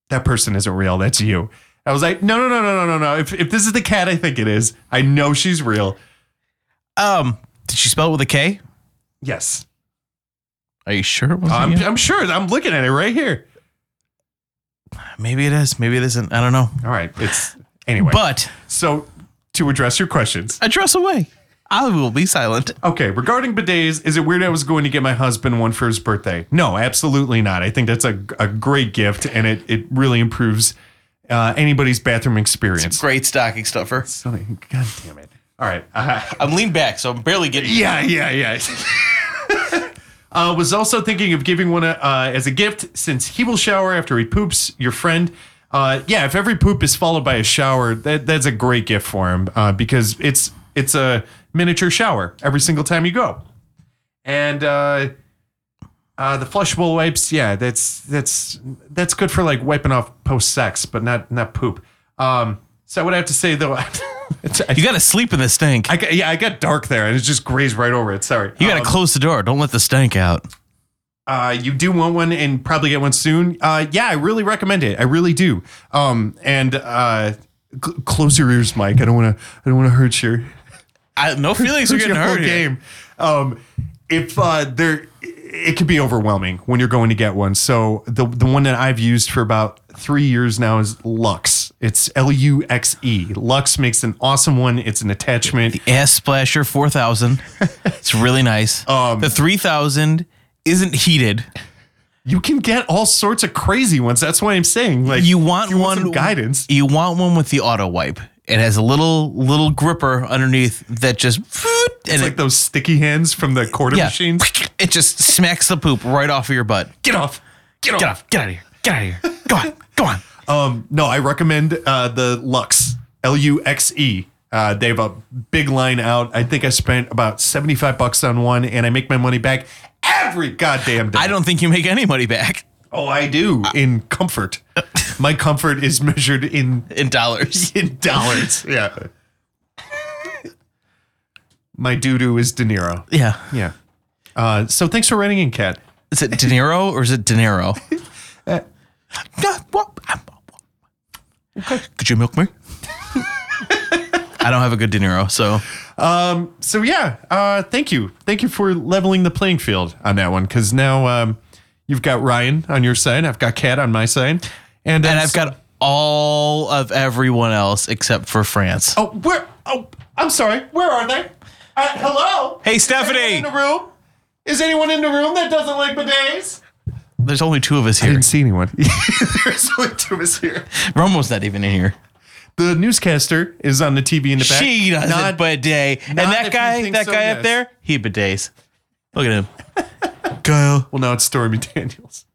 Speaker 2: "That person isn't real. That's you." I was like, "No, no, no, no, no, no, no. If if this is the cat, I think it is. I know she's real.
Speaker 3: um did she spell it with a K?
Speaker 2: Yes,
Speaker 3: Are you sure? It wasn't
Speaker 2: I'm
Speaker 3: you?
Speaker 2: I'm sure. I'm looking at it right here.
Speaker 3: Maybe it is. Maybe it isn't. I don't know.
Speaker 2: All right, it's anyway.
Speaker 3: But
Speaker 2: so to address your questions,
Speaker 3: address away. I will be silent.
Speaker 2: Okay, regarding bidets, is it weird I was going to get my husband one for his birthday? No, absolutely not. I think that's a, a great gift and it, it really improves uh, anybody's bathroom experience.
Speaker 3: Great stocking stuffer.
Speaker 2: Sonny, God damn it. All right. Uh,
Speaker 3: I'm leaned back, so I'm barely getting.
Speaker 2: yeah, yeah, yeah. uh, was also thinking of giving one uh, as a gift since he will shower after he poops, your friend. Uh, yeah, if every poop is followed by a shower, that, that's a great gift for him uh, because it's it's a miniature shower every single time you go. And uh, uh, the flushable wipes, yeah, that's that's that's good for like wiping off post sex, but not not poop. Um, so I would have to say though,
Speaker 3: You got to sleep in the stink.
Speaker 2: I got, yeah, I got dark there, and it just grazed right over it. Sorry.
Speaker 3: you got to
Speaker 2: Um,
Speaker 3: close the door. Don't let the stank out.
Speaker 2: uh, you do want one, and probably get one soon. Uh, yeah, I really recommend it. I really do. Um, and uh, cl- close your ears, Mike. I don't want to. I don't want to hurt your.
Speaker 3: I, no feelings are
Speaker 2: hurt
Speaker 3: getting
Speaker 2: your whole
Speaker 3: hurt. Here.
Speaker 2: game. Um, if uh, there, it can be overwhelming when you're going to get one. So the the one that I've used for about three years now is Lux. It's L U X E. Lux makes an awesome one. It's an attachment.
Speaker 3: Ass splasher four thousand. it's really nice. the three thousand isn't heated.
Speaker 2: you can get all sorts of crazy ones. That's what I'm saying. Like
Speaker 3: You want
Speaker 2: if
Speaker 3: one
Speaker 2: some guidance.
Speaker 3: You want one with the auto wipe. It has a little little gripper underneath that just and
Speaker 2: It's like those sticky hands from the quarter
Speaker 3: yeah,
Speaker 2: machines.
Speaker 3: it just smacks the poop right off of your butt.
Speaker 2: Get off. Get off.
Speaker 3: Get off! Get out of here! Get out of here! Go on! Go on!
Speaker 2: Um, no, I recommend uh, the Lux L U X E. Uh, they have a big line out. I think I spent about 75 bucks on one, and I make my money back every goddamn day.
Speaker 3: I don't think you make any money back
Speaker 2: Oh, I do in comfort. my comfort is measured in
Speaker 3: in dollars.
Speaker 2: in dollars. Yeah. my doo doo is De Niro.
Speaker 3: Yeah.
Speaker 2: Yeah. Uh, so thanks for writing in, Kat.
Speaker 3: Is it De Niro or is it De Niro? Uh, No, what- Could you milk me? I don't have a good De Niro, so
Speaker 2: So yeah, uh, thank you, thank you for leveling the playing field on that one. Because now um, you've got Ryan on your side, I've got Kat on my side, and uh,
Speaker 3: and I've got all of everyone else except for France.
Speaker 2: oh where oh I'm sorry, where are they? Uh, hello,
Speaker 3: Hey,
Speaker 2: Anyone
Speaker 3: Stephanie.
Speaker 2: in the room? Is anyone in the room that doesn't like bidets?
Speaker 3: There's only two of us here.
Speaker 2: see anyone. There's only two of us here.
Speaker 3: Romo's not even in here.
Speaker 2: The newscaster is on the TV in the back.
Speaker 3: She doesn't
Speaker 2: Not-
Speaker 3: bidet. And
Speaker 2: not
Speaker 3: that
Speaker 2: if you
Speaker 3: guy,
Speaker 2: think
Speaker 3: that
Speaker 2: so,
Speaker 3: guy
Speaker 2: yes.
Speaker 3: up there, he bidets. Look at him. Kyle.
Speaker 2: well, now it's Stormy Daniels.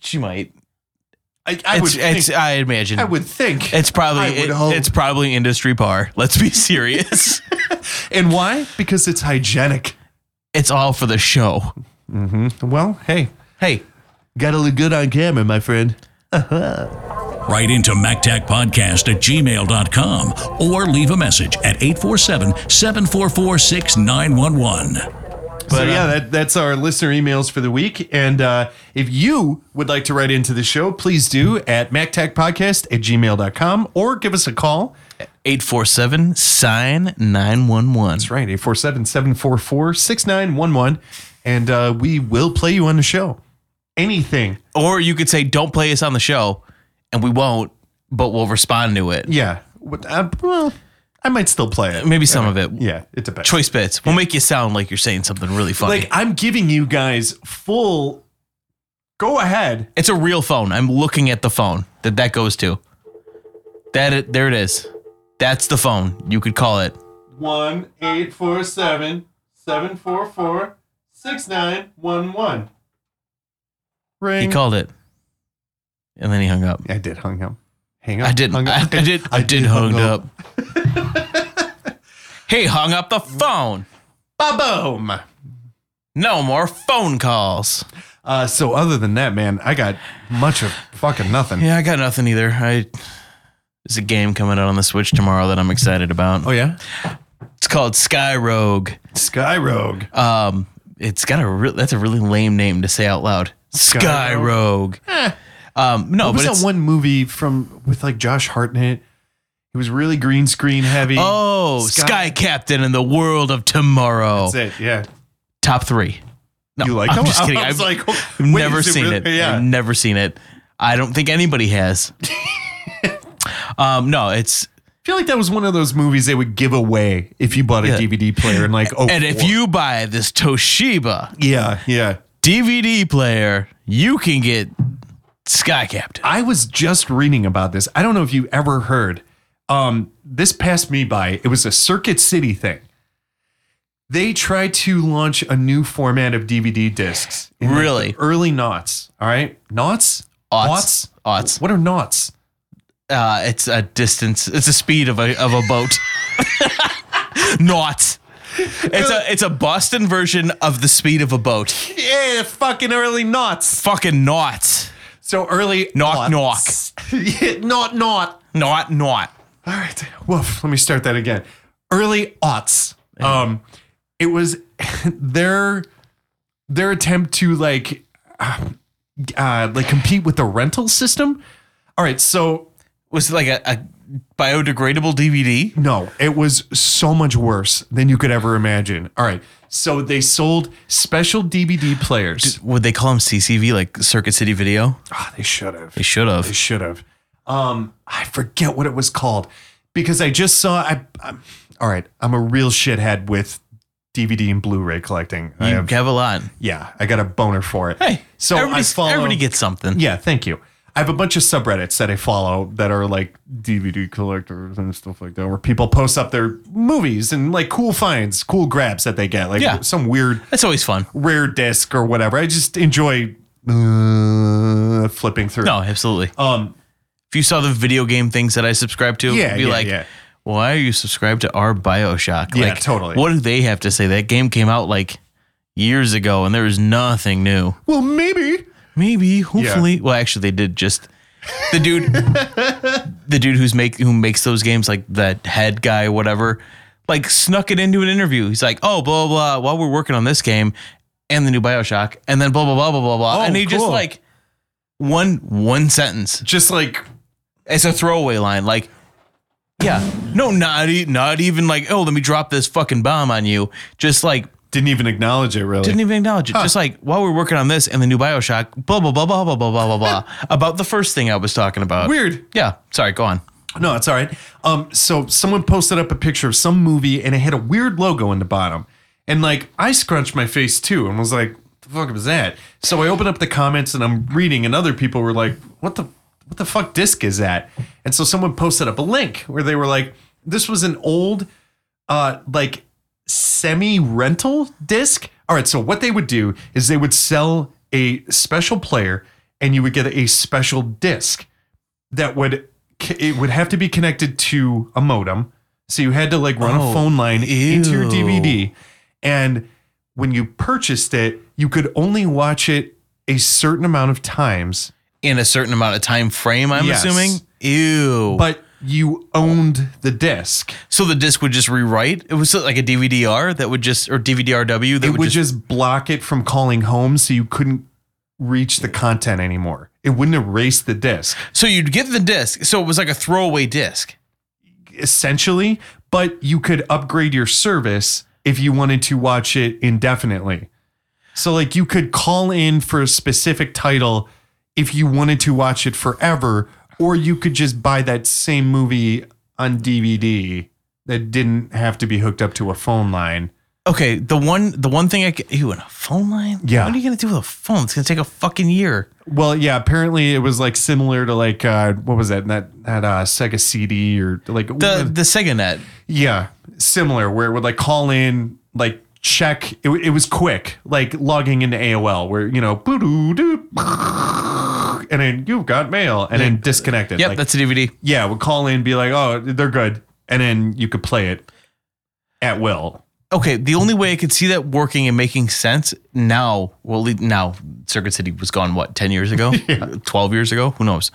Speaker 3: She might.
Speaker 2: I, I would
Speaker 3: It's, it's,
Speaker 2: think,
Speaker 3: I imagine.
Speaker 2: I would think.
Speaker 3: It's probably
Speaker 2: I would
Speaker 3: it-
Speaker 2: hope.
Speaker 3: it's probably industry par. Let's be serious.
Speaker 2: and why? Because it's hygienic.
Speaker 3: it's all for the show.
Speaker 2: Well, hey,
Speaker 3: Hey,
Speaker 2: gotta look good on camera, my friend.
Speaker 1: Write into MacTacPodcast at gmail.com or leave a message at 847 744 6911.
Speaker 2: so yeah,
Speaker 3: uh,
Speaker 2: that, that's our listener emails for the week. And uh, if you would like to write into the show, please do at mactacpodcast at gmail.com or give us a call.
Speaker 3: 847 sign 911.
Speaker 2: That's right, 847 744 6911. And uh, we will play you on the show. Anything.
Speaker 3: Or you could say don't play us on the show and we won't, but we'll respond to it.
Speaker 2: Yeah. What- uh, well, I might still play it.
Speaker 3: Maybe some of it.
Speaker 2: Yeah, it depends.
Speaker 3: Choice bits. We'll make you sound like you're saying something really funny.
Speaker 2: Like, I'm giving you guys full go ahead.
Speaker 3: it's a real phone. I'm looking at the phone that that goes to. That it, there it is. That's the phone. You could call it.
Speaker 2: 1 847 744 6911. Ring.
Speaker 3: He called it. And then he hung up.
Speaker 2: I did hung up. Hang up.
Speaker 3: I didn't.
Speaker 2: Hung
Speaker 3: I,
Speaker 2: up.
Speaker 3: I did. I did hung up. He hung up the phone.
Speaker 2: Boom.
Speaker 3: No more phone calls.
Speaker 2: Uh, so other than that, man, I got much of fucking nothing.
Speaker 3: Yeah, I got nothing either. I there's a game coming out on the Switch tomorrow that I'm excited about.
Speaker 2: Oh yeah,
Speaker 3: It's called Sky Rogue.
Speaker 2: Sky Rogue.
Speaker 3: Um, it's got a real that's a really lame name to say out loud. Sky, Rogue. Um, no,
Speaker 2: Eh. What
Speaker 3: but
Speaker 2: was
Speaker 3: it's
Speaker 2: that one movie from with like Josh Hartnett? It was really green screen heavy.
Speaker 3: oh Sky,
Speaker 2: Sky-
Speaker 3: Captain in the world of tomorrow.
Speaker 2: that's it. Yeah,
Speaker 3: Top three. No,
Speaker 2: you like?
Speaker 3: I'm
Speaker 2: that
Speaker 3: just
Speaker 2: one?
Speaker 3: kidding.
Speaker 2: I was
Speaker 3: I've-
Speaker 2: like,
Speaker 3: I've never seen it. I've
Speaker 2: Yeah,
Speaker 3: never seen it. I don't think anybody has. um, no, it's
Speaker 2: I feel like that was one of those movies they would give away if you bought a
Speaker 3: Yeah.
Speaker 2: DVD player and like oh.
Speaker 3: and if you buy this Toshiba
Speaker 2: yeah yeah.
Speaker 3: DVD player, you can get Sky Captain.
Speaker 2: I was just reading about this. I don't know if you ever heard. Um, this passed me by. It was a Circuit City thing. They tried to launch a new format of DVD discs. in, like,
Speaker 3: Really?
Speaker 2: the early knots. All right, knots.
Speaker 3: Aughts. Aughts.
Speaker 2: What are knots?
Speaker 3: Uh, it's a distance. It's a speed of a of a boat. Not. It's a it's a Boston version of the speed of a boat.
Speaker 2: Yeah, fucking early knots.
Speaker 3: Fucking not.
Speaker 2: So early
Speaker 3: Knock,
Speaker 2: knock. not not.
Speaker 3: Not not.
Speaker 2: All right. Woof. Let me start that again. Early aughts. Um, it was their their attempt to like uh, uh, like compete with the rental system. All right. So
Speaker 3: Was it like a, a biodegradable DVD?
Speaker 2: no, it was so much worse than you could ever imagine. All right. So they sold special DVD players.
Speaker 3: Would they call them CCV like Circuit City Video?
Speaker 2: Ah, they should have.
Speaker 3: They should have.
Speaker 2: They should have. Um, I forget what it was called because I just saw. I, I'm, all right, I'm a real shithead with DVD and Blu-ray collecting. I
Speaker 3: You
Speaker 2: have,
Speaker 3: have a lot.
Speaker 2: yeah, I got a boner for it.
Speaker 3: Hey,
Speaker 2: so I
Speaker 3: everybody's-
Speaker 2: follow.
Speaker 3: everybody gets something.
Speaker 2: yeah, thank you. I have a bunch of subreddits that I follow that are like DVD collectors and stuff like that, where people post up their movies and like cool finds, cool grabs that they get, like
Speaker 3: Yeah.
Speaker 2: some weird
Speaker 3: That's always fun.
Speaker 2: rare disc or whatever. I just enjoy uh, flipping through.
Speaker 3: No, absolutely.
Speaker 2: Um,
Speaker 3: If you saw the video game things that I subscribe to,
Speaker 2: Yeah,
Speaker 3: be
Speaker 2: yeah,
Speaker 3: like,
Speaker 2: yeah.
Speaker 3: why are you subscribed to our Bioshock?
Speaker 2: Yeah,
Speaker 3: like,
Speaker 2: totally.
Speaker 3: What do they have to say? That game came out like years ago and there is nothing new.
Speaker 2: well, maybe
Speaker 3: Maybe, hopefully. Well, actually, they did just. The dude, the dude who's make who makes those games, like that head guy, or whatever, like snuck it into an interview. He's like, "Oh, blah blah, blah while we're working on this game and the new Bioshock, and then blah blah blah blah blah blah,"
Speaker 2: Oh,
Speaker 3: and he just
Speaker 2: cool.
Speaker 3: like one one sentence,
Speaker 2: just like
Speaker 3: it's a throwaway line. Like, yeah, no, not e- not even like, oh, let me drop this fucking bomb on you. Just like
Speaker 2: didn't even acknowledge it really.
Speaker 3: didn't even acknowledge it. Just like while we we're working on this and the new Bioshock, blah blah blah blah blah blah blah blah blah about the first thing I was talking about.
Speaker 2: Weird.
Speaker 3: Yeah. Sorry. Go on.
Speaker 2: No, it's all right. Um, so someone posted up a picture of some movie and it had a weird logo in the bottom, and like I scrunched my face too and was like, "The fuck was that?" So I opened up the comments and I'm reading, and other people were like, "What the what the fuck disc is that?" And so someone posted up a link where they were like, "This was an old, uh, like semi rental disc. All right, so what they would do is they would sell a special player and you would get a special disc that would it would have to be connected to a modem. So you had to like run a phone line into your
Speaker 3: ew.
Speaker 2: DVD and when you purchased it, you could only watch it a certain amount of times,
Speaker 3: In a certain amount of time frame, I'm
Speaker 2: Yes.
Speaker 3: assuming. Ew.
Speaker 2: but you owned the disc.
Speaker 3: so the disc would just rewrite. It was like a DVD-R that would just or DVD-RW that
Speaker 2: it
Speaker 3: would,
Speaker 2: would
Speaker 3: just,
Speaker 2: just, block it from calling home so you couldn't reach the content anymore. It wouldn't erase the disc,
Speaker 3: So you'd get the disc. So it was like a throwaway disc.
Speaker 2: essentially, but you could upgrade your service if you wanted to watch it indefinitely. So, like, you could call in for a specific title if you wanted to watch it forever, or you could just buy that same movie on DVD that didn't have to be hooked up to a phone line.
Speaker 3: Okay, the one the one thing I c- ew, in a phone line.
Speaker 2: Yeah.
Speaker 3: what are you gonna do with a phone? It's gonna take a fucking year.
Speaker 2: Well, yeah. Apparently, it was like similar to like uh, what was that that that uh, Sega CD or like
Speaker 3: The the Sega Net.
Speaker 2: yeah, similar where it would like call in like check. It, w- it was quick, like logging into AOL where you know boo-doo-doo, and then you've got mail and then disconnected.
Speaker 3: Yep,
Speaker 2: like,
Speaker 3: that's a DVD.
Speaker 2: yeah, would call in be like, oh, they're good. and then you could play it at will.
Speaker 3: okay, the only way I could see that working and making sense now, well, le- now Circuit City was gone what ten years ago, twelve years ago, who knows?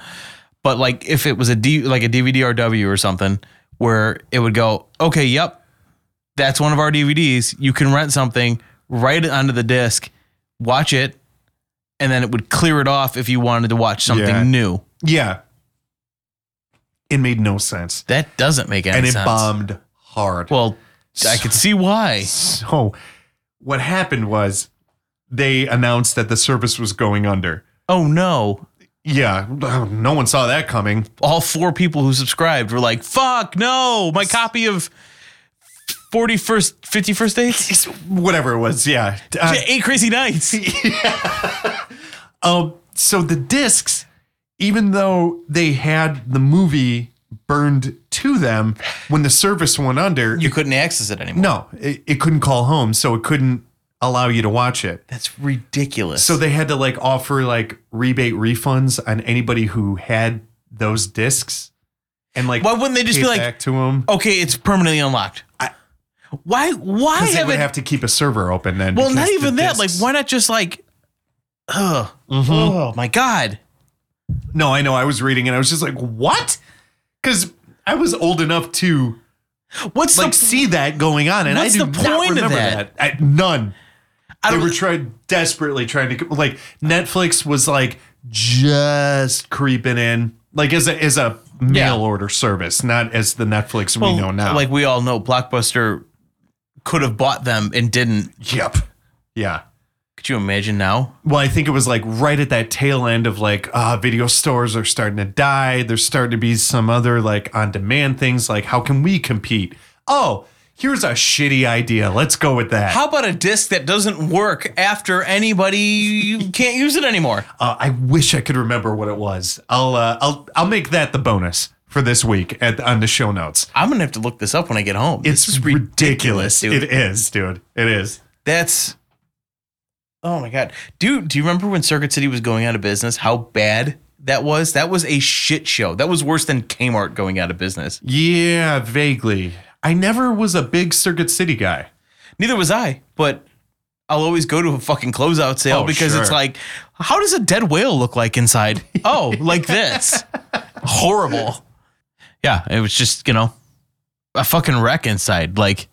Speaker 3: But like, if it was a D, like a DVD-RW or something, where it would go, okay, yep, that's one of our DVDs. You can rent something, write it onto the disc, watch it, and then it would clear it off if you wanted to watch something
Speaker 2: Yeah.
Speaker 3: new.
Speaker 2: Yeah, it made no sense,
Speaker 3: That doesn't make any
Speaker 2: and it
Speaker 3: sense.
Speaker 2: bombed hard.
Speaker 3: Well, I could see why.
Speaker 2: so what happened was they announced that the service was going under.
Speaker 3: Oh no.
Speaker 2: Yeah, no one saw that coming.
Speaker 3: all four people who subscribed were like, "Fuck no, my copy of 41st, 51st dates,
Speaker 2: Whatever it was, yeah. Uh,
Speaker 3: eight crazy nights."
Speaker 2: Um, so the discs, even though they had the movie burned to them when the service went under,
Speaker 3: You couldn't access it anymore.
Speaker 2: no, it, it couldn't call home, so it couldn't allow you to watch it.
Speaker 3: that's ridiculous.
Speaker 2: So they had to like offer like rebate refunds on anybody who had those discs, and like
Speaker 3: why wouldn't they just
Speaker 2: pay
Speaker 3: be like,
Speaker 2: back to them?
Speaker 3: "Okay, it's permanently unlocked"? why? Why
Speaker 2: Because they would
Speaker 3: haven't?
Speaker 2: have to keep a server open then.
Speaker 3: well,
Speaker 2: because
Speaker 3: not
Speaker 2: the
Speaker 3: even that. Like,
Speaker 2: discs-
Speaker 3: why not just like, ugh, oh my god,
Speaker 2: No, I know. I was reading and I was just like, what? Because I was old enough to
Speaker 3: what's
Speaker 2: like
Speaker 3: the?
Speaker 2: see that going on, and
Speaker 3: What's
Speaker 2: I do
Speaker 3: the
Speaker 2: not
Speaker 3: point of
Speaker 2: remember
Speaker 3: that?
Speaker 2: that. I- none.
Speaker 3: I
Speaker 2: They
Speaker 3: don't-
Speaker 2: were trying desperately trying to like Netflix was like just creeping in like as a as a mail
Speaker 3: Yeah.
Speaker 2: order service, not as the Netflix
Speaker 3: well,
Speaker 2: we know now.
Speaker 3: Like we all know, Blockbuster could have bought them and didn't.
Speaker 2: yep, yeah.
Speaker 3: Could you imagine now?
Speaker 2: Well, I think it was like right at that tail end of like uh, video stores are starting to die. There's starting to be some other like on demand things. Like, how can we compete? Oh, here's a shitty idea. Let's go with that.
Speaker 3: How about a disc that doesn't work after anybody can't use it anymore?
Speaker 2: Uh, I wish I could remember what it was. I'll uh, I'll I'll make that the bonus for this week at, on the show notes.
Speaker 3: I'm gonna have to look this up when I get home.
Speaker 2: It's
Speaker 3: This is ri- ridiculous,
Speaker 2: ridiculous.
Speaker 3: dude.
Speaker 2: It is, dude. It is.
Speaker 3: that's oh my god. Do you- do you remember when Circuit City was going out of business? How bad that was? That was a shit show. That was worse than Kmart going out of business.
Speaker 2: Yeah, vaguely. I never was a big Circuit City guy.
Speaker 3: Neither was I, but I'll always go to a fucking closeout sale
Speaker 2: Oh,
Speaker 3: because it's
Speaker 2: sure.
Speaker 3: like, how does a dead whale look like inside? Oh, like this. Horrible. Yeah, it was just, you know, a fucking wreck inside. Like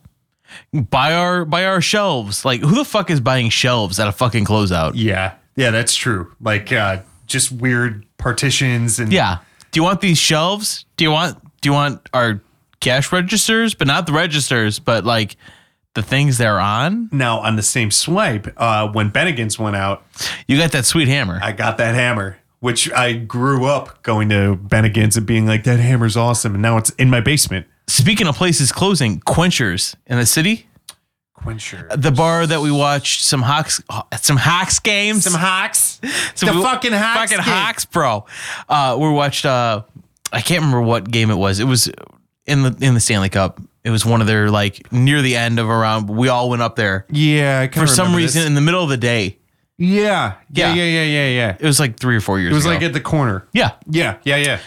Speaker 3: buy our buy our shelves. Like who the fuck is buying shelves at a fucking closeout?
Speaker 2: Yeah, yeah, that's true. Like uh, just weird partitions and
Speaker 3: Yeah. Do you want these shelves? Do you want do you want our cash registers, but not the registers, but like the things they're on?
Speaker 2: Now on the same swipe, uh, when Bennigan's went out,
Speaker 3: You got that sweet hammer.
Speaker 2: I got that hammer, which I grew up going to Bennigan's and being like, "That hammer's awesome," and now it's in my basement.
Speaker 3: Speaking of places closing, Quenchers in the city,
Speaker 2: Quencher.
Speaker 3: the bar that we watched some Hawks, some Hawks games,
Speaker 2: Some hawks.
Speaker 3: Some
Speaker 2: the fucking Hawks
Speaker 3: fucking
Speaker 2: game.
Speaker 3: Hawks, bro. Uh, we watched. Uh, I can't remember what game it was. It was in the in the Stanley Cup. It was one of their like near the end of a round. We all went up there
Speaker 2: Yeah, I kinda
Speaker 3: for some
Speaker 2: remember
Speaker 3: reason
Speaker 2: this.
Speaker 3: in the middle of the day.
Speaker 2: Yeah, yeah,
Speaker 3: Yeah.
Speaker 2: yeah, yeah, yeah, yeah.
Speaker 3: It was like three or four years.
Speaker 2: It was
Speaker 3: ago.
Speaker 2: like at the corner.
Speaker 3: yeah,
Speaker 2: Yeah, yeah, yeah.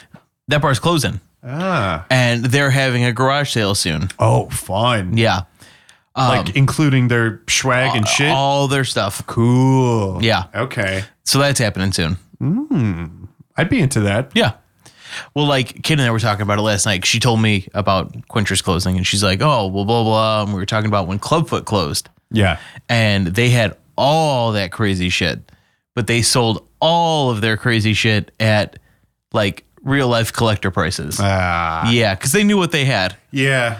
Speaker 3: that bar's closing,
Speaker 2: Ah.
Speaker 3: and they're having a garage sale soon.
Speaker 2: Oh, fun.
Speaker 3: Yeah,
Speaker 2: like including their swag and shit.
Speaker 3: Um, uh, all their stuff.
Speaker 2: cool.
Speaker 3: Yeah,
Speaker 2: Okay.
Speaker 3: so that's happening soon.
Speaker 2: I'd be into that.
Speaker 3: Yeah. Well, like Kid and I were talking about it last night. She told me about Quinter's closing, and she's like, "Oh, well, blah blah." And we were talking about when Clubfoot closed,
Speaker 2: Yeah.
Speaker 3: and they had all that crazy shit, but they sold all of their crazy shit at like real life collector prices.
Speaker 2: Ah.
Speaker 3: yeah, because they knew what they had,
Speaker 2: Yeah.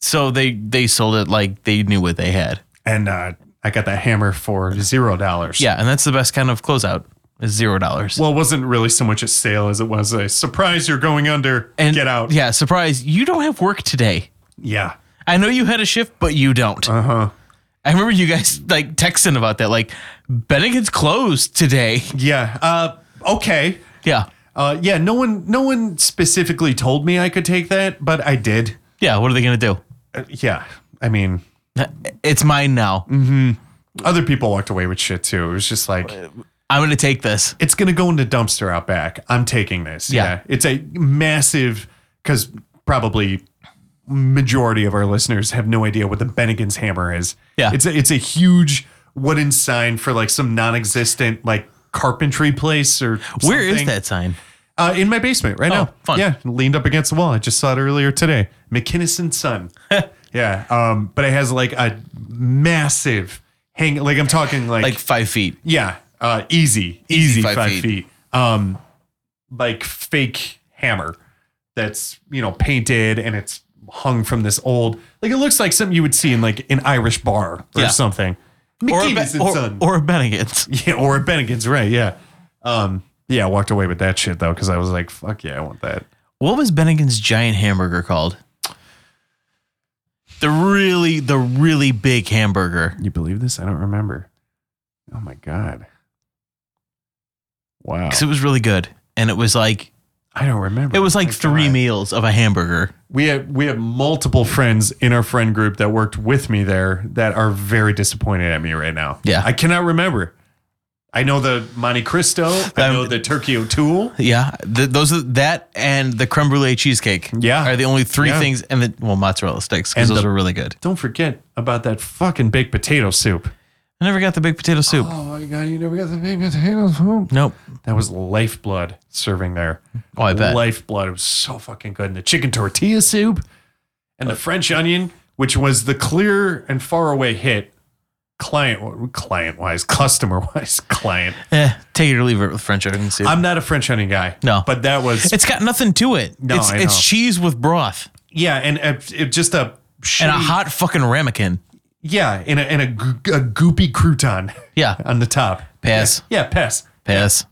Speaker 3: so they they sold it like they knew what they had.
Speaker 2: And uh, I got that hammer for zero dollars.
Speaker 3: Yeah, and that's the best kind of closeout is zero dollars.
Speaker 2: Well, it wasn't really so much a sale as it was a surprise. You're going under.
Speaker 3: and
Speaker 2: get out.
Speaker 3: Yeah, surprise! You don't have work today.
Speaker 2: Yeah.
Speaker 3: I know you had a shift, but you don't.
Speaker 2: Uh huh.
Speaker 3: I remember you guys like texting about that, like Bennigan's closed today.
Speaker 2: Yeah. Uh. Okay.
Speaker 3: Yeah.
Speaker 2: Uh. Yeah. No one. No one specifically told me I could take that, but I did.
Speaker 3: Yeah. What are they going to
Speaker 2: Uh, yeah. I mean,
Speaker 3: do? It's mine now.
Speaker 2: Mm. other people walked away with shit too. It was just like
Speaker 3: I'm going to take this.
Speaker 2: it's gonna go in the dumpster out back. I'm taking this.
Speaker 3: Yeah.
Speaker 2: It's a massive because probably majority of our listeners have no idea what the Bennigan's hammer is.
Speaker 3: Yeah.
Speaker 2: It's a, it's a huge wooden sign for like some non-existent like carpentry place or
Speaker 3: Where is
Speaker 2: something.
Speaker 3: that sign?
Speaker 2: Uh, in my basement right now.
Speaker 3: fun.
Speaker 2: Yeah, leaned up against the wall. I just saw it earlier today. McKinnis and Son. yeah, um, but it has like a massive hang. Like I'm talking like,
Speaker 3: Like five feet.
Speaker 2: yeah, uh, easy, easy, five, feet. Um, like fake hammer that's you know painted and it's hung from this old. Like it looks like something you would see in like an Irish bar or
Speaker 3: Yeah.
Speaker 2: something.
Speaker 3: Or a,
Speaker 2: McKinnis
Speaker 3: Be-
Speaker 2: and
Speaker 3: or,
Speaker 2: Son.
Speaker 3: or a Bennigan's.
Speaker 2: Yeah, or at Bennigan's, right? Yeah. Um, yeah, I walked away with that shit though because I was like, "Fuck yeah, I want that."
Speaker 3: What was Bennigan's giant hamburger called? The really, the really big hamburger.
Speaker 2: You believe this? I don't remember. Oh my god! Wow,
Speaker 3: Because it was really good. And it was like,
Speaker 2: I don't remember.
Speaker 3: it was like
Speaker 2: Oh my
Speaker 3: three
Speaker 2: God.
Speaker 3: meals of a hamburger.
Speaker 2: We have we have multiple friends in our friend group that worked with me there that are very disappointed at me right now.
Speaker 3: Yeah.
Speaker 2: I cannot remember. I know the Monte Cristo. I
Speaker 3: Um,
Speaker 2: know the Turkey O'Toole.
Speaker 3: Yeah, th those are that and the creme brulee cheesecake.
Speaker 2: Yeah.
Speaker 3: are the only three
Speaker 2: Yeah.
Speaker 3: things, and the well mozzarella sticks because
Speaker 2: And
Speaker 3: those
Speaker 2: the-
Speaker 3: were really good.
Speaker 2: Don't forget about that fucking baked potato soup.
Speaker 3: I never got the big potato soup.
Speaker 4: Oh my god, you never got the big potatoes home.
Speaker 3: Nope.
Speaker 2: That was lifeblood serving there.
Speaker 3: Oh, I bet.
Speaker 2: Lifeblood. It was so fucking good. And the chicken tortilla soup and the French onion, which was the clear and far away hit client client wise, customer wise client.
Speaker 3: Eh, take it or leave it with French onion soup.
Speaker 2: I'm not a French onion guy.
Speaker 3: No.
Speaker 2: But that was
Speaker 3: it's got nothing to it.
Speaker 2: No,
Speaker 3: it's
Speaker 2: I know.
Speaker 3: it's cheese with broth
Speaker 2: yeah, and it, it just a
Speaker 3: and a
Speaker 2: shitty-
Speaker 3: hot fucking ramekin.
Speaker 2: yeah, and a, and a, goo- a goopy crouton
Speaker 3: Yeah,
Speaker 2: on the top.
Speaker 3: Pass.
Speaker 2: Yeah, yeah, pass.
Speaker 3: pass,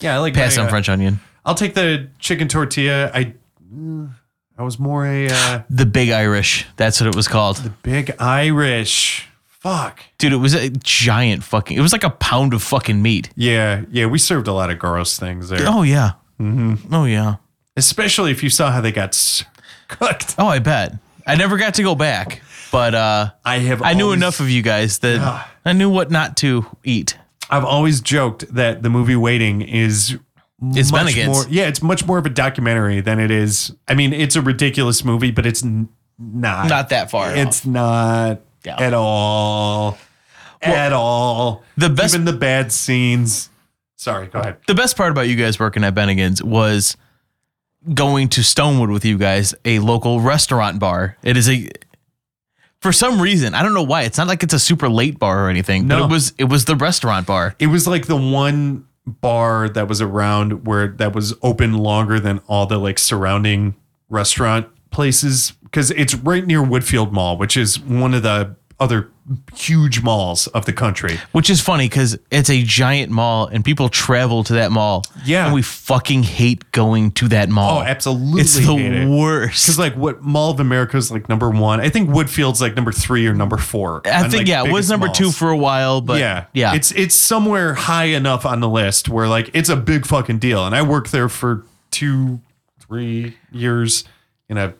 Speaker 2: Yeah, I like
Speaker 3: pass
Speaker 2: my,
Speaker 3: on
Speaker 2: uh,
Speaker 3: French onion.
Speaker 2: I'll take the chicken tortilla. I mm, I was more a uh,
Speaker 3: The Big Irish. That's what it was called,
Speaker 2: big Irish. Fuck.
Speaker 3: dude. It was a giant fucking. It was like a pound of fucking meat.
Speaker 2: Yeah, yeah, we served a lot of gross things there.
Speaker 3: Oh yeah. Mm-hmm. Oh yeah.
Speaker 2: Especially if you saw how they got s- cooked.
Speaker 3: Oh, I bet. I never got to go back, but uh,
Speaker 2: I have
Speaker 3: I knew
Speaker 2: always-
Speaker 3: enough of you guys that I knew what not to eat.
Speaker 2: I've always joked that the movie Waiting is
Speaker 3: It's
Speaker 2: much
Speaker 3: Bennigan's.
Speaker 2: more yeah, it's much more of a documentary than it is. I mean, it's a ridiculous movie, but it's n- not
Speaker 3: Not that far.
Speaker 2: It's not
Speaker 3: Yeah.
Speaker 2: at all. at all.
Speaker 3: the best-
Speaker 2: even the bad scenes. Sorry, go ahead.
Speaker 3: the best part about you guys working at Bennigan's was going to Stonewood with you guys, a local restaurant bar. It is a for some reason, I don't know why. It's not like it's a super late bar or anything,
Speaker 2: No.
Speaker 3: but it was it was the restaurant bar.
Speaker 2: it was like the one bar that was around where that was open longer than all the like surrounding restaurant places because it's right near Woodfield Mall, which is one of the other huge malls of the country.
Speaker 3: Which is funny because it's a giant mall and people travel to that mall.
Speaker 2: Yeah.
Speaker 3: And we fucking hate going to that mall.
Speaker 2: Oh, absolutely!
Speaker 3: It's the
Speaker 2: hate it.
Speaker 3: worst.
Speaker 2: Because like what Mall of America is like number one. I think Woodfield's like number three or number four.
Speaker 3: I
Speaker 2: on,
Speaker 3: think
Speaker 2: like,
Speaker 3: yeah, it was
Speaker 2: biggest
Speaker 3: number two
Speaker 2: malls.
Speaker 3: for a while, but
Speaker 2: yeah,
Speaker 3: yeah, yeah,
Speaker 2: It's it's somewhere high enough on the list where like it's a big fucking deal. And I worked there for two, three years in a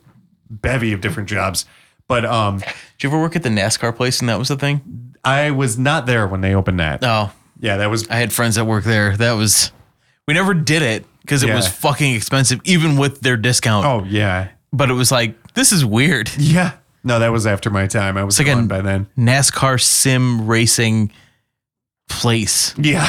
Speaker 2: bevy of different jobs. But um,
Speaker 3: Did you ever work at the NASCAR place and that was the thing?
Speaker 2: I was not there when they opened that.
Speaker 3: No,
Speaker 2: Yeah, that was
Speaker 3: I had friends that worked there. That was we never did it because it was
Speaker 2: Yeah.
Speaker 3: fucking expensive, even with their discount.
Speaker 2: oh yeah,
Speaker 3: But it was like this is weird. It's
Speaker 2: yeah. No, that was after my time. I was
Speaker 3: like
Speaker 2: gone
Speaker 3: a
Speaker 2: by then.
Speaker 3: NASCAR sim racing place.
Speaker 2: Yeah,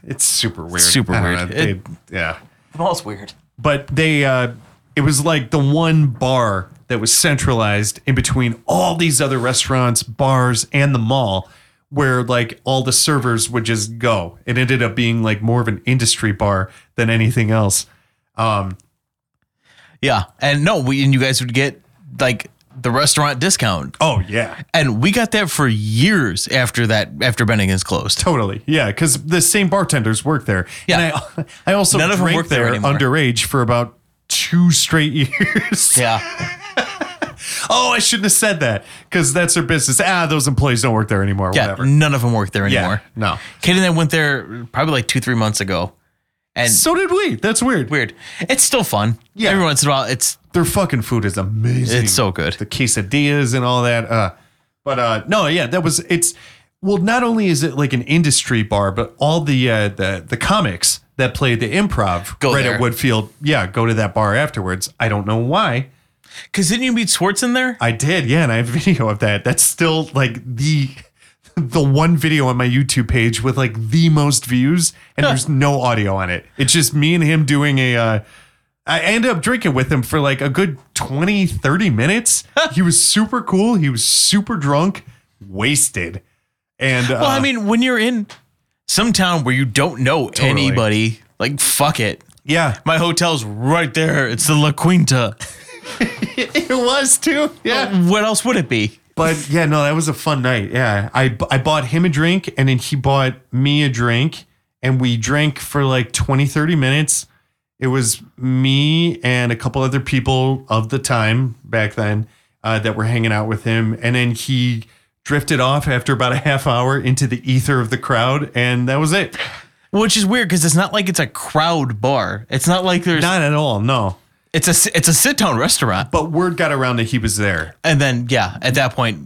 Speaker 2: it's super weird.
Speaker 3: super
Speaker 2: I don't
Speaker 3: weird.
Speaker 2: know,
Speaker 3: It-
Speaker 2: they- yeah.
Speaker 3: The mall's weird.
Speaker 2: but they uh it was like the one bar that was centralized in between all these other restaurants, bars, and the mall where like all the servers would just go. It ended up being like more of an industry bar than anything else. Um
Speaker 3: Yeah, and no, we and you guys would get like the restaurant discount,
Speaker 2: oh yeah.
Speaker 3: and we got that for years after that after Bennigan's closed.
Speaker 2: Totally. Yeah, cuz the same bartenders work there.
Speaker 3: Yeah.
Speaker 2: And I I also
Speaker 3: None of 'em
Speaker 2: drank
Speaker 3: work there
Speaker 2: there
Speaker 3: anymore.
Speaker 2: underage for about two straight years.
Speaker 3: Yeah,
Speaker 2: oh, I shouldn't have said that cuz that's their business. Ah, those employees don't work there anymore,
Speaker 3: yeah,
Speaker 2: whatever.
Speaker 3: none of them work there
Speaker 2: Yeah.
Speaker 3: anymore.
Speaker 2: No.
Speaker 3: Katie and I went there probably like two, three months ago. And
Speaker 2: So did we. That's weird.
Speaker 3: weird. It's still fun.
Speaker 2: Yeah.
Speaker 3: Every once in a while, it's
Speaker 2: Their fucking food is amazing.
Speaker 3: It's so good.
Speaker 2: The quesadillas and all that. Uh, but uh, no, yeah, that was it's. Well, not only is it like an industry bar, but all the uh, the the comics that play the improv
Speaker 3: Go
Speaker 2: right
Speaker 3: there.
Speaker 2: at Woodfield, yeah, go to that bar afterwards. I don't know why.
Speaker 3: Because didn't you meet Swartz in there?
Speaker 2: I did, yeah, and I have video of that. That's still like the the one video on my YouTube page with like the most views, and there's no audio on it. It's just me and him doing a. Uh, I ended up drinking with him for like a good 20, 30 minutes. he was super cool. He was super drunk, wasted. And
Speaker 3: Well, I
Speaker 2: uh,
Speaker 3: mean, when you're in some town where you don't know anybody, like fuck it.
Speaker 2: yeah,
Speaker 3: My hotel's right there. It's the La Quinta.
Speaker 2: it was too. Yeah.
Speaker 3: What else would it be?
Speaker 2: But yeah, no, that was a fun night. Yeah, I bu- I bought him a drink and then he bought me a drink and we drank for like 20 30 minutes. It was me and a couple other people of the time back then uh, that were hanging out with him and then he drifted off after about a half hour into the ether of the crowd and that was it.
Speaker 3: Which is weird because it's not like it's a crowd bar. It's not like there's.
Speaker 2: Not at all, no.
Speaker 3: it's a it's a sit down restaurant.
Speaker 2: But word got around that he was there.
Speaker 3: And then yeah, at that point,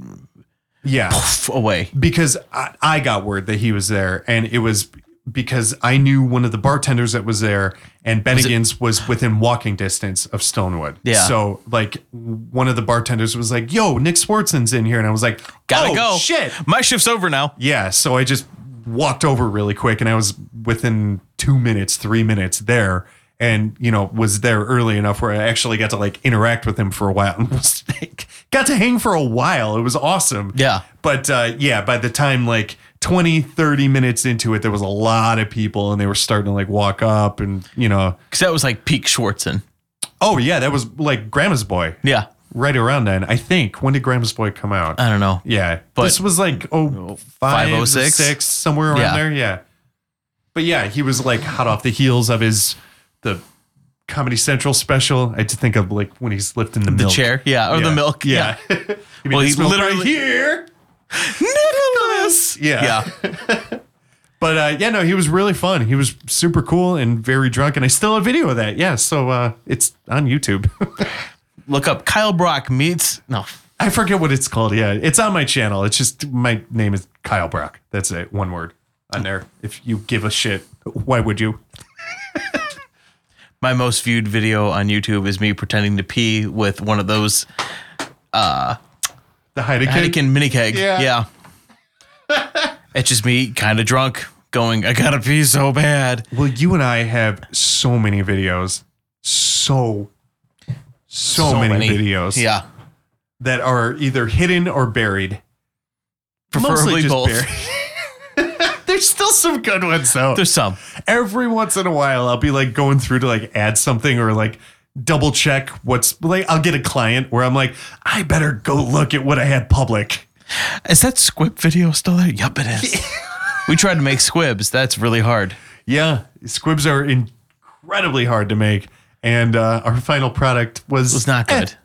Speaker 2: Yeah.
Speaker 3: pff, away.
Speaker 2: because I, I got word that he was there, and it was because I knew one of the bartenders that was there, and Bennigan's was within walking distance of Stonewood.
Speaker 3: Yeah.
Speaker 2: So like one of the bartenders was like, "Yo, Nick Swartzen's in here," and I was like,
Speaker 3: Gotta
Speaker 2: "Oh,
Speaker 3: go.
Speaker 2: Shit.
Speaker 3: My shift's over now.
Speaker 2: Yeah. So I just walked over really quick, and I was within two minutes, three minutes there. And you know, was there early enough where I actually got to like interact with him for a while, and was like, got to hang for a while. It was awesome.
Speaker 3: Yeah.
Speaker 2: But uh, yeah, by the time like 20, 30 minutes into it, there was a lot of people and they were starting to like walk up and, you know,
Speaker 3: Because that was like peak Schwartzen.
Speaker 2: oh yeah, that was like Grandma's Boy
Speaker 3: Yeah.
Speaker 2: right around then. I think. When did Grandma's Boy come out?
Speaker 3: I don't know.
Speaker 2: yeah.
Speaker 3: but-
Speaker 2: this was like oh five oh six
Speaker 3: 506?
Speaker 2: six somewhere around
Speaker 3: Yeah.
Speaker 2: there. Yeah. But yeah, he was like hot off the heels of his the Comedy Central special. I had to think of like when he's lifting the,
Speaker 3: The
Speaker 2: milk.
Speaker 3: chair. Yeah. Or the milk.
Speaker 2: Yeah.
Speaker 3: Well, he
Speaker 2: literally
Speaker 3: literally-
Speaker 2: here. Nicholas. Yeah.
Speaker 3: Yeah.
Speaker 2: But uh, yeah, no, he was really fun. He was super cool and very drunk, and I still have video of that. Yeah, so uh, it's on YouTube.
Speaker 3: Look up Kyle Brock meets. No.
Speaker 2: I forget what it's called. Yeah, it's on my channel. It's just my name is Kyle Brock. That's it, one word on there. If you give a shit, why would you?
Speaker 3: My most viewed video on YouTube is me pretending to pee with one of those
Speaker 2: The Heineken.
Speaker 3: Heineken mini keg.
Speaker 2: Yeah.
Speaker 3: yeah. it's just me kind of drunk going, I gotta pee so bad.
Speaker 2: Well, you and I have so many videos, so so, many, videos
Speaker 3: Yeah.
Speaker 2: that are either hidden or buried.
Speaker 3: Preferably both.
Speaker 2: buried. There's still some good ones though.
Speaker 3: There's some.
Speaker 2: every once in a while I'll be like going through to like add something or like double check what's like I'll get a client where I'm like, I better go look at what I had public.
Speaker 3: Is that squib video still there? Yup, it is. we tried to make squibs. That's really hard.
Speaker 2: Yeah. Squibs are incredibly hard to make. And uh, our final product was
Speaker 3: It's not good.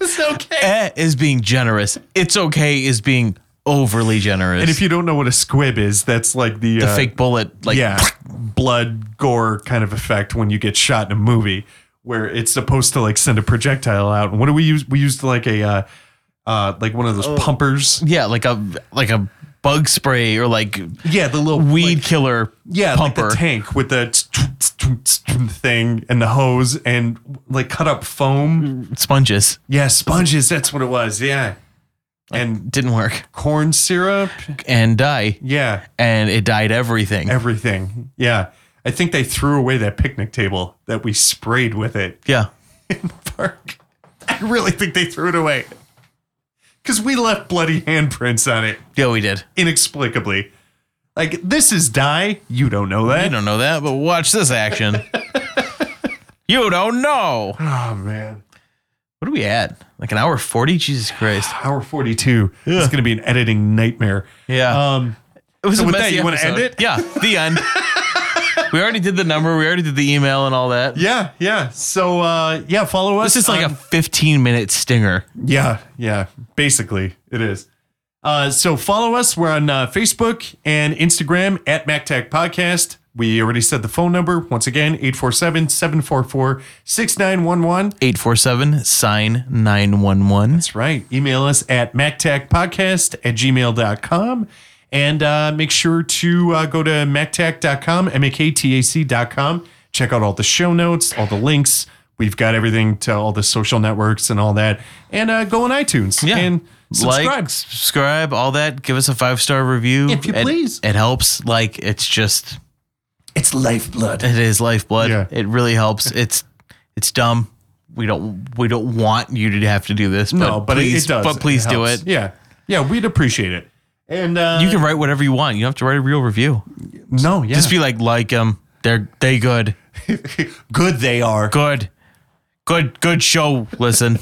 Speaker 2: It's okay.
Speaker 3: Eh is being generous. It's okay is being overly generous.
Speaker 2: And if you don't know what a squib is, that's like the,
Speaker 3: the
Speaker 2: uh,
Speaker 3: fake bullet, like
Speaker 2: yeah, blood gore kind of effect when you get shot in a movie where it's supposed to like send a projectile out. And what do we use? We used like a uh, uh, like one of
Speaker 3: Oh.
Speaker 2: those pumpers.
Speaker 3: yeah, like a like a bug spray or like
Speaker 2: Yeah, the little
Speaker 3: weed
Speaker 2: like-
Speaker 3: killer
Speaker 2: yeah,
Speaker 3: pumper.
Speaker 2: like the tank with the tsk, tsk, tsk, tsk thing and the hose and like cut up
Speaker 3: Mm-hmm.
Speaker 2: foam.
Speaker 3: sponges.
Speaker 2: Yeah, sponges. That's what it was. Yeah, and
Speaker 3: Didn't work.
Speaker 2: corn syrup.
Speaker 3: And die.
Speaker 2: Yeah,
Speaker 3: And it died everything.
Speaker 2: everything. Yeah, I think they threw away that picnic table that we sprayed with it
Speaker 3: yeah.
Speaker 2: in the park. I really think they threw it away because we left bloody handprints on it
Speaker 3: Yeah, we did.
Speaker 2: inexplicably. Like this is dye. You don't know that.
Speaker 3: You don't know that, but watch this action. you don't know.
Speaker 2: Oh man.
Speaker 3: What are we at? Like an hour 40? Jesus Christ.
Speaker 2: Hour 42 It's going to be an editing nightmare.
Speaker 3: Yeah.
Speaker 2: Um,
Speaker 3: it was
Speaker 2: so
Speaker 3: a
Speaker 2: with that,
Speaker 3: messy
Speaker 2: you wanna
Speaker 3: episode.
Speaker 2: end it?
Speaker 3: Yeah, the end. we already did the number. We already did the email and all that.
Speaker 2: yeah, Um, yeah. So, uh, yeah, follow us.
Speaker 3: This is like
Speaker 2: on-
Speaker 3: a 15 minute stinger.
Speaker 2: yeah, yeah. Basically, it is. Uh, so follow us. We're on uh, Facebook and Instagram at MacTac Podcast. We already said the phone number. Once again, 847-744-6911.
Speaker 3: 847 sign 911.
Speaker 2: That's right. Email us at MacTacPodcast at gmail.com. And uh, make sure to uh, go to MacTac.com, M A K T A C.com. Check out all the show notes, all the links. We've got everything to all the social networks and all that. And uh, go on iTunes
Speaker 3: Yeah.
Speaker 2: and subscribe.
Speaker 3: Like, subscribe, all that. Give us a five star review.
Speaker 2: If you
Speaker 3: It-
Speaker 2: please.
Speaker 3: It helps. Like, it's just,
Speaker 2: it's lifeblood.
Speaker 3: it is lifeblood.
Speaker 2: Yeah.
Speaker 3: It really helps. It's, it's dumb. We don't, we don't want you to have to do this. But
Speaker 2: No, but it-
Speaker 3: please,
Speaker 2: it does.
Speaker 3: But please do
Speaker 2: helps.
Speaker 3: it.
Speaker 2: Yeah. Yeah, we'd appreciate it. And uh,
Speaker 3: You can write whatever you want. You don't have to write a real review.
Speaker 2: no, yeah.
Speaker 3: Just be like, like them. They're, they good.
Speaker 2: good they are.
Speaker 3: Good. Good, good show. Listen.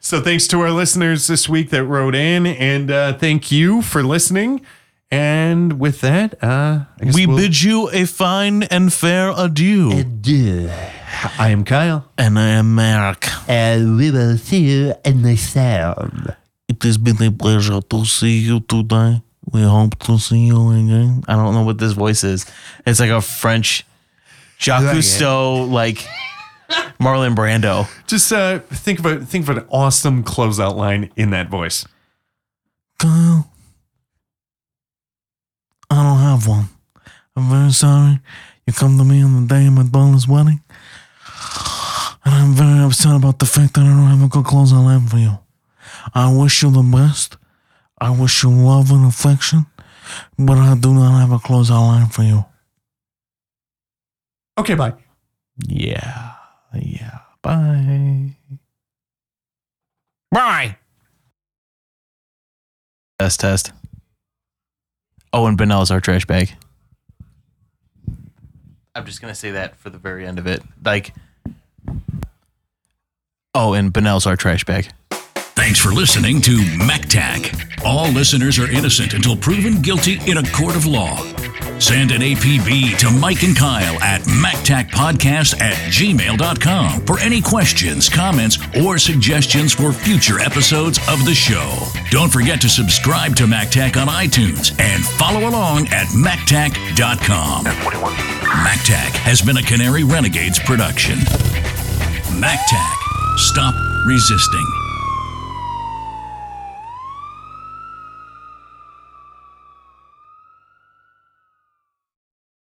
Speaker 2: So thanks to our listeners this week that wrote in, and uh, thank you for listening. And with that, uh, I guess
Speaker 3: we
Speaker 2: we'll-
Speaker 3: bid you a fine and fair adieu.
Speaker 2: I am Kyle.
Speaker 3: and I am Mark.
Speaker 6: and we will see you in the sound.
Speaker 3: It has been a pleasure to see you today. We hope to see you again. I don't know what this voice is. It's like a French Jacques Cousteau, like Marlon Brando.
Speaker 2: Just uh, think of a think of an awesome closeout line in that voice.
Speaker 3: Kyle, I don't have one. I'm very sorry. You come to me on the day of my daughter's wedding, and I'm very upset about the fact that I don't have a good closeout line for you. I wish you the best. I wish you love and affection, but I do not have a closeout line for you.
Speaker 2: Okay, bye.
Speaker 3: Yeah, yeah. Bye. Bye. Test test. Oh, and Benel's our trash bag. I'm just gonna say that for the very end of it. Like, oh, and Benel's our trash bag.
Speaker 1: Thanks for listening to MacTac. All listeners are innocent until proven guilty in a court of law. Send an APB to Mike and Kyle at MacTacPodcast at gmail.com for any questions, comments, or suggestions for future episodes of the show. Don't forget to subscribe to MacTac on iTunes and follow along at MacTac.com. MacTac has been a Canary Renegades production. MacTac. Stop resisting.